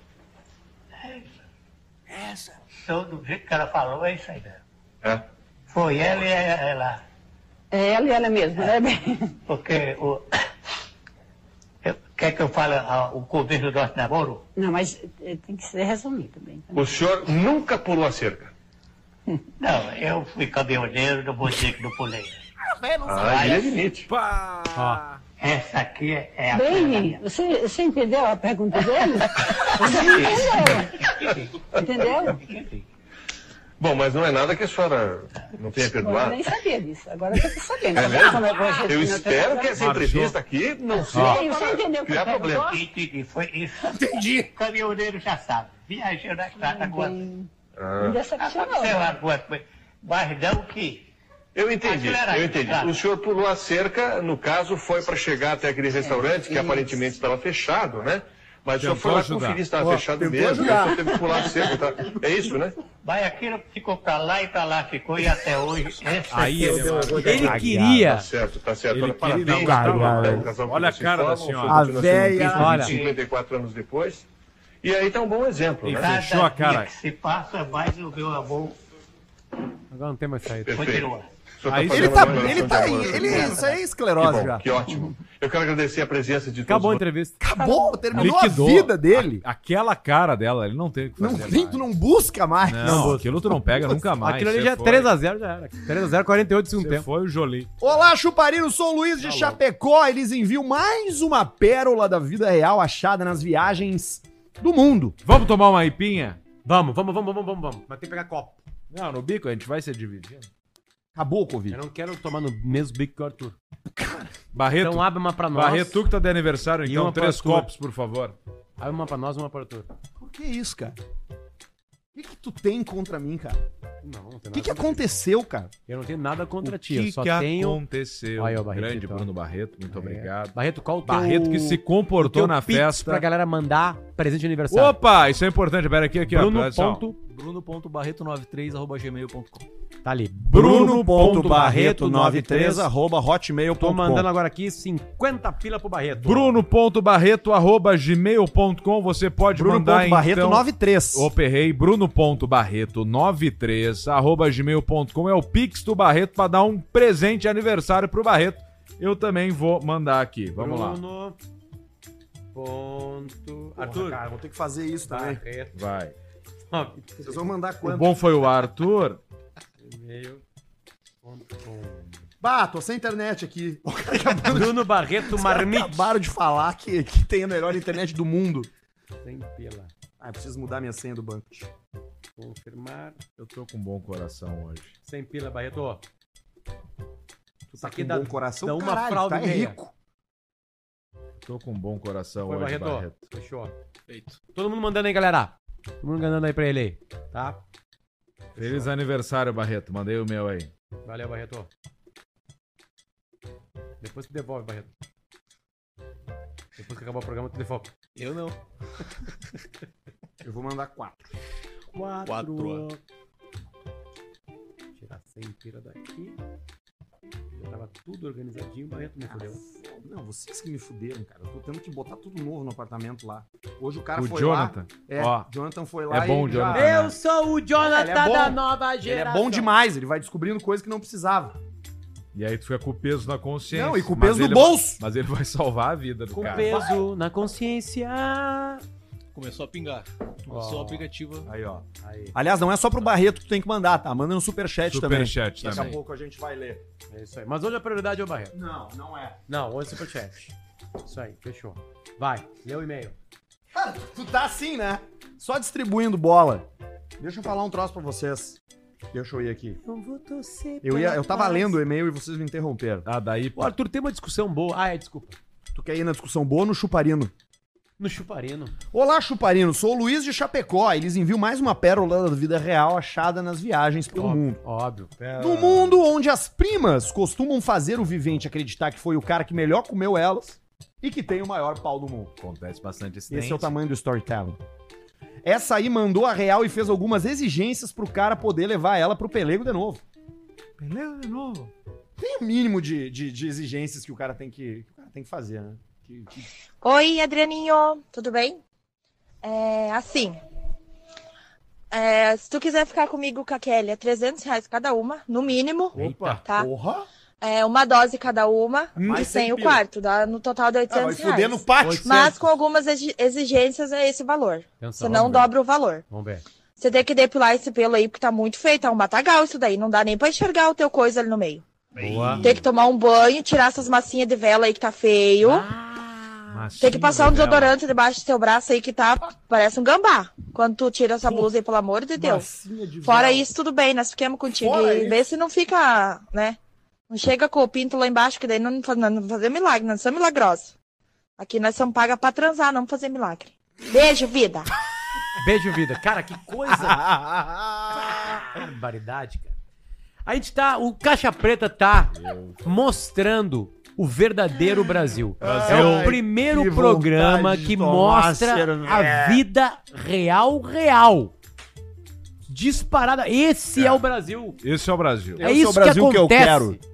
Speaker 5: É Todo jeito que ela falou é isso aí. né?
Speaker 10: É.
Speaker 5: Foi ela e ela.
Speaker 9: É ela e ela mesma, né? bem?
Speaker 5: Porque o. Eu- quer que eu fale ah, o começo do nosso namoro?
Speaker 9: Não, mas eh, tem que ser resumido bem.
Speaker 10: O senhor nunca pulou a cerca.
Speaker 5: Não, eu fui caminhoneiro, não vou dizer que não pulei.
Speaker 10: Ah, ele admite.
Speaker 5: Essa aqui é, é a.
Speaker 9: Bem, você, você entendeu a pergunta
Speaker 5: [LAUGHS]
Speaker 9: dele? Você não entendeu? Entendeu?
Speaker 10: Bom, mas não é nada que a senhora não tenha
Speaker 9: Bom, eu
Speaker 10: perdoado.
Speaker 9: nem sabia disso. Agora eu tô sabendo.
Speaker 10: É
Speaker 9: Tá
Speaker 10: mesmo?
Speaker 9: vendo como é que gente
Speaker 10: Eu
Speaker 9: não tem
Speaker 10: espero
Speaker 9: problema?
Speaker 10: que essa entrevista aqui não
Speaker 9: Bem,
Speaker 10: seja
Speaker 9: você entendeu
Speaker 10: para
Speaker 9: o que
Speaker 10: criar
Speaker 9: eu perguntou?
Speaker 10: problema.
Speaker 5: Entendi, foi isso. Entendi. Caminhoneiro já sabe. Viajou na estrada agora.
Speaker 9: Bem,
Speaker 10: Ah.
Speaker 9: Me decepcionou.
Speaker 5: Aconteceu alguma coisa. Mas não que.
Speaker 10: Eu entendi,
Speaker 5: Acelerado,
Speaker 10: eu entendi.
Speaker 9: tá.
Speaker 5: claro.
Speaker 10: O senhor pulou a cerca, no caso, foi para chegar até
Speaker 9: É,
Speaker 10: aquele restaurante que aparentemente estava fechado, né? Mas o senhor foi lá
Speaker 3: Tentou ajudar.
Speaker 10: conferir se estava
Speaker 2: Ó,
Speaker 10: fechado
Speaker 2: tentou
Speaker 10: mesmo,
Speaker 2: ajudar.
Speaker 10: o senhor teve que pular a cerca. Tá? É isso, né?
Speaker 5: Mas aquilo ficou pra lá e pra lá ficou e até hoje. Essa aqui
Speaker 3: Aí, ele-
Speaker 5: é uma coisa-
Speaker 4: Ele
Speaker 2: Cagada.
Speaker 4: queria...
Speaker 10: Tá certo, tá certo.
Speaker 3: Ele
Speaker 10: Olha,
Speaker 3: queria
Speaker 10: parabéns,
Speaker 3: dar um
Speaker 10: tá?
Speaker 3: gargalho.
Speaker 10: É um casal que
Speaker 3: Olha a
Speaker 10: se
Speaker 3: cara da
Speaker 10: formam,
Speaker 3: senhora.
Speaker 10: o filho
Speaker 2: A
Speaker 10: nasceu em
Speaker 2: véia-
Speaker 10: 30,
Speaker 4: Olha.
Speaker 10: 54 anos depois. E aí tá um bom exemplo, né?
Speaker 3: fechou a
Speaker 5: dia
Speaker 3: cara.
Speaker 5: que se passa mais o meu amor
Speaker 4: Agora não tem mais saída.
Speaker 10: Perfeito. O senhor
Speaker 4: Aí
Speaker 10: fazendo
Speaker 4: ele
Speaker 10: uma
Speaker 4: tá-
Speaker 10: declaração
Speaker 4: ele tá
Speaker 10: de amor.
Speaker 4: aí, ele- isso aí é esclerose
Speaker 10: que bom,
Speaker 4: já.
Speaker 10: Que ótimo. Eu quero agradecer a presença de
Speaker 4: Acabou a
Speaker 10: todos.
Speaker 4: entrevista.
Speaker 2: Acabou, terminou a vida dele.
Speaker 3: aquela cara dela, ele não tem
Speaker 10: Ah,
Speaker 3: o que
Speaker 2: Não
Speaker 3: fazer.
Speaker 2: tem, tu não busca mais.
Speaker 3: Não,
Speaker 4: Não,
Speaker 3: aquilo tu não pega nunca mais.
Speaker 4: Aquilo ali já é 3x0, já era. 3x0, 48 de segundo tempo.
Speaker 3: Foi o Jolie.
Speaker 2: Olá, Chuparino, sou o Luiz de Chapecó. Eles enviam mais uma pérola da vida real achada nas viagens do mundo.
Speaker 3: Vamos tomar uma ipinha?
Speaker 4: Vamos, vamos, vamos, vamos, vamos, vamos. Mas tem que pegar copo.
Speaker 3: Não, no bico a gente vai ser dividido.
Speaker 2: Acabou o
Speaker 4: Eu
Speaker 2: Covid.
Speaker 4: não quero tomar no mesmo bico que o Arthur.
Speaker 3: Barreto,
Speaker 4: Então abre uma pra nós.
Speaker 3: Barreto, tu que tá de aniversário,
Speaker 4: E
Speaker 3: então
Speaker 4: uma pra
Speaker 3: três
Speaker 4: tu.
Speaker 3: copos, por favor.
Speaker 4: Abre uma pra nós, uma pra Arthur.
Speaker 2: Por que isso, cara? O que, que tu tem contra mim, cara?
Speaker 4: Não, não tem
Speaker 2: O que,
Speaker 4: nada.
Speaker 2: que aconteceu, cara?
Speaker 4: Eu não tenho nada contra
Speaker 3: O
Speaker 4: ti. Eu
Speaker 3: que
Speaker 4: só
Speaker 3: que
Speaker 4: tenho.
Speaker 3: É aconteceu?
Speaker 4: Aí, ó, Barreto,
Speaker 3: Grande
Speaker 4: então.
Speaker 3: Bruno Barreto, muito obrigado.
Speaker 4: Barreto, qual o teu...
Speaker 3: Barreto que se comportou
Speaker 4: teu
Speaker 3: na
Speaker 4: pix
Speaker 3: festa.
Speaker 4: Pra galera mandar presente de aniversário.
Speaker 3: Opa, isso é importante. Pera aqui, aqui, ó.
Speaker 4: Bruno.
Speaker 3: produção.
Speaker 4: Ponto,
Speaker 5: é
Speaker 6: Barreto93@gmail.com.
Speaker 4: tá ali.
Speaker 2: hotmail.com
Speaker 4: Tô mandando agora aqui 50 pila pro Barreto.
Speaker 3: Bruno.barreto.gmail.com. Você pode mandar então...
Speaker 2: 93.
Speaker 3: Opa, errei. Bruno.barreto93 arroba gmail.com é o pix do Barreto pra dar um presente de aniversário pro Barreto. Eu também vou mandar aqui. Vamos lá.
Speaker 4: Bruno. Ponto.
Speaker 2: Arthur,
Speaker 4: Arthur.
Speaker 2: cara, vou ter que fazer isso também.
Speaker 4: Barreto.
Speaker 3: Vai.
Speaker 2: Vocês vão mandar
Speaker 3: O
Speaker 2: quanto?
Speaker 3: bom foi
Speaker 4: tá?
Speaker 3: o Arthur.
Speaker 2: Bah, tô sem internet aqui.
Speaker 4: Bruno Barreto Marmite.
Speaker 2: Acabaram de falar que, que tem a melhor internet do mundo.
Speaker 4: Sem pila.
Speaker 2: Ah, eu preciso mudar minha senha do banco.
Speaker 4: Confirmar.
Speaker 3: Eu tô com um bom coração hoje.
Speaker 4: Sem pila, Barreto.
Speaker 2: Tá
Speaker 4: aqui
Speaker 2: com
Speaker 4: dá-
Speaker 2: bom coração,
Speaker 4: dá uma
Speaker 2: caralho,
Speaker 4: fralda
Speaker 2: tá
Speaker 4: e meia.
Speaker 2: rico.
Speaker 3: Tô com um bom coração
Speaker 4: Foi,
Speaker 3: hoje,
Speaker 4: Barreto.
Speaker 3: Barreto.
Speaker 4: Fechou.
Speaker 6: Feito.
Speaker 4: Todo mundo mandando aí, galera. Todo mundo mandando aí pra ele aí. Tá?
Speaker 3: Feliz aniversário, Barreto. Mandei o meu aí.
Speaker 4: Valeu, Barreto. Depois tu devolve, Barreto. Depois que acabar o programa, tu devolve.
Speaker 6: Eu não.
Speaker 2: Eu vou mandar quatro.
Speaker 4: Quatro.
Speaker 6: Quatro.
Speaker 4: Tirar essa inteira daqui. Já tava tudo organizadinho, Barreto me fodeu.
Speaker 2: Não, vocês que me fuderam, cara. Eu tô tendo que botar tudo novo no apartamento lá. Hoje o cara
Speaker 3: O
Speaker 2: foi lá.
Speaker 3: Jonathan.
Speaker 2: É,
Speaker 3: Ó,
Speaker 2: Jonathan foi lá
Speaker 3: é bom o
Speaker 2: já-
Speaker 4: Ah,
Speaker 3: Jonathan.
Speaker 2: É,
Speaker 4: né?
Speaker 3: Eu
Speaker 4: sou o
Speaker 2: Ele é bom. da
Speaker 4: nova
Speaker 2: Ele é bom demais, ele vai descobrindo coisa que não precisava.
Speaker 3: E aí tu fica com o peso na consciência.
Speaker 2: Não, e com o
Speaker 3: Mas
Speaker 2: peso no
Speaker 3: ele-
Speaker 2: bolso.
Speaker 3: Mas ele vai salvar a vida do
Speaker 4: Com
Speaker 3: cara.
Speaker 4: peso na consciência.
Speaker 6: Começou a pingar. Começou
Speaker 4: Ó.
Speaker 6: o aplicativo.
Speaker 2: Aí, ó.
Speaker 4: Aí,
Speaker 2: Aliás, não é só pro Barreto que tu tem que mandar, tá? Manda no superchat também.
Speaker 3: Superchat também.
Speaker 2: Daqui a pouco a gente vai ler.
Speaker 4: é isso aí. Mas hoje a prioridade é o Barreto.
Speaker 2: Não, não é.
Speaker 4: Não, hoje é superchat. Isso aí, fechou. Vai, lê o e-mail.
Speaker 2: Cara, tu tá assim, né? Só distribuindo bola. Deixa eu falar um troço pra vocês. Deixa eu ir aqui. Eu, ia, eu tava lendo o e-mail e vocês me interromperam. tá?
Speaker 3: Ah, daí.
Speaker 4: Ô, Arthur, tem uma discussão boa. Ah, é, desculpa.
Speaker 2: Tu quer ir na discussão boa ou no chuparino?
Speaker 4: No chuparino.
Speaker 2: Olá, Chuparino. Sou o Luiz de Chapecó. Eles enviam mais uma pérola da vida real achada nas viagens
Speaker 3: um
Speaker 2: pelo mundo.
Speaker 4: Óbvio.
Speaker 2: No mundo onde as primas costumam fazer o vivente acreditar que foi o cara que melhor comeu elas e que tem o maior pau do mundo.
Speaker 3: Acontece bastante esse
Speaker 2: Esse é o tamanho do storytelling. Essa aí mandou a real e fez algumas exigências pro cara poder levar ela pro pelego de novo.
Speaker 3: de novo.
Speaker 2: Tem o mínimo de, de- de exigências que o cara tem que, que o cara tem que fazer, né? Que- que-
Speaker 9: Oi, Adrianinho, tudo bem? É, assim, é, se tu quiser ficar comigo com a Kelly, é 300 reais cada uma, no mínimo,
Speaker 2: Opa!
Speaker 9: tá?
Speaker 2: Porra!
Speaker 9: É, uma dose cada uma
Speaker 2: Mais
Speaker 9: e sem
Speaker 2: cem
Speaker 9: o
Speaker 2: pila.
Speaker 9: quarto, dá no total de
Speaker 2: Ah,
Speaker 9: 800
Speaker 2: vai fuder no
Speaker 9: reais.
Speaker 2: pátio! Ah, [LAUGHS]
Speaker 9: Mas com algumas exi- exigências é esse valor,
Speaker 4: Pensa,
Speaker 9: senão
Speaker 4: vamos ver.
Speaker 9: dobra o valor.
Speaker 4: Vamos ver.
Speaker 9: Você tem que depilar esse pelo aí, porque tá muito feio, tá um matagal isso daí, não dá nem pra enxergar o teu coisa ali no meio.
Speaker 4: Boa.
Speaker 9: Tem que tomar um banho, tirar essas massinhas de vela aí que tá feio.
Speaker 4: Ah,
Speaker 9: Tem que passar um desodorante debaixo do seu braço aí que tá. Parece um gambá. Quando tu tira essa blusa aí, pelo amor de Deus.
Speaker 2: Massinha de
Speaker 9: Fora
Speaker 2: véu.
Speaker 9: isso, tudo bem, nós fiquemos contigo.
Speaker 2: Fora
Speaker 9: E vê se não fica, né? Não chega com o pinto lá embaixo, que daí não faz não fazer milagre, nós somos milagrosos. Aqui nós somos paga pra transar, não pra fazer milagre. Beijo, vida!
Speaker 4: Beijo, vida. Cara, que coisa.
Speaker 2: ah,
Speaker 4: Barbaridade, cara. A gente tá. O Caixa Preta tá mostrando o verdadeiro Brasil. é o
Speaker 2: Ai, que
Speaker 4: primeiro
Speaker 2: vontade
Speaker 4: programa
Speaker 2: de
Speaker 4: que
Speaker 2: tomar
Speaker 4: mostra
Speaker 2: cerveja.
Speaker 4: a vida real, real. Disparada. Esse é, o Brasil.
Speaker 3: Esse é o Brasil.
Speaker 4: É
Speaker 2: Esse é o
Speaker 4: isso que
Speaker 2: Brasil que eu
Speaker 4: acontece.
Speaker 2: quero.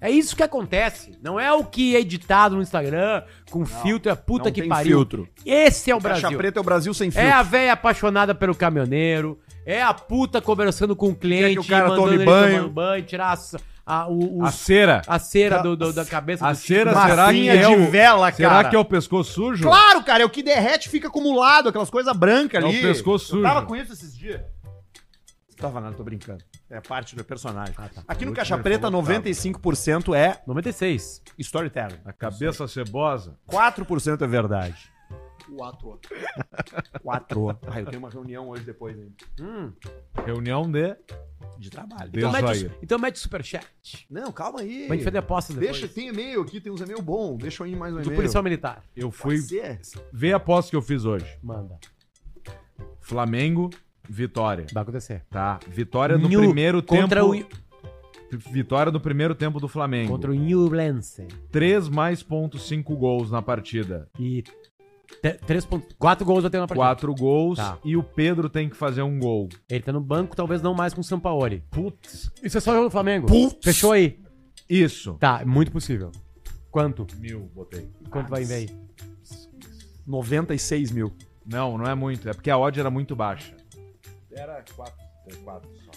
Speaker 4: É isso que acontece. Não é o que é editado no Instagram com filtro, é puta
Speaker 2: não
Speaker 4: que
Speaker 2: tem
Speaker 4: pariu.
Speaker 2: filtro.
Speaker 4: Esse é o
Speaker 2: Caixa
Speaker 4: Brasil.
Speaker 2: preta é o Brasil sem
Speaker 4: É
Speaker 2: filtro.
Speaker 4: a velha apaixonada pelo caminhoneiro. É a puta conversando com o cliente,
Speaker 3: que o cara
Speaker 4: mandando
Speaker 3: tome
Speaker 4: ele
Speaker 3: banho.
Speaker 4: tomar um banho, tirar a, a, o, o-
Speaker 3: A cera.
Speaker 4: a cera do- do- da cabeça
Speaker 3: A
Speaker 4: do
Speaker 3: cera,
Speaker 4: Chico.
Speaker 3: será que
Speaker 2: massinha
Speaker 3: é
Speaker 2: de
Speaker 3: o...
Speaker 2: vela,
Speaker 3: será
Speaker 2: cara.
Speaker 3: que é o pescoço sujo?
Speaker 2: Claro, cara, é o que derrete fica acumulado, aquelas coisas brancas
Speaker 3: É o
Speaker 2: ali.
Speaker 3: pescoço
Speaker 2: Eu
Speaker 3: sujo.
Speaker 2: tava com isso esses dias. Não tava nada, tô brincando. É parte do personagem. Aqui no
Speaker 3: O
Speaker 2: Caixa
Speaker 3: último ele
Speaker 2: Preta,
Speaker 3: falou que tava.
Speaker 2: 95% é
Speaker 4: 96.
Speaker 2: storytelling.
Speaker 3: A cabeça cebosa. [LAUGHS]
Speaker 2: 4% é verdade.
Speaker 6: O ator.
Speaker 2: 4. Ah, eu tenho uma reunião hoje depois ainda.
Speaker 3: Reunião de...
Speaker 2: De trabalho.
Speaker 3: Deus
Speaker 4: então,
Speaker 3: aí.
Speaker 4: mete, então mete superchat.
Speaker 2: Não, calma aí.
Speaker 4: Pra gente fazer aposta depois.
Speaker 2: Deixa, tem e-mail aqui, tem uns e-mail bom. Deixa eu ir mais um
Speaker 4: do
Speaker 2: e-mail.
Speaker 4: policial militar.
Speaker 3: Eu
Speaker 2: Pode
Speaker 3: fui
Speaker 2: ser?
Speaker 3: ver a aposta que eu fiz hoje.
Speaker 4: Manda.
Speaker 3: Flamengo, vitória.
Speaker 4: Vai acontecer.
Speaker 3: Tá. Vitória no
Speaker 4: New-
Speaker 3: primeiro
Speaker 4: contra
Speaker 3: tempo. Vitória no primeiro tempo do Flamengo.
Speaker 4: Contra o Newlands.
Speaker 3: 3 mais pontos, 5 gols na partida.
Speaker 4: E 3 pontos. 4 gols até na partida.
Speaker 3: 4 gols
Speaker 4: Tá.
Speaker 3: e o Pedro tem que fazer um gol.
Speaker 4: Ele tá no banco, talvez não mais com o Sampaoli.
Speaker 3: Putz.
Speaker 4: Isso é só jogo do Flamengo. Fechou aí.
Speaker 3: Isso.
Speaker 4: Tá, muito possível. Quanto?
Speaker 3: Mil, botei.
Speaker 4: Quanto vai ver aí?
Speaker 2: 96 mil.
Speaker 3: Não, não é muito. É porque a odd era muito baixa. Era 4. só.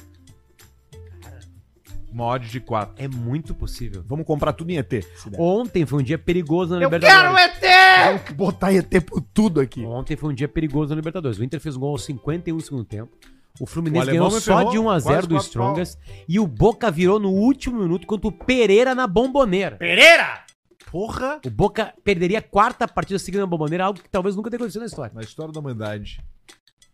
Speaker 3: Uma odd de 4.
Speaker 4: É muito possível.
Speaker 2: Vamos comprar tudo em ET. se
Speaker 3: É.
Speaker 2: der.
Speaker 4: Ontem foi um dia perigoso na Libertadores.
Speaker 2: Vamos botar ET por tudo aqui.
Speaker 4: Ontem foi um dia perigoso na Libertadores. O Inter fez um gol aos 51 do segundo tempo. O
Speaker 3: O
Speaker 4: Fluminense
Speaker 3: alemão
Speaker 4: ganhou
Speaker 3: me
Speaker 4: só
Speaker 3: ferrou.
Speaker 4: de 1 a 0
Speaker 3: Quase
Speaker 4: do
Speaker 3: quatro
Speaker 4: Strongest. E o Boca virou no último minuto contra o Pereira na Bomboneira. Pereira!
Speaker 3: Porra!
Speaker 4: O Boca perderia a quarta partida seguida na Bomboneira, algo que talvez nunca tenha acontecido na história.
Speaker 3: Na história da humanidade.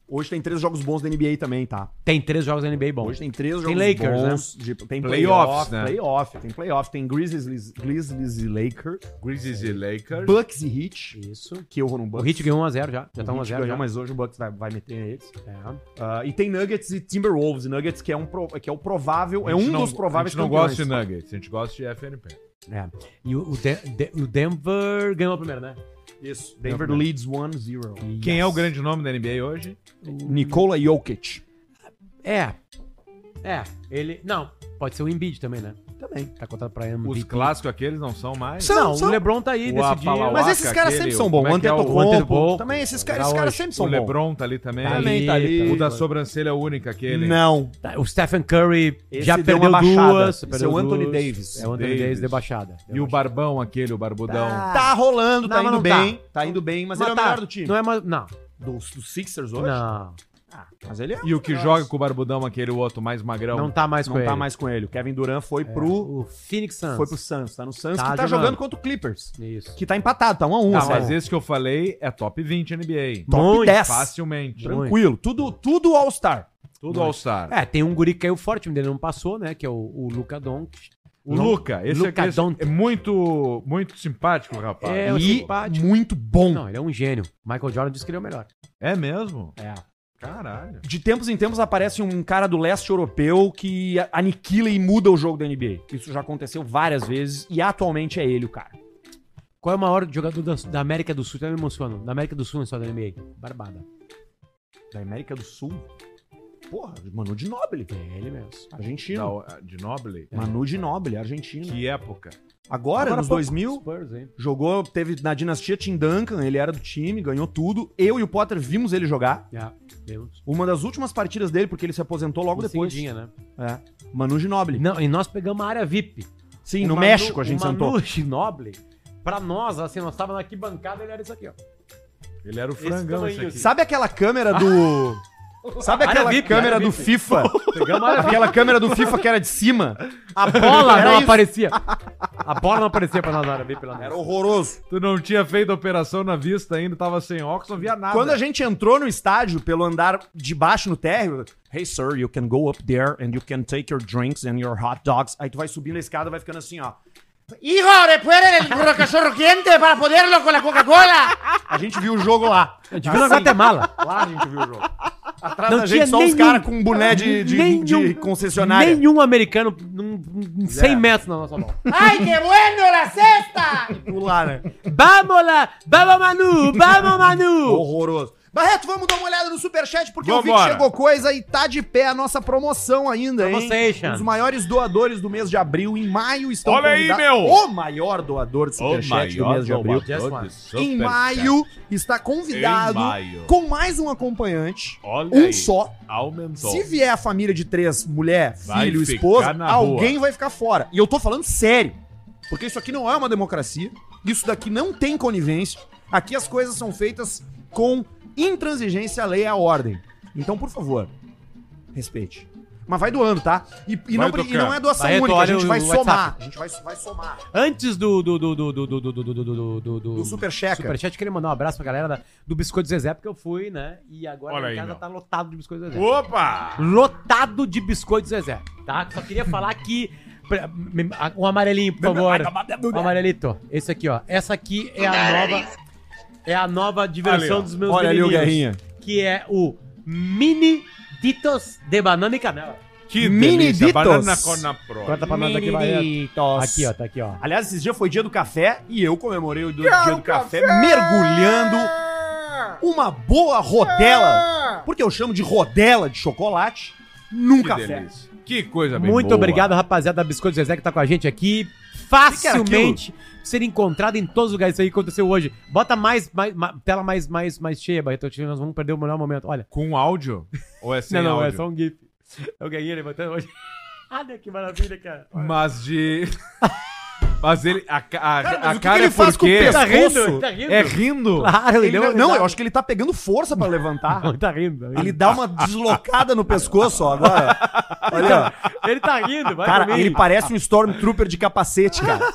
Speaker 2: Hoje tem três jogos bons da NBA também, tá?
Speaker 4: Tem três jogos da NBA bons.
Speaker 2: Hoje tem três
Speaker 4: Tem
Speaker 2: jogos
Speaker 4: Lakers,
Speaker 2: bons. de- tem
Speaker 3: né? Playoffs,
Speaker 2: playoffs,
Speaker 3: né?
Speaker 2: Playoff, tem playoff. Tem Grizzlies, Grizzlies e Lakers.
Speaker 3: Grizzlies e Lakers.
Speaker 2: Bucks e Heat,
Speaker 4: Isso.
Speaker 2: que eu vou no
Speaker 4: O
Speaker 2: Bucks.
Speaker 4: Hit ganhou 1x0 já. Já
Speaker 2: O
Speaker 4: tá
Speaker 3: um
Speaker 2: Heat
Speaker 4: 1x0
Speaker 2: ganhou,
Speaker 4: já.
Speaker 2: mas hoje o Bucks vai, vai meter neles.
Speaker 4: É.
Speaker 2: Ah, e tem Nuggets e Timberwolves. E Nuggets que é, um pro- que é o provável, é
Speaker 3: A gente
Speaker 2: um
Speaker 3: não-
Speaker 2: dos prováveis
Speaker 3: A gente não
Speaker 2: campeões.
Speaker 3: gosta de Nuggets, a gente gosta de FNP.
Speaker 4: É. E o, o Den- De- o Denver ganhou a primeira, né?
Speaker 2: Isso. Denver
Speaker 3: né?
Speaker 2: leads 1-0.
Speaker 3: Quem é o grande nome da NBA hoje?
Speaker 2: Nikola Jokic.
Speaker 4: É. É. Ele. Não, pode ser o Embiid também, né?
Speaker 2: Também.
Speaker 4: Tá contado pra
Speaker 3: Os
Speaker 4: MVP.
Speaker 3: clássicos aqueles não são mais.
Speaker 2: São,
Speaker 4: não,
Speaker 2: são.
Speaker 4: o LeBron tá aí,
Speaker 3: O
Speaker 4: decidiu.
Speaker 3: Apalauá.
Speaker 2: Mas
Speaker 3: Vaca,
Speaker 2: esses caras
Speaker 3: aquele,
Speaker 2: sempre são bons.
Speaker 3: como é que é o é
Speaker 2: Antetokounpo,
Speaker 4: Antetokounpo,
Speaker 2: Também esses
Speaker 4: tá
Speaker 2: caras, esses caras
Speaker 4: hoje.
Speaker 2: sempre
Speaker 3: O
Speaker 2: são bons.
Speaker 3: Lebron tá ali também.
Speaker 4: Tá
Speaker 2: Também
Speaker 4: ali,
Speaker 2: tá ali.
Speaker 3: O da sobrancelha única, aquele.
Speaker 2: Não.
Speaker 4: Tá, O Stephen Curry
Speaker 2: Esse
Speaker 4: já
Speaker 2: deu
Speaker 4: perdeu
Speaker 2: uma baixada.
Speaker 4: duas.
Speaker 2: Esse é
Speaker 4: perdeu
Speaker 2: o Anthony
Speaker 4: duas.
Speaker 2: Davis.
Speaker 4: É o Anthony
Speaker 3: Davis.
Speaker 4: Davis, debaixada.
Speaker 3: E o barbão aquele, o barbudão.
Speaker 2: Tá rolando, tá
Speaker 4: Não, mas
Speaker 2: indo
Speaker 4: não tá.
Speaker 2: bem. Tá. indo bem, mas, ele é o
Speaker 4: tá,
Speaker 2: melhor do time.
Speaker 4: Não é mais. Não.
Speaker 2: Dos dos Sixers
Speaker 4: Não.
Speaker 2: Ah, mas ele é.
Speaker 3: E o que joga com o barbudão aquele, o outro mais magrão.
Speaker 4: Não tá mais
Speaker 2: Não
Speaker 4: com
Speaker 2: tá
Speaker 4: ele.
Speaker 2: mais com ele. O Kevin Durant foi É. pro.
Speaker 4: O Phoenix Suns.
Speaker 2: Foi pro Suns. Tá no Suns
Speaker 4: Tá
Speaker 2: que tá
Speaker 4: jogando.
Speaker 2: jogando contra o Clippers.
Speaker 4: Isso.
Speaker 2: Que tá empatado, tá 1 a 1
Speaker 3: Tá,
Speaker 2: assim.
Speaker 3: mas esse que eu falei é top 20 NBA.
Speaker 2: Top
Speaker 4: Muito
Speaker 2: 10.
Speaker 3: Facilmente.
Speaker 2: Tranquilo. Tudo, tudo All-Star.
Speaker 3: Tudo All-Star.
Speaker 4: É, tem um guri que caiu forte, o time dele não passou, né? Que é o, o Luca Doncic.
Speaker 3: O
Speaker 4: Não-
Speaker 3: Luca, esse
Speaker 4: Luca
Speaker 3: aqui esse
Speaker 4: Doncic.
Speaker 3: é muito, muito simpático, rapaz.
Speaker 4: É,
Speaker 3: E-
Speaker 4: o simpático.
Speaker 2: Muito bom.
Speaker 4: Não, ele é um gênio. Michael Jordan disse que ele é o melhor.
Speaker 3: é mesmo?
Speaker 4: É.
Speaker 3: Caralho.
Speaker 2: De tempos em tempos aparece um cara do leste europeu que a- aniquila e muda o jogo da NBA. Isso já aconteceu várias vezes e atualmente é ele o cara.
Speaker 4: Qual é o maior jogador da, da América do Sul? Eu me emociono. Da América do Sul, é só da NBA. Barbada.
Speaker 2: Da América do Sul? Porra, Manu de Noble.
Speaker 4: É ele mesmo.
Speaker 2: Argentino.
Speaker 3: Da- de Noble?
Speaker 2: Manu de Noble, argentino.
Speaker 3: Que época.
Speaker 2: Agora, nos
Speaker 4: pouco.
Speaker 2: 2000,
Speaker 4: Spurs, hein?
Speaker 2: jogou, teve na dinastia Tim Duncan, ele era do time, ganhou tudo. Eu e o Potter vimos ele jogar.
Speaker 4: Já, vemos.
Speaker 2: Uma das últimas partidas dele, porque ele se aposentou logo depois.
Speaker 4: Cindinha, né?
Speaker 2: É. Manu Ginóbili.
Speaker 4: Não, e nós pegamos a área VIP.
Speaker 2: Sim,
Speaker 4: O
Speaker 2: no
Speaker 4: Manu-
Speaker 2: México a gente
Speaker 4: o Manu
Speaker 2: sentou.
Speaker 4: Ginóbili, pra nós, assim, nós tava na arquibancada, ele era isso aqui, ó.
Speaker 3: Ele era o frangão esse
Speaker 4: tamanho,
Speaker 3: aqui.
Speaker 2: Sabe aquela câmera
Speaker 4: [LAUGHS]
Speaker 2: do. Sabe
Speaker 4: Área
Speaker 2: aquela
Speaker 4: VIP,
Speaker 2: câmera
Speaker 4: área
Speaker 2: do
Speaker 4: VIP.
Speaker 2: FIFA? aquela câmera do FIFA que era de cima.
Speaker 4: A bola
Speaker 2: [LAUGHS]
Speaker 4: né?
Speaker 2: Era
Speaker 4: não
Speaker 2: isso.
Speaker 4: aparecia. A bola não aparecia pra nós na área VIP. Pela
Speaker 2: Era horroroso.
Speaker 3: Tu não tinha feito a operação na vista ainda, tava sem óculos, não via nada.
Speaker 2: Quando a gente entrou no estádio pelo andar de baixo no térreo, hey sir, you can go up there and you can take your drinks and your hot dogs. Aí tu vai subindo a escada, vai ficando assim, ó. Hijo, repuere el cachorro quente para poderlo com a
Speaker 9: [LAUGHS]
Speaker 2: Coca-Cola. A gente viu o Assim. jogo lá.
Speaker 4: A gente viu na Guatemala.
Speaker 2: Lá a gente viu o jogo. Atrás
Speaker 4: Não
Speaker 2: da Tá, gente
Speaker 4: tinha
Speaker 2: só os
Speaker 4: nenhum-
Speaker 2: caras com boné de, de, de concessionária. É.
Speaker 4: Nenhum americano num, num 100 metros na nossa bola.
Speaker 2: Ai, que bueno la cesta! lá, né?
Speaker 4: Vamos lá! Vamos, Manu! Vamos, Manu!
Speaker 2: Horroroso. Barreto, vamos dar uma olhada no superchat, porque eu vi que
Speaker 4: Vambora.
Speaker 2: chegou coisa e tá de pé a nossa promoção ainda, hein?
Speaker 4: Promotion.
Speaker 2: Os maiores doadores do mês de abril em maio estão
Speaker 3: Olha aí,
Speaker 2: convidados-
Speaker 3: meu!
Speaker 2: O maior doador do superchat do mês de abril. Em maio está convidado
Speaker 3: Em maio.
Speaker 2: com mais um acompanhante,
Speaker 3: Olha
Speaker 2: um
Speaker 3: aí.
Speaker 2: só.
Speaker 3: Aumentou.
Speaker 2: Se vier a família de três, mulher,
Speaker 3: Vai
Speaker 2: filho,
Speaker 3: ficar
Speaker 2: esposa,
Speaker 3: na
Speaker 2: alguém
Speaker 3: rua.
Speaker 2: vai ficar fora. E eu tô falando sério. Porque isso aqui não é uma democracia. Isso daqui não tem conivência. Aqui as coisas são feitas com intransigência à lei e à ordem. Então, por favor, respeite. Mas vai doando, tá? E, e
Speaker 4: Vai
Speaker 2: não, pre- e
Speaker 4: tocando.
Speaker 2: não é doação
Speaker 4: Barreto,
Speaker 2: única, a
Speaker 4: olha
Speaker 2: gente
Speaker 4: o
Speaker 2: vai
Speaker 4: WhatsApp.
Speaker 2: somar. A gente vai, vai somar.
Speaker 4: Antes do do do do do do do do do do do do do
Speaker 2: Do Supercheca.
Speaker 4: Superchat, eu queria mandar um abraço pra galera da- do Biscoito Zezé, porque eu fui, né? E agora
Speaker 3: Olha
Speaker 4: lá em
Speaker 3: aí,
Speaker 4: casa
Speaker 3: meu.
Speaker 4: tá lotado de Biscoito Zezé.
Speaker 3: Opa!
Speaker 4: Lotado de Biscoito Zezé, tá? Só queria falar que pra- me- a- um amarelinho, por favor.
Speaker 2: né?
Speaker 4: Um amarelito. Esse aqui, ó. Essa aqui é a nova é a nova diversão
Speaker 2: Ali, ó.
Speaker 4: dos meus
Speaker 2: Olha ali o Guerrinha.
Speaker 4: que é o mini ditos de banana e canela.
Speaker 3: Que
Speaker 2: Miniditos.
Speaker 3: delícia, banana com na prova.
Speaker 4: Corta pra nós aqui, Barreto.
Speaker 2: Miniditos.
Speaker 4: Aqui, ó, tá aqui, ó.
Speaker 2: Aliás, esses dias foi dia do café e eu comemorei é o do-
Speaker 4: Quero
Speaker 2: dia do café,
Speaker 4: café!
Speaker 2: mergulhando uma boa rodela, porque eu chamo de rodela de chocolate, num
Speaker 3: Que
Speaker 2: café.
Speaker 3: delícia. Que coisa Tá bem
Speaker 4: Muito
Speaker 3: boa.
Speaker 4: obrigado, rapaziada da Biscoito Zezé, que tá com a gente aqui. Facilmente ser encontrado em todos os lugares. Isso aí aconteceu hoje. Bota mais, mais, ma- tela mais, mais, mais cheia, Barreto. Eu acho que Nós vamos perder o melhor momento. Olha.
Speaker 3: Com áudio? Ou
Speaker 4: [LAUGHS]
Speaker 3: é sem
Speaker 4: não, não,
Speaker 3: áudio?
Speaker 4: é só um GIF. Eu ganhei levantando hoje. [LAUGHS] Olha que maravilha, cara. [LAUGHS]
Speaker 3: Mas de... Mas ele... A, ca- a,
Speaker 4: um- Cara, mas
Speaker 3: a
Speaker 4: o que
Speaker 3: cara
Speaker 4: que ele
Speaker 3: é
Speaker 4: faz com o
Speaker 3: porque...
Speaker 4: pescoço? Tá rindo, ele tá rindo.
Speaker 3: É rindo?
Speaker 4: [LAUGHS] Claro, ele
Speaker 2: Ah, Ele
Speaker 4: deu
Speaker 2: não,
Speaker 4: uma
Speaker 2: não,
Speaker 4: risada.
Speaker 2: eu acho que ele tá pegando força pra
Speaker 4: [LAUGHS]
Speaker 2: levantar.
Speaker 4: Ele tá rindo. tá rindo.
Speaker 2: Ele dá uma deslocada no pescoço,
Speaker 4: [LAUGHS]
Speaker 2: ó, agora. Olha, ó.
Speaker 4: Ele tá rindo, vai por
Speaker 2: cara,
Speaker 4: mim.
Speaker 2: ele parece um Stormtrooper
Speaker 4: [LAUGHS]
Speaker 2: de capacete, cara.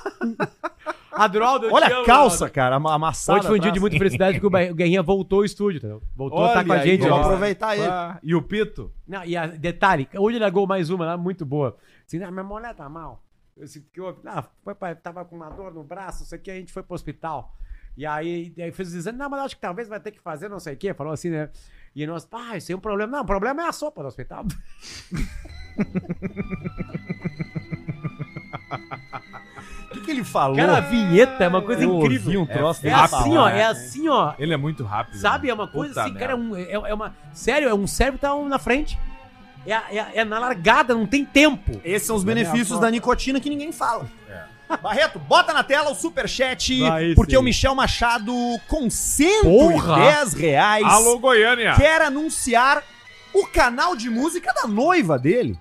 Speaker 4: Adroaldo, eu te
Speaker 2: Olha a
Speaker 4: amo,
Speaker 2: calça, cara, ama-
Speaker 4: Adroaldo.
Speaker 2: amassada.
Speaker 4: Hoje foi um dia
Speaker 2: atrás.
Speaker 4: de muita felicidade porque o Ba- o Guerrinha voltou ao estúdio, entendeu? Voltou a estar com a
Speaker 3: aí,
Speaker 4: gente.
Speaker 2: vamos
Speaker 4: ó.
Speaker 2: aproveitar ele.
Speaker 3: Ah, E o Pito?
Speaker 4: Não, e a, detalhe, hoje ele largou mais uma lá, muito boa. Assim, ah, minha mulher tá mal. Eu disse, que houve? Ah, foi pra, tava com uma dor no braço, não sei o que, a gente foi pro hospital. E aí, aí fez os exames, não, mas acho que talvez vai ter que fazer não sei o que, falou assim, né? E nós, ah, isso aí é um problema. Não, o problema é a sopa do hospital.
Speaker 2: O que, que ele
Speaker 4: [LAUGHS]
Speaker 2: falou?
Speaker 4: Cara, a vinheta é uma coisa
Speaker 2: Eu ouvi
Speaker 4: incrível.
Speaker 2: um troço
Speaker 4: É, é
Speaker 2: dele
Speaker 4: assim, ó,
Speaker 2: falar,
Speaker 4: é
Speaker 2: né?
Speaker 4: assim, ó.
Speaker 3: Ele é muito rápido.
Speaker 4: Sabe,
Speaker 3: né?
Speaker 4: é uma coisa
Speaker 3: Puta
Speaker 4: assim, cara, é,
Speaker 3: merda.
Speaker 4: um- é- é uma... Sério, é um cérebro que tá na frente. É, é- é na largada, não tem tempo.
Speaker 2: Esses são os benefícios da nicotina que ninguém fala. Barreto, bota na tela o superchat,
Speaker 4: Vai,
Speaker 2: porque
Speaker 4: sim.
Speaker 2: o Michel Machado, com 110
Speaker 4: Porra!
Speaker 2: reais,
Speaker 3: Alô, Goiânia!
Speaker 2: quer anunciar o canal de música da noiva dele.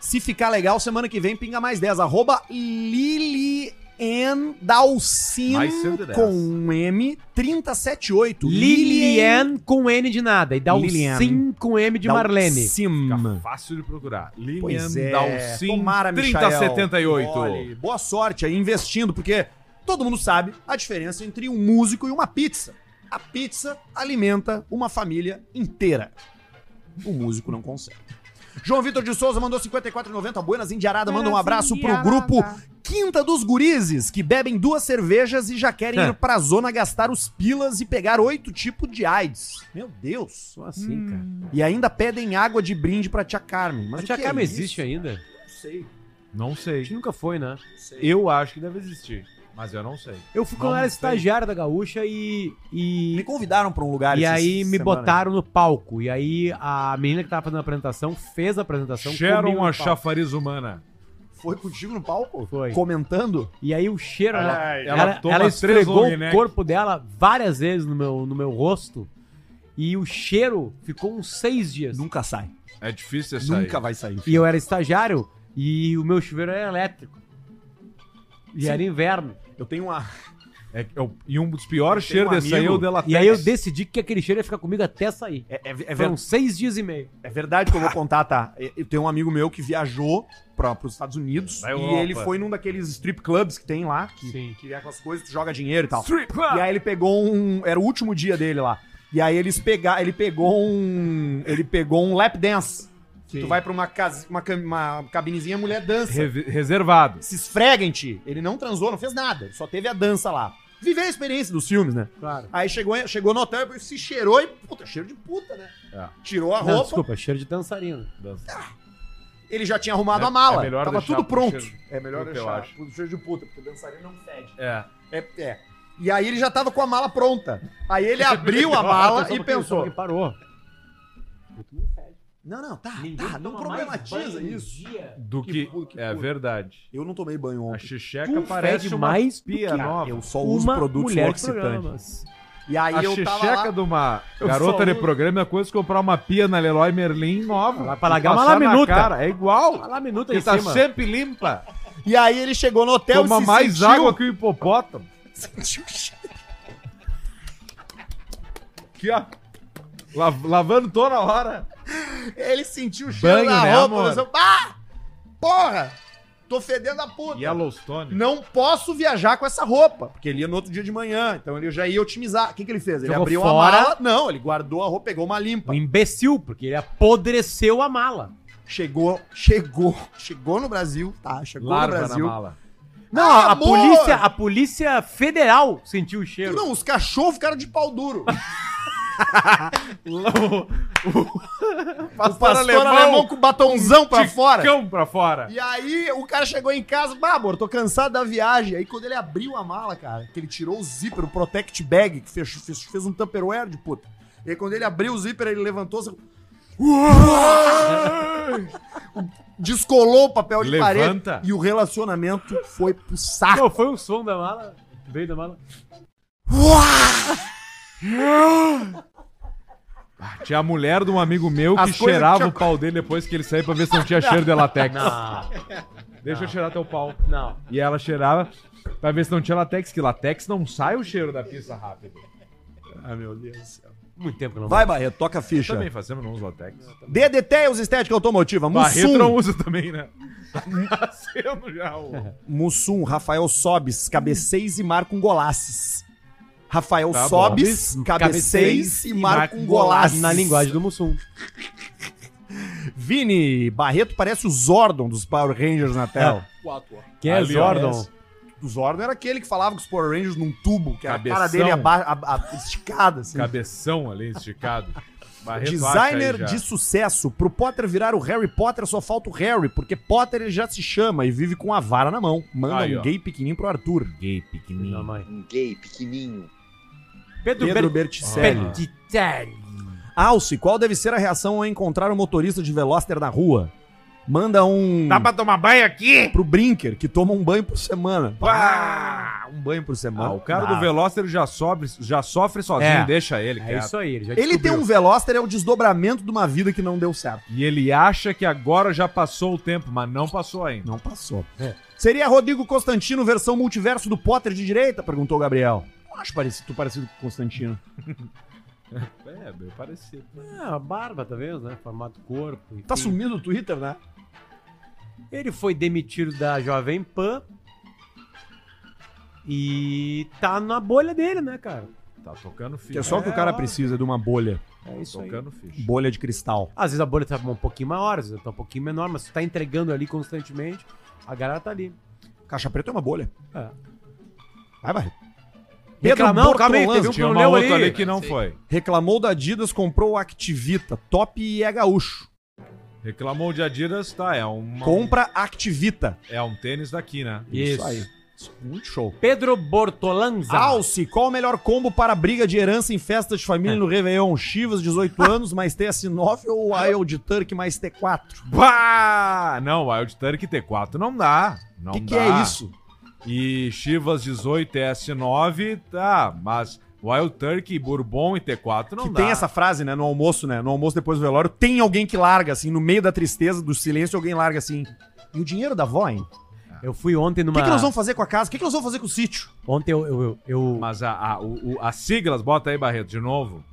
Speaker 2: Se ficar legal, semana que vem pinga mais 10. Arroba Lili
Speaker 3: Mais 110.
Speaker 2: com um M 378.
Speaker 4: Lilian com N de nada. E dá um
Speaker 2: Lilian.
Speaker 4: sim com M de Marlene.
Speaker 2: Sim.
Speaker 3: Fácil de procurar.
Speaker 2: Pois
Speaker 3: Lilian
Speaker 2: é.
Speaker 4: um
Speaker 3: Dalcin,
Speaker 2: Tomara, Michael.
Speaker 3: 3078.
Speaker 2: Olhe, boa sorte aí investindo, porque todo mundo sabe a diferença entre um músico e uma pizza. A pizza alimenta uma família inteira. O músico não consegue. João Vitor de Souza mandou 54,90. Buenas Indiarada, manda um abraço pro grupo Quinta dos Gurizes, que bebem duas cervejas e já querem
Speaker 4: É.
Speaker 2: ir pra zona gastar os pilas e pegar oito tipos de AIDS. Meu Deus.
Speaker 4: Só
Speaker 3: Hum.
Speaker 4: assim, cara.
Speaker 2: E ainda pedem água de brinde pra tia Carmen. Mas
Speaker 4: Mas
Speaker 2: o
Speaker 4: Tia
Speaker 2: que é
Speaker 4: Carmen
Speaker 2: isso?
Speaker 4: existe ainda?
Speaker 2: Não sei.
Speaker 3: Não
Speaker 4: A gente
Speaker 3: sei.
Speaker 4: nunca foi, né?
Speaker 3: Eu acho que deve existir. Mas eu não sei.
Speaker 4: Eu fui quando
Speaker 3: Não
Speaker 4: era
Speaker 3: sei.
Speaker 4: estagiário da Gaúcha e.
Speaker 2: Me
Speaker 4: E,
Speaker 2: convidaram pra um lugar
Speaker 4: e
Speaker 2: essa
Speaker 4: aí me
Speaker 2: semana.
Speaker 4: botaram no palco. E aí a menina que tava fazendo a apresentação fez a apresentação.
Speaker 3: Sharon,
Speaker 4: comigo no
Speaker 3: a
Speaker 4: palco.
Speaker 3: chafariz humana.
Speaker 2: Foi contigo no palco?
Speaker 4: Foi.
Speaker 2: Comentando?
Speaker 4: E aí o cheiro. Ela,
Speaker 3: Ai,
Speaker 4: ela,
Speaker 3: ela toma
Speaker 4: ela
Speaker 3: três
Speaker 4: esfregou
Speaker 3: long
Speaker 4: o
Speaker 3: neck.
Speaker 4: corpo dela várias vezes no meu, no meu rosto. E o cheiro ficou uns seis dias.
Speaker 2: Nunca sai.
Speaker 3: É difícil essa
Speaker 2: Nunca vai sair.
Speaker 4: E eu era estagiário e o meu chuveiro era elétrico. E era inverno.
Speaker 2: Eu tenho uma.
Speaker 3: É, que eu- e um dos piores
Speaker 2: Eu tenho
Speaker 3: cheiros
Speaker 2: um
Speaker 3: desse aí
Speaker 2: amigo-
Speaker 3: é o dela
Speaker 4: E aí eu decidi que aquele cheiro ia ficar comigo até sair.
Speaker 2: É, é, é ver-
Speaker 4: Foram seis dias e meio.
Speaker 2: é verdade que eu vou contar, tá? Eu eu tenho um amigo meu que viajou para os Estados Unidos
Speaker 3: Pra
Speaker 2: e
Speaker 3: Europa.
Speaker 2: ele foi num daqueles strip clubs que tem lá, que,
Speaker 4: Sim.
Speaker 2: que é aquelas coisas, tu joga dinheiro e tal. E aí ele pegou um. Era o último dia dele lá. E aí eles pega, ele pegou um. Ele pegou um lap dance. Que tu vai pra uma, casa, uma, cam- uma cabinezinha, a mulher dança.
Speaker 3: Re- reservado.
Speaker 2: se esfrega em ti. Ele não transou, não fez nada. Ele só teve a dança lá. Viveu a experiência dos filmes, né?
Speaker 4: Claro.
Speaker 2: Aí chegou, chegou no hotel e se cheirou e. Puta, cheiro de puta, né?
Speaker 3: É.
Speaker 2: Tirou a
Speaker 4: Não,
Speaker 2: roupa,
Speaker 4: desculpa, cheiro de dançarino.
Speaker 2: ele já tinha arrumado
Speaker 3: É-
Speaker 2: a mala.
Speaker 3: é melhor
Speaker 2: Tava
Speaker 3: deixar
Speaker 2: tudo
Speaker 3: pro
Speaker 2: pronto.
Speaker 3: cheiro de
Speaker 2: é melhor
Speaker 3: puta, eu
Speaker 2: deixar
Speaker 3: acho.
Speaker 2: pro cheiro de puta, porque o dançarino não fede.
Speaker 3: É.
Speaker 2: É, é. E aí ele já tava com a mala pronta. Aí
Speaker 3: [LAUGHS]
Speaker 2: ele abriu a
Speaker 3: um
Speaker 2: mala e pensou.
Speaker 4: parou.
Speaker 2: Não, não, tá,
Speaker 4: Ninguém
Speaker 2: tá, não
Speaker 4: toma mais
Speaker 2: problematiza
Speaker 4: banho em
Speaker 2: isso.
Speaker 3: um
Speaker 4: dia.
Speaker 3: Do que. é verdade.
Speaker 2: Eu não tomei banho ontem.
Speaker 3: A
Speaker 4: Tu
Speaker 3: xixeca
Speaker 4: fede
Speaker 3: parece uma
Speaker 4: Um mais do
Speaker 3: pia
Speaker 4: que-
Speaker 3: nova.
Speaker 2: Eu só uso
Speaker 4: Uma
Speaker 2: produtos
Speaker 4: mulher de
Speaker 2: laxitantes.
Speaker 4: programas.
Speaker 2: E aí
Speaker 3: a
Speaker 2: eu tava
Speaker 3: xixeca
Speaker 2: lá-
Speaker 3: de uma
Speaker 2: Eu
Speaker 3: garota
Speaker 2: só
Speaker 3: de
Speaker 2: uso-
Speaker 3: programa é coisa de comprar uma pia na Leroy Merlin nova. Vai
Speaker 4: pra largar uma laminuta.
Speaker 3: É igual.
Speaker 4: Fala a minuta
Speaker 3: Que
Speaker 4: em
Speaker 3: tá
Speaker 4: cima.
Speaker 3: sempre limpa.
Speaker 2: E aí ele chegou no hotel
Speaker 3: Toma
Speaker 2: É se
Speaker 3: mais
Speaker 2: sentiu-
Speaker 3: água que o hipopótamo.
Speaker 2: sentiu cheio.
Speaker 3: Aqui, ó. La- lavando toda hora.
Speaker 2: Ele sentiu o cheiro
Speaker 3: Banho,
Speaker 2: da
Speaker 3: né,
Speaker 2: roupa.
Speaker 3: amor?
Speaker 2: pensou, ah! Porra! Tô fedendo a puta.
Speaker 3: Yellowstone.
Speaker 2: Não posso viajar com essa roupa, porque ele ia no outro dia de manhã, então ele já ia otimizar. O que, que ele fez? Ele
Speaker 4: Jogou
Speaker 2: abriu
Speaker 4: fora.
Speaker 2: a mala. Não, ele guardou a roupa, pegou uma limpa.
Speaker 4: Um imbecil, porque ele apodreceu a mala.
Speaker 2: Chegou, chegou, chegou no Brasil, tá? Chegou no
Speaker 3: Larva na
Speaker 2: Brasil.
Speaker 3: mala.
Speaker 4: Não,
Speaker 2: Ah,
Speaker 4: a,
Speaker 2: amor!
Speaker 4: polícia, a polícia federal sentiu o cheiro.
Speaker 2: Não, os cachorros ficaram de pau duro. o pastor alemão, com o batonzão pra fora.
Speaker 3: Cão pra fora.
Speaker 2: E aí o cara chegou em casa, bah, amor, tô cansado da viagem. Aí quando ele abriu a mala, cara, que ele tirou o zíper, o protect bag, que fez, fez, fez um tupperware de puta. E aí quando ele abriu o zíper, ele levantou, assim, Uai! [LAUGHS] descolou o papel de
Speaker 3: Levanta.
Speaker 2: parede e o relacionamento foi pro saco.
Speaker 4: Qual
Speaker 3: um
Speaker 4: foi o som da mala? Veio da mala.
Speaker 3: Tinha a mulher de um amigo meu que
Speaker 2: As coisas
Speaker 3: cheirava
Speaker 2: que tinha-
Speaker 3: o pau dele depois que ele saía pra ver se
Speaker 2: [LAUGHS]
Speaker 3: não tinha cheiro de latex.
Speaker 4: Não,
Speaker 3: Deixa eu cheirar teu pau.
Speaker 4: não.
Speaker 3: E ela cheirava pra ver se não tinha latex, que latex não sai o cheiro da pizza rápido.
Speaker 2: Ah, meu Deus do céu.
Speaker 4: Muito tempo que eu não
Speaker 2: Vai, Barreto, toca a ficha.
Speaker 3: Também fazemos uns latex.
Speaker 2: DD Tails Estética Automotiva,
Speaker 3: Barreto é um não
Speaker 2: Mussum,
Speaker 3: usa também, né? [LAUGHS] Tá Sendo já o...
Speaker 2: Mussum, Rafael Sobes, cabeceis e marca um golaço. Rafael
Speaker 3: Tá bom.
Speaker 2: Sobes,
Speaker 4: Um
Speaker 2: cabeceis e marca um golaço.
Speaker 4: Na linguagem do Mussum.
Speaker 2: Vini, Barreto parece o Zordon dos Power Rangers na tela.
Speaker 6: Quatro, ó.
Speaker 4: Quem é
Speaker 3: Ali, ó,
Speaker 4: Zordon?
Speaker 3: esse.
Speaker 2: É. O Zordon era aquele que falava com os Power Rangers num tubo, que era a cara
Speaker 3: Cabeção.
Speaker 2: dele aba- a- a- esticada, assim.
Speaker 3: Cabeção ali, esticado. Barreto acha
Speaker 2: Designer
Speaker 3: aí já.
Speaker 2: de sucesso. Pro Potter virar o Harry Potter, só falta o Harry, porque Potter ele já se chama e vive com a vara na mão. Manda
Speaker 3: Aí,
Speaker 2: um
Speaker 3: ó.
Speaker 2: gay pequenininho pro Arthur.
Speaker 3: Gay
Speaker 4: Não,
Speaker 3: pequenininho.
Speaker 4: mãe.
Speaker 5: Um gay pequenininho.
Speaker 4: Pedro,
Speaker 2: Pedro
Speaker 4: Pedro
Speaker 2: Berticelli. Alce, qual deve ser a reação ao encontrar um motorista de Veloster na rua? Manda um
Speaker 3: Dá pra tomar banho aqui?
Speaker 2: pro Brinker, que toma um banho por semana. Ah, um banho por semana.
Speaker 3: Ah, o cara
Speaker 2: Dá.
Speaker 3: do Veloster já, sobe, já sofre sozinho,
Speaker 4: É.
Speaker 3: deixa ele,
Speaker 4: É
Speaker 3: cara.
Speaker 4: isso aí, ele já
Speaker 2: Ele tem
Speaker 4: descobriu.
Speaker 2: um Veloster, é o desdobramento de uma vida que não deu certo.
Speaker 3: E ele acha que agora já passou o tempo, mas não passou ainda.
Speaker 2: Não passou. É. Seria Rodrigo Constantino versão multiverso do Potter de direita? Perguntou o Gabriel. Não acho parecido, tu parecido com o Constantino.
Speaker 3: É, bem parecido. né?
Speaker 4: Ah, a barba, tá vendo? Né? Formato corpo.
Speaker 2: um- Tá
Speaker 4: enfim.
Speaker 2: sumindo o Twitter, né?
Speaker 4: Ele foi demitido da Jovem Pan. E tá na bolha dele, né, cara?
Speaker 3: Tá tocando
Speaker 2: Que
Speaker 3: ficha.
Speaker 2: é só o que o cara precisa é de uma bolha.
Speaker 4: É isso aí.
Speaker 3: Tocando ficha.
Speaker 2: Bolha de cristal.
Speaker 4: Às vezes a bolha tá um pouquinho maior, às vezes tá um pouquinho menor, mas se tu tá entregando ali constantemente, a galera tá ali.
Speaker 2: Caixa preta é uma bolha.
Speaker 4: É.
Speaker 2: Vai, vai.
Speaker 4: Reclamão, calma aí,
Speaker 2: Bortolanza
Speaker 4: teve um
Speaker 3: Tinha uma
Speaker 4: Leu
Speaker 3: outra
Speaker 4: aí.
Speaker 3: ali que não foi.
Speaker 2: reclamou da Adidas, comprou o Activita. Top e é gaúcho.
Speaker 3: Reclamou de Adidas, tá, é um,
Speaker 2: Compra Activita.
Speaker 3: é um tênis daqui, né?
Speaker 4: Isso.
Speaker 2: Isso, Muito show.
Speaker 4: Pedro Bortolanza.
Speaker 2: Alce, qual Ah, o melhor combo para briga de herança em festa de família
Speaker 4: É.
Speaker 2: no Réveillon?
Speaker 4: [LAUGHS]
Speaker 2: Chivas, 18 anos, mais TS9 ou Wild Turk mais T4?
Speaker 3: Bah! Não, Wild Turkey T4 não dá.
Speaker 2: O
Speaker 3: Não
Speaker 2: que,
Speaker 3: dá.
Speaker 2: que é isso?
Speaker 3: E Chivas 18 S9, tá, mas Wild Turkey, Bourbon e T4 não
Speaker 2: que
Speaker 3: dá.
Speaker 2: tem essa frase, né, no almoço, né? No almoço depois do velório, tem alguém que larga, assim, no meio da tristeza, do silêncio, alguém larga assim. E o dinheiro da avó, hein?
Speaker 4: É. Eu fui ontem
Speaker 2: O
Speaker 4: numa.
Speaker 2: que, que nós vamos fazer com a casa? O que, que nós vamos fazer com o sítio?
Speaker 4: Ontem eu. eu, eu, eu-
Speaker 3: Mas a, a- o- o- as siglas, bota aí, Barreto, de novo.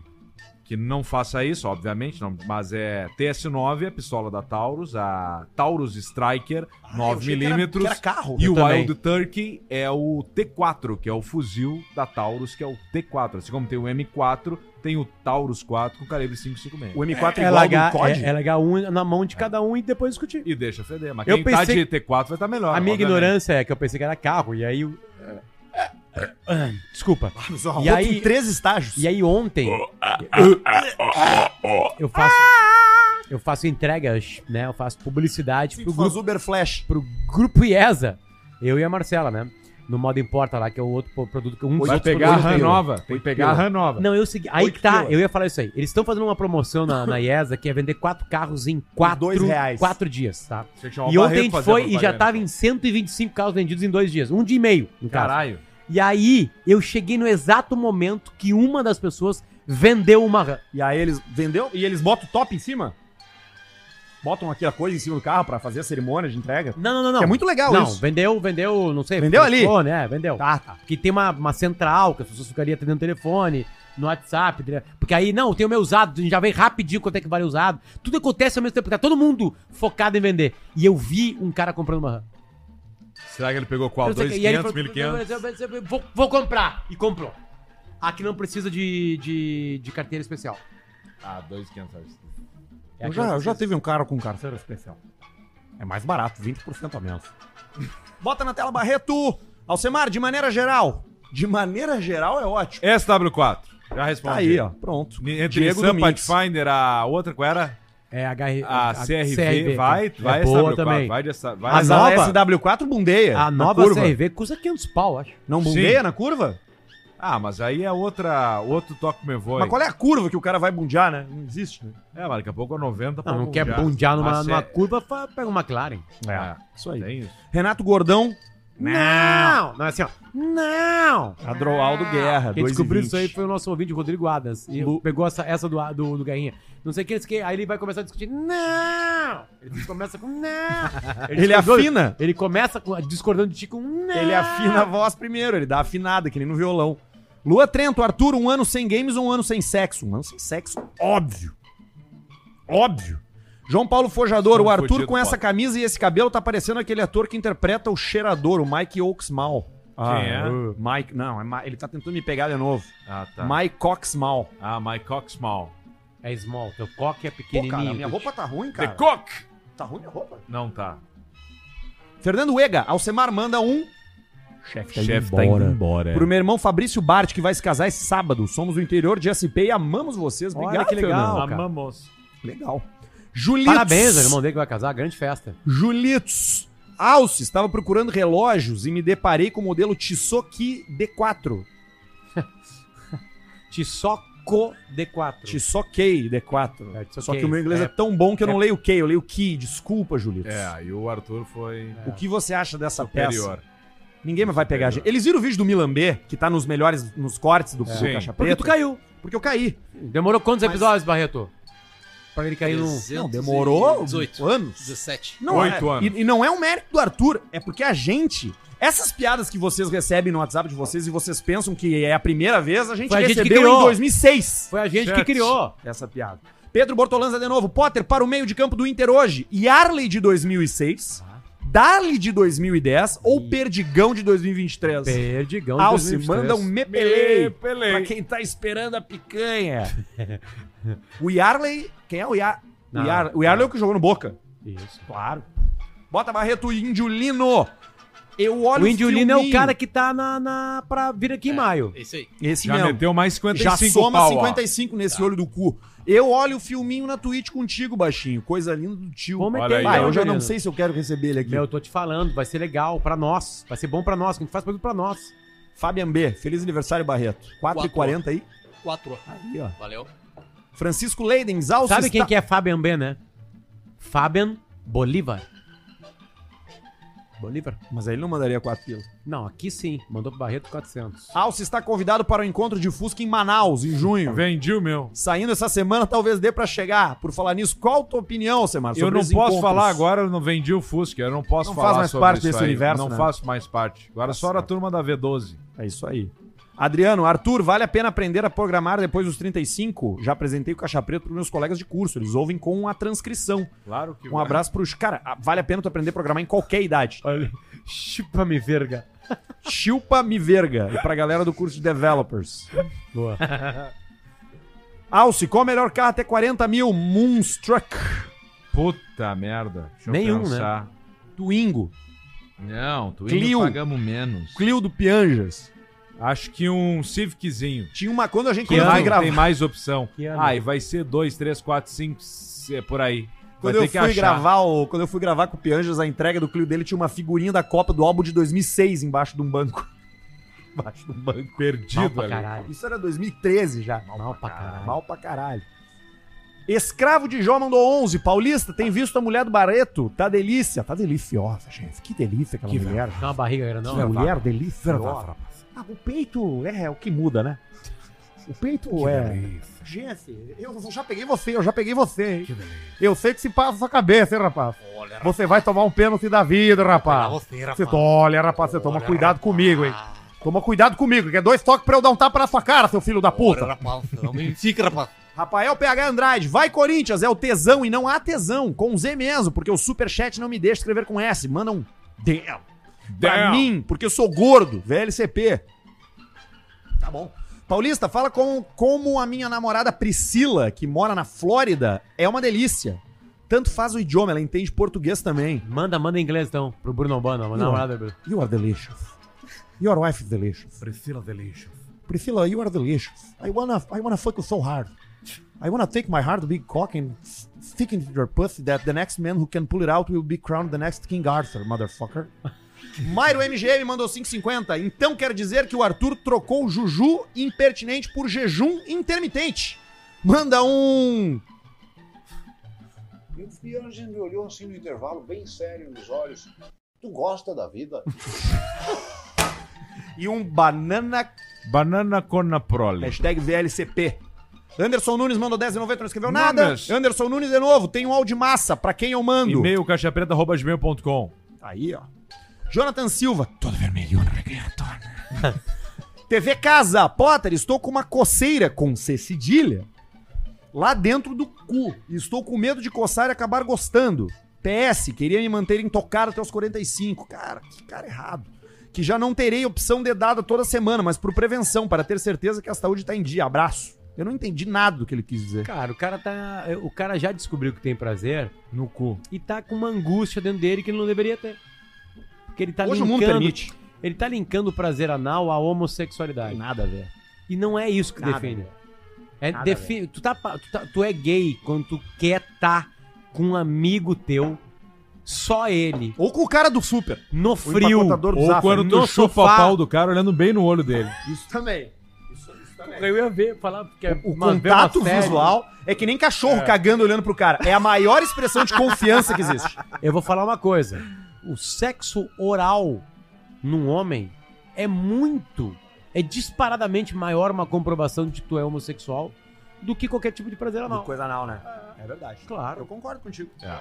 Speaker 3: Que não faça isso, obviamente, não, mas é TS9, a pistola da Taurus, a Taurus Striker,
Speaker 2: Ah, eu achei que era-
Speaker 3: 9mm.
Speaker 2: que era carro.
Speaker 3: E
Speaker 4: Eu
Speaker 3: o
Speaker 4: também.
Speaker 3: Wild Turkey é o T4, que é o fuzil da Taurus, que é o T4. Assim como tem o M4, tem o Taurus 4 com calibre 556.
Speaker 2: O M4 é
Speaker 4: é,
Speaker 2: igual
Speaker 4: largar,
Speaker 2: do COD?
Speaker 4: é, é largar um na mão de cada um e depois discutir.
Speaker 3: E deixa feder. Mas
Speaker 4: Eu
Speaker 3: quem tá
Speaker 4: pensei-
Speaker 3: de T4 vai estar melhor.
Speaker 4: a minha
Speaker 3: obviamente.
Speaker 4: ignorância é que eu pensei que era carro, e aí. eu- Ah, Desculpa.
Speaker 2: Mas, ó,
Speaker 4: E
Speaker 2: outro
Speaker 4: aí-
Speaker 2: em três estágios.
Speaker 4: E aí ontem. Eu faço. Eu faço entregas, né? Eu faço publicidade
Speaker 2: Assim,
Speaker 4: pro
Speaker 2: tu faz
Speaker 4: grupo,
Speaker 2: Uber Flash.
Speaker 4: pro grupo IESA. Eu e a Marcela, né? no modo importa lá, que é o outro po- produto que um dos
Speaker 3: Vai
Speaker 4: outros
Speaker 3: pegar a
Speaker 4: produtos-
Speaker 3: RAM
Speaker 4: Oito
Speaker 3: nova, tem
Speaker 4: pila.
Speaker 3: que pegar a RAM nova.
Speaker 4: Não, eu segui. Aí
Speaker 3: Oito
Speaker 4: que tá,
Speaker 3: pila.
Speaker 4: eu ia falar isso aí. Eles estão fazendo uma promoção na, na IESA que é vender quatro carros em quatro,
Speaker 2: dois reais.
Speaker 4: quatro dias, tá?
Speaker 3: Tinha que chamar
Speaker 2: Então,
Speaker 4: E
Speaker 3: o
Speaker 4: ontem
Speaker 3: Barreto
Speaker 4: a gente
Speaker 3: fazer a
Speaker 4: foi e já
Speaker 3: propaganda.
Speaker 4: tava em 125 carros vendidos em dois dias. Um dia e meio, no caso.
Speaker 3: Caralho.
Speaker 4: E aí, eu cheguei no exato momento que uma das pessoas vendeu uma RAM.
Speaker 2: E aí eles vendeu e eles botam o top em cima? Botam aqui a coisa em cima do carro pra fazer a cerimônia de entrega?
Speaker 4: Não, não, não, não.
Speaker 2: Que é muito legal
Speaker 4: não,
Speaker 2: isso.
Speaker 4: vendeu, vendeu, não sei.
Speaker 2: Vendeu
Speaker 4: postou,
Speaker 2: ali?
Speaker 4: né? Vendeu.
Speaker 2: Tá, tá.
Speaker 4: Porque tem uma, uma central que as pessoas ficariam atendendo o telefone, no WhatsApp. né? Porque aí, não, tem o meu usado, a gente já vem rapidinho quanto é que vale o usado. Tudo acontece ao mesmo tempo, tá todo mundo focado em vender. E eu vi um cara comprando uma RAM.
Speaker 3: Será que ele pegou qual?
Speaker 4: Eu não sei que- e ele
Speaker 3: 2.500,
Speaker 4: falou,
Speaker 3: 1.500?
Speaker 4: Vou, vou comprar. E comprou. Aqui não precisa de, de, de carteira especial.
Speaker 3: Ah, 2.500.
Speaker 4: É
Speaker 2: eu
Speaker 4: aqui
Speaker 2: já,
Speaker 4: não
Speaker 2: eu já
Speaker 4: precisa.
Speaker 2: teve um cara com carteira especial. É mais barato, 20% a menos. Bota na tela, Barreto! Alcemar, de maneira geral. De maneira geral é ótimo.
Speaker 3: SW4. Já respondi.
Speaker 2: Tá aí, ó. Pronto.
Speaker 3: Ni- Entre
Speaker 2: Diego
Speaker 3: Nissan
Speaker 2: Domingues.
Speaker 3: Pathfinder, a outra, qual era?
Speaker 4: É, HR,
Speaker 3: A, CRV, vai, vai
Speaker 4: é boa
Speaker 3: SW4,
Speaker 4: também.
Speaker 3: Vai de essa, vai
Speaker 2: Mas
Speaker 3: essa-
Speaker 2: a SW4 bundeia.
Speaker 4: A
Speaker 2: na
Speaker 4: nova
Speaker 2: curva.
Speaker 4: CRV custa 500 pau, acho.
Speaker 2: Não
Speaker 3: Sim.
Speaker 2: bundeia na curva?
Speaker 3: Ah, mas aí é outra, outro toque me voe.
Speaker 2: Mas qual é a curva que o cara vai bundear, né? Não existe, né?
Speaker 3: É, mas daqui a pouco é 90
Speaker 4: Não,
Speaker 3: pra
Speaker 4: não quer
Speaker 3: bundear.
Speaker 4: bundear numa,
Speaker 3: Mas
Speaker 4: numa
Speaker 3: é-
Speaker 4: curva, fa- pega uma McLaren.
Speaker 3: É,
Speaker 2: Isso aí.
Speaker 3: tem isso.
Speaker 2: Renato Gordão.
Speaker 4: Não! Não, é assim, ó. Não!
Speaker 2: Adroaldo Guerra,
Speaker 4: Quem
Speaker 2: 2,20.
Speaker 4: descobriu isso aí foi o nosso ouvinte, Rodrigo Adams. E
Speaker 2: Lu-
Speaker 4: pegou essa, essa do, do, do Guerrinha. Não sei o que, não sei o que. Aí ele vai começar a discutir. Não! Ele começa com não!
Speaker 2: [LAUGHS] Ele
Speaker 4: discordou-
Speaker 2: afina.
Speaker 4: Ele começa com- discordando de ti com não!
Speaker 2: Ele afina a voz primeiro, ele dá afinada, que nem no violão. Lua Trento, Arthur, um ano sem games ou um ano sem sexo? Um ano sem sexo, óbvio. Óbvio. João Paulo Fojador,
Speaker 3: Estamos
Speaker 2: o Arthur
Speaker 3: fudidos,
Speaker 2: com essa
Speaker 3: Paulo.
Speaker 2: camisa e esse cabelo tá parecendo aquele ator que interpreta o cheirador, o Mike Oaksmal.
Speaker 3: é?
Speaker 2: uh, Mike, não, é Ma- ele tá tentando me pegar de novo.
Speaker 3: Ah, tá.
Speaker 2: Mike Coxmal.
Speaker 3: Ah, my cock's small.
Speaker 4: É small, teu coque é
Speaker 2: Pô,
Speaker 4: pequenininho.
Speaker 2: cara, minha roupa tá ruim, cara.
Speaker 3: The cock!
Speaker 2: Tá ruim minha roupa.
Speaker 3: Não tá.
Speaker 2: Fernando Ega, Alcemar manda um
Speaker 3: Chefe
Speaker 2: tá indo
Speaker 3: embora. é.
Speaker 2: Pro meu irmão Fabrício Bart, que vai se casar esse sábado. Somos do interior de SP e amamos vocês.
Speaker 4: Olha
Speaker 2: Obrigado,
Speaker 4: que legal,
Speaker 2: Fernando.
Speaker 4: cara.
Speaker 3: Amamos.
Speaker 2: Legal. Julitos.
Speaker 4: Parabéns, irmão dele que vai casar, grande festa.
Speaker 2: Julitos. Alce, estava procurando relógios e me deparei com o modelo Tissot D4.
Speaker 4: Tissoco D4.
Speaker 2: Tissot Key D4.
Speaker 4: É, Tissot
Speaker 2: Só que
Speaker 4: Key.
Speaker 2: o meu inglês é,
Speaker 4: É.
Speaker 2: tão bom que eu não leio Key, eu leio Key. Desculpa, Julitos.
Speaker 3: É, e o Arthur foi
Speaker 2: O que você acha dessa peça?
Speaker 3: superior.
Speaker 2: Ninguém mais vai pegar a gente. Eles viram o vídeo do Milan B, que tá nos melhores, nos cortes do, do
Speaker 3: É. Sim.
Speaker 2: Caixa
Speaker 4: Porque
Speaker 2: Preta?
Speaker 4: tu caiu.
Speaker 2: Porque eu caí.
Speaker 4: Demorou quantos episódios, Barreto? Pra ele cair num.
Speaker 2: Não, demorou
Speaker 6: 18.
Speaker 2: anos.
Speaker 6: 17.
Speaker 2: Não
Speaker 3: Oito
Speaker 2: é,
Speaker 3: anos.
Speaker 2: E, e não é um mérito do Arthur, é porque a gente. Essas piadas que vocês recebem no WhatsApp de vocês e vocês pensam que é a primeira vez, a gente
Speaker 4: Foi a gente que
Speaker 2: recebeu
Speaker 4: criou.
Speaker 2: em 2006
Speaker 4: Foi a gente que
Speaker 3: Certo.
Speaker 4: criou.
Speaker 2: essa piada. Pedro Bortolanza de novo, Potter para o meio de campo do Inter hoje. Yarley de 2006, Dali de 2010 ou Perdigão de 2023.
Speaker 4: Perdigão de
Speaker 2: Alce,
Speaker 4: 2023.
Speaker 2: manda um mepelei
Speaker 3: Mepelei.
Speaker 2: pra quem tá esperando a picanha. [LAUGHS] o Yarley, quem é o Yarley?
Speaker 4: Não,
Speaker 2: o Yar- o Yarley é o que jogou no Boca.
Speaker 4: Isso.
Speaker 2: Claro. Bota Barreto Indiolino. Eu olho
Speaker 4: o Indiolino é o
Speaker 2: filminho. É.
Speaker 4: cara que tá na, na pra vir aqui em maio.
Speaker 6: Esse É aí.
Speaker 2: Esse
Speaker 3: Já
Speaker 2: mesmo.
Speaker 3: meteu mais 55
Speaker 2: Já soma
Speaker 3: pau, ó.
Speaker 2: 55 nesse olho do cu. Eu olho o filminho na Twitch contigo, baixinho. Coisa linda do tio.
Speaker 4: Vamos
Speaker 3: Olha aí,
Speaker 4: entender,
Speaker 2: Ah, eu já
Speaker 4: Indiolino.
Speaker 2: não sei se eu quero receber ele aqui.
Speaker 4: Meu, eu tô te falando, vai ser legal pra nós. Vai ser bom pra nós, que a gente faz produto pra nós.
Speaker 2: Fabian B, feliz aniversário, Barreto. 4h40 aí.
Speaker 6: 4.
Speaker 2: Aí, ó.
Speaker 6: Valeu.
Speaker 2: Francisco Leidens, Alces.
Speaker 4: Sabe quem que é Fabian B, né? Fabian Bolívar. Bolívar?
Speaker 2: Mas aí ele não mandaria 4 pila.
Speaker 4: Não, aqui sim. Mandou pro Barreto 400.
Speaker 2: Alce está convidado para o encontro de Fusca em Manaus, em
Speaker 3: Tá
Speaker 2: junho.
Speaker 3: Vendi o meu.
Speaker 2: Saindo essa semana, talvez dê para chegar. Por falar nisso, qual a tua opinião, Semar?
Speaker 3: Eu
Speaker 2: sobre
Speaker 3: não
Speaker 2: os
Speaker 3: posso
Speaker 2: encontros?
Speaker 3: falar agora, eu não vendi o Fusca, eu não posso
Speaker 2: Não
Speaker 3: falar
Speaker 2: faz mais
Speaker 3: sobre
Speaker 2: parte
Speaker 3: isso
Speaker 2: desse
Speaker 3: aí.
Speaker 2: universo,
Speaker 3: Não
Speaker 2: né?
Speaker 3: faço mais parte. Agora só era a turma da V12.
Speaker 2: É isso aí. Adriano, Arthur, vale a pena aprender a programar depois dos 35? Já apresentei o Caixa Preto para meus colegas de curso. Eles ouvem com a transcrição.
Speaker 3: Claro que
Speaker 2: Um abraço para os. Cara, a- vale a pena tu aprender a programar em qualquer idade.
Speaker 4: Olha, chupa me verga.
Speaker 2: Chupa me verga. E pra galera do curso de developers.
Speaker 4: Boa.
Speaker 2: Alce, qual o melhor carro até 40 mil? Moonstruck.
Speaker 3: Puta merda. Deixa
Speaker 4: Nenhum,
Speaker 2: né?
Speaker 3: pensar.
Speaker 2: Twingo.
Speaker 3: Não, tu
Speaker 2: Clio.
Speaker 3: pagamos menos.
Speaker 2: Clio do Pianjas.
Speaker 3: Acho que um Civiczinho.
Speaker 2: Tinha uma quando a gente
Speaker 4: Que
Speaker 2: quando
Speaker 4: ano?
Speaker 2: foi
Speaker 3: Tem
Speaker 2: gravar.
Speaker 3: mais opção.
Speaker 4: Que ano?
Speaker 3: Ah, e vai ser 2, 3, 4, 5 por aí.
Speaker 2: Quando eu, fui gravar o, quando eu fui gravar com o Pianjas, a entrega do Clio dele tinha uma figurinha da Copa do álbum de 2006 embaixo de um banco. [LAUGHS] embaixo de um banco.
Speaker 3: Perdido,
Speaker 2: Mal pra caralho. Isso era 2013 já. Mal, pra caralho. Mal pra caralho. Escravo de Jó mandou 11. Paulista, tem visto a mulher do Barreto? Tá delícia. Tá deliciosa, gente. Que delícia aquela
Speaker 4: Que
Speaker 2: mulher.
Speaker 4: Tem uma barriga grandão.
Speaker 2: Que
Speaker 4: né?
Speaker 2: é mulher deliciosa. Ah, o peito é o que muda, né? O peito é... Gente, eu já peguei você, eu já peguei você, hein? Eu sei que se passa na sua cabeça, hein, rapaz? você vai tomar um pênalti da vida, rapaz. Você, olha, rapaz, você toma cuidado comigo, hein? Toma cuidado comigo, que é dois toques pra eu dar um tapa na sua cara, seu filho da puta.
Speaker 6: Rapaz, não me fica, rapaz.
Speaker 2: Rafael PH Andrade, vai Corinthians, é o tesão e não há tesão, com Z mesmo, porque o superchat não me deixa escrever com S. Manda um damn pra
Speaker 3: Damn.
Speaker 2: mim, porque eu sou gordo, VLCP. Tá bom. Paulista, fala com, como a minha namorada Priscila, que mora na Flórida, é uma delícia. Tanto faz o idioma, ela entende português também.
Speaker 4: Manda, manda em inglês então, pro Bruno Albano. Manda
Speaker 2: Não.
Speaker 4: uma olhada, é Bruno.
Speaker 2: You are delicious. Your wife is delicious.
Speaker 3: Priscila Delício.
Speaker 2: Priscila, you are delicious. I wanna, I wanna fuck you so hard. I wanna take my hard big cock and s- stick it into your pussy that the next man who can pull it out will be crowned the next King Arthur, motherfucker. Mairo MGM mandou 5,50. Então quer dizer que o Arthur trocou Juju impertinente por jejum intermitente. Manda um.
Speaker 11: E o Fiange me olhou assim no intervalo, bem sério nos olhos. Tu gosta da vida?
Speaker 2: [LAUGHS] E um banana.
Speaker 3: Banana Corna Prole.
Speaker 2: Hashtag VLCP. Anderson Nunes mandou 10,90, não escreveu
Speaker 3: Nunes.
Speaker 2: nada. Anderson Nunes de novo, tem um áudio massa, pra quem eu mando.
Speaker 3: E-mail caixapreta.gmail.com
Speaker 2: Aí, ó. Jonathan Silva. Todo né, vermelhona, [LAUGHS] TV Casa. Potter, estou com uma coceira com C cedilha lá dentro do cu. E Estou com medo de coçar e acabar gostando. PS, queria me manter intocado até os 45. Cara, que cara errado. Que já não terei opção dedada toda semana, mas por prevenção, para ter certeza que a saúde tá em dia. Abraço. Eu não entendi nada do que ele quis dizer.
Speaker 4: Cara, o cara tá. O cara já descobriu que tem prazer no cu. E tá com uma angústia dentro dele que ele não deveria ter. Porque ele tá
Speaker 2: Hoje o mundo permite.
Speaker 4: Ele tá linkando o prazer anal à homossexualidade.
Speaker 2: Nada a ver.
Speaker 4: E não é isso que
Speaker 2: Nada,
Speaker 4: defende.
Speaker 2: velho.
Speaker 4: É
Speaker 2: Nada,
Speaker 4: defi- tu, tá, pa- tu, tá- tu é gay quando tu quer tá com um amigo teu, só ele,
Speaker 2: Ou com o cara do super.
Speaker 4: no
Speaker 2: O
Speaker 4: frio.
Speaker 2: empacotador do
Speaker 3: Ou
Speaker 2: Zafra.
Speaker 3: quando tu
Speaker 4: no
Speaker 3: chupa
Speaker 4: sofá.
Speaker 3: o pau do cara olhando bem no olho dele.
Speaker 2: Isso também.
Speaker 4: Eu ia ver, falar porque é
Speaker 2: O
Speaker 4: uma-
Speaker 2: contato
Speaker 4: uma série.
Speaker 2: visual é que nem cachorro cagando olhando pro cara. É a maior expressão de confiança que [LAUGHS] existe.
Speaker 4: Eu vou falar uma coisa. O sexo oral num homem é muito, é disparadamente maior uma comprovação de que tu é homossexual do que qualquer tipo de prazer anal.
Speaker 2: coisa anal, né? É verdade. Eu
Speaker 4: Claro.
Speaker 2: concordo contigo.
Speaker 3: É.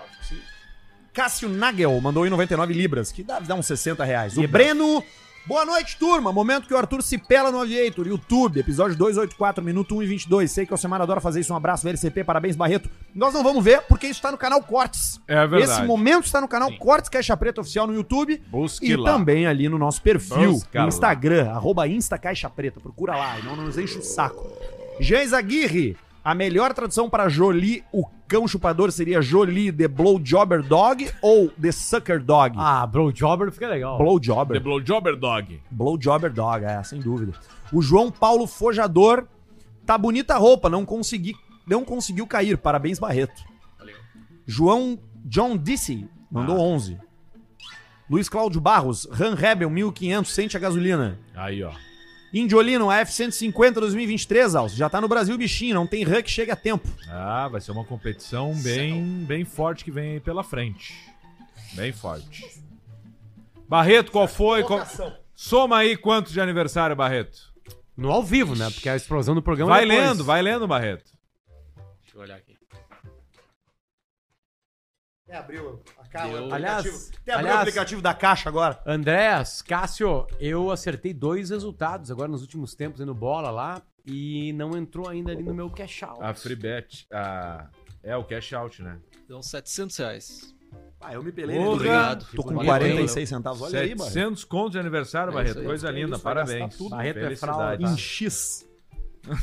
Speaker 2: Cássio Nagel mandou um em 99 libras, que dá, dá uns 60 reais. O Breno. Boa noite, turma. Momento que o Arthur se pela no Aviator. YouTube, episódio 284, minuto 1 e 22. Sei que o Semana adora fazer isso. Um abraço, VLCP. Parabéns, Barreto. Nós não vamos ver, porque isso está no canal Cortes.
Speaker 3: É verdade.
Speaker 2: Esse momento está no canal Cortes Caixa Preta Oficial no YouTube.
Speaker 3: Busque
Speaker 2: e
Speaker 3: lá.
Speaker 2: também ali no nosso perfil,
Speaker 3: Busca
Speaker 2: no
Speaker 3: lá.
Speaker 2: Instagram, arroba Insta Caixa Preta. Procura lá, e não nos enche o saco. Geis Aguirre, a melhor tradução para Jolie, o cão chupador, seria Jolie The Blowjobber Dog ou The Sucker Dog? Ah,
Speaker 4: Ah, bro, jobber fica legal.
Speaker 3: The
Speaker 2: Blowjobber.
Speaker 3: Blowjobber Dog.
Speaker 2: Blowjobber Dog, é, sem dúvida. O João Paulo Fojador, tá bonita a roupa, não consegui, não conseguiu cair. Parabéns, Barreto. João John Dissy, mandou 11. Luiz Cláudio Barros, Ran Rebel 1500, sente a gasolina.
Speaker 3: Aí, ó.
Speaker 2: Indiolino, a F-150 2023, Alce. Já tá no Brasil, bichinho. Não tem rã que chega a tempo.
Speaker 3: Ah, vai ser uma competição bem, bem forte que vem aí pela frente. Bem forte. Barreto, qual foi? Qual- Soma aí quantos de aniversário, Barreto?
Speaker 4: No ao vivo, né? Porque a explosão do programa
Speaker 3: Vai
Speaker 4: é depois.
Speaker 3: lendo, vai lendo, Barreto.
Speaker 6: Deixa eu olhar aqui.
Speaker 2: Até abriu a caixa.
Speaker 6: Deu.
Speaker 4: Aliás,
Speaker 2: Até abriu o
Speaker 4: aliás,
Speaker 2: aplicativo da caixa agora.
Speaker 4: Andréas, Cássio, eu acertei dois resultados agora nos últimos tempos aí no bola lá e não entrou ainda ali no meu cash out.
Speaker 3: A Freebet. A... É o cash out, né?
Speaker 6: Deu 700 reais.
Speaker 2: Ah, eu me pelei.
Speaker 3: Porra!
Speaker 6: Obrigado.
Speaker 2: Tô com
Speaker 6: Valeu,
Speaker 2: 46
Speaker 4: Tá,
Speaker 2: centavos. Olha aí, mano.
Speaker 3: 700 contos de aniversário,
Speaker 6: É
Speaker 3: Barreto.
Speaker 6: isso aí.
Speaker 3: Coisa
Speaker 6: É
Speaker 3: linda,
Speaker 6: isso, vai gastar
Speaker 3: parabéns.
Speaker 6: tudo.
Speaker 4: Barreto é
Speaker 3: Felicidades.
Speaker 4: fralda.
Speaker 2: Em X.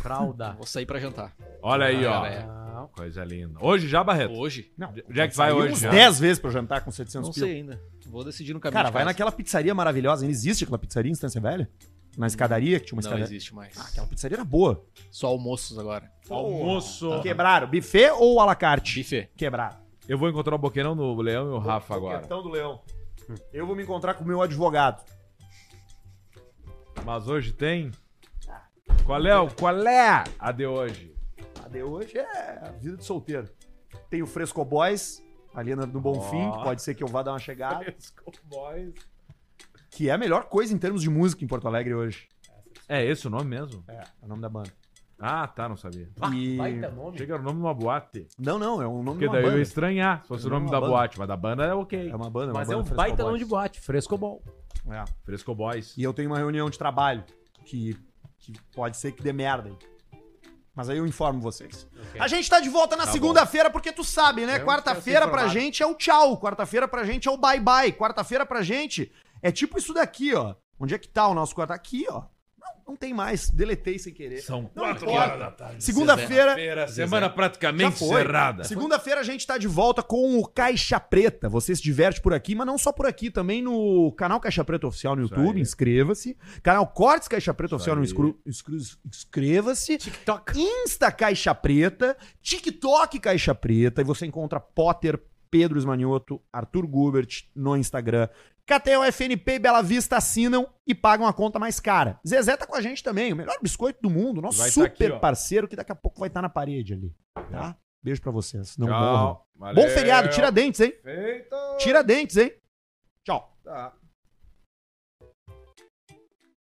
Speaker 4: Fralda.
Speaker 3: [LAUGHS]
Speaker 6: Vou sair pra jantar.
Speaker 3: Olha aí, ó. É,
Speaker 6: Ah,
Speaker 4: Não.
Speaker 3: Coisa linda. Hoje já, Barreto?
Speaker 6: é Hoje?
Speaker 2: Não,
Speaker 3: Já que vai
Speaker 2: saiu
Speaker 3: hoje
Speaker 2: Uns
Speaker 3: já.
Speaker 2: 10 vezes pra eu jantar com 700
Speaker 6: Não
Speaker 2: pila.
Speaker 6: sei é ainda. Vou decidir no caminho
Speaker 2: Cara,
Speaker 6: de
Speaker 2: vai
Speaker 6: casa.
Speaker 2: naquela pizzaria maravilhosa. Ainda existe aquela pizzaria em Instância Velha? Na escadaria, que tinha uma
Speaker 6: Não
Speaker 2: escadaria.
Speaker 6: existe mais.
Speaker 2: Ah, aquela pizzaria era boa.
Speaker 6: Só almoços agora.
Speaker 3: Almoço.
Speaker 2: Tá. Quebraram. Buffet ou à la carte?
Speaker 6: Buffet.
Speaker 2: Quebraram.
Speaker 3: Eu vou encontrar o Boqueirão do Leão e o Rafa agora.
Speaker 2: Questão do leão. Eu vou me encontrar com o meu advogado.
Speaker 3: Mas hoje tem? Qual é, o- qual é a de hoje?
Speaker 2: A de hoje é a vida de solteiro. Tem o Fresco Boys, ali no, no Bonfim, que pode ser que eu vá dar uma chegada.
Speaker 3: Boys.
Speaker 2: Que é a melhor coisa em termos de música em Porto Alegre hoje.
Speaker 3: É esse o nome mesmo?
Speaker 2: É, é o nome da banda.
Speaker 3: Ah, tá, não sabia.
Speaker 2: E-
Speaker 3: Chega o nome de uma boate.
Speaker 2: Não, não, é um nome
Speaker 3: Porque
Speaker 2: de uma
Speaker 3: daí eu
Speaker 2: banda.
Speaker 3: ia estranhar se fosse
Speaker 2: É
Speaker 3: o nome
Speaker 2: uma
Speaker 3: da
Speaker 2: banda.
Speaker 3: boate, mas da banda é ok.
Speaker 2: É uma banda,
Speaker 4: Mas é um baita nome de boate, Frescobol.
Speaker 2: É.
Speaker 3: Fresco Boys.
Speaker 2: E eu tenho uma reunião de trabalho que, que pode ser que dê merda. Mas aí eu informo vocês. A gente tá de volta na
Speaker 12: Tá
Speaker 2: segunda-feira, porque tu sabe, né?
Speaker 12: Eu
Speaker 2: Quarta-feira
Speaker 12: quero ser
Speaker 2: pra
Speaker 12: informado.
Speaker 2: gente é o tchau. Quarta-feira pra gente é o bye-bye. Quarta-feira pra gente é tipo isso daqui, ó. Onde é que tá o nosso quarto? Aqui, ó. Não, não tem mais. Deletei sem querer.
Speaker 3: São
Speaker 2: Não
Speaker 3: quatro
Speaker 2: importa.
Speaker 3: horas da tarde.
Speaker 2: Segunda-feira.
Speaker 3: Sexta-feira, semana praticamente
Speaker 2: Já foi.
Speaker 3: cerrada.
Speaker 2: Segunda-feira a gente tá de volta com o Caixa Preta. Você se diverte por aqui, mas não só por aqui, também no canal Caixa Preta Oficial no YouTube. Inscreva-se. Canal Cortes Caixa Preta Oficial no Inscru- Inscru- Inscreva-se. TikTok. Insta Caixa Preta. TikTok Caixa Preta. E você encontra Potter, Pedro Esmanioto, Arthur Gubert no Instagram. KTO, FNP e Bela Vista assinam e pagam a conta mais cara. Zezé tá com a gente também, o melhor biscoito do mundo, nosso
Speaker 3: Vai tá
Speaker 2: super
Speaker 3: aqui, ó.
Speaker 2: parceiro que daqui a pouco vai estar na parede ali, tá? Beijo pra vocês. Não
Speaker 3: Tchau.
Speaker 2: morram.
Speaker 3: Valeu.
Speaker 2: Bom feriado. Tira dentes, hein?
Speaker 3: Feito.
Speaker 2: Tira dentes, hein? Tchau.
Speaker 3: Tá.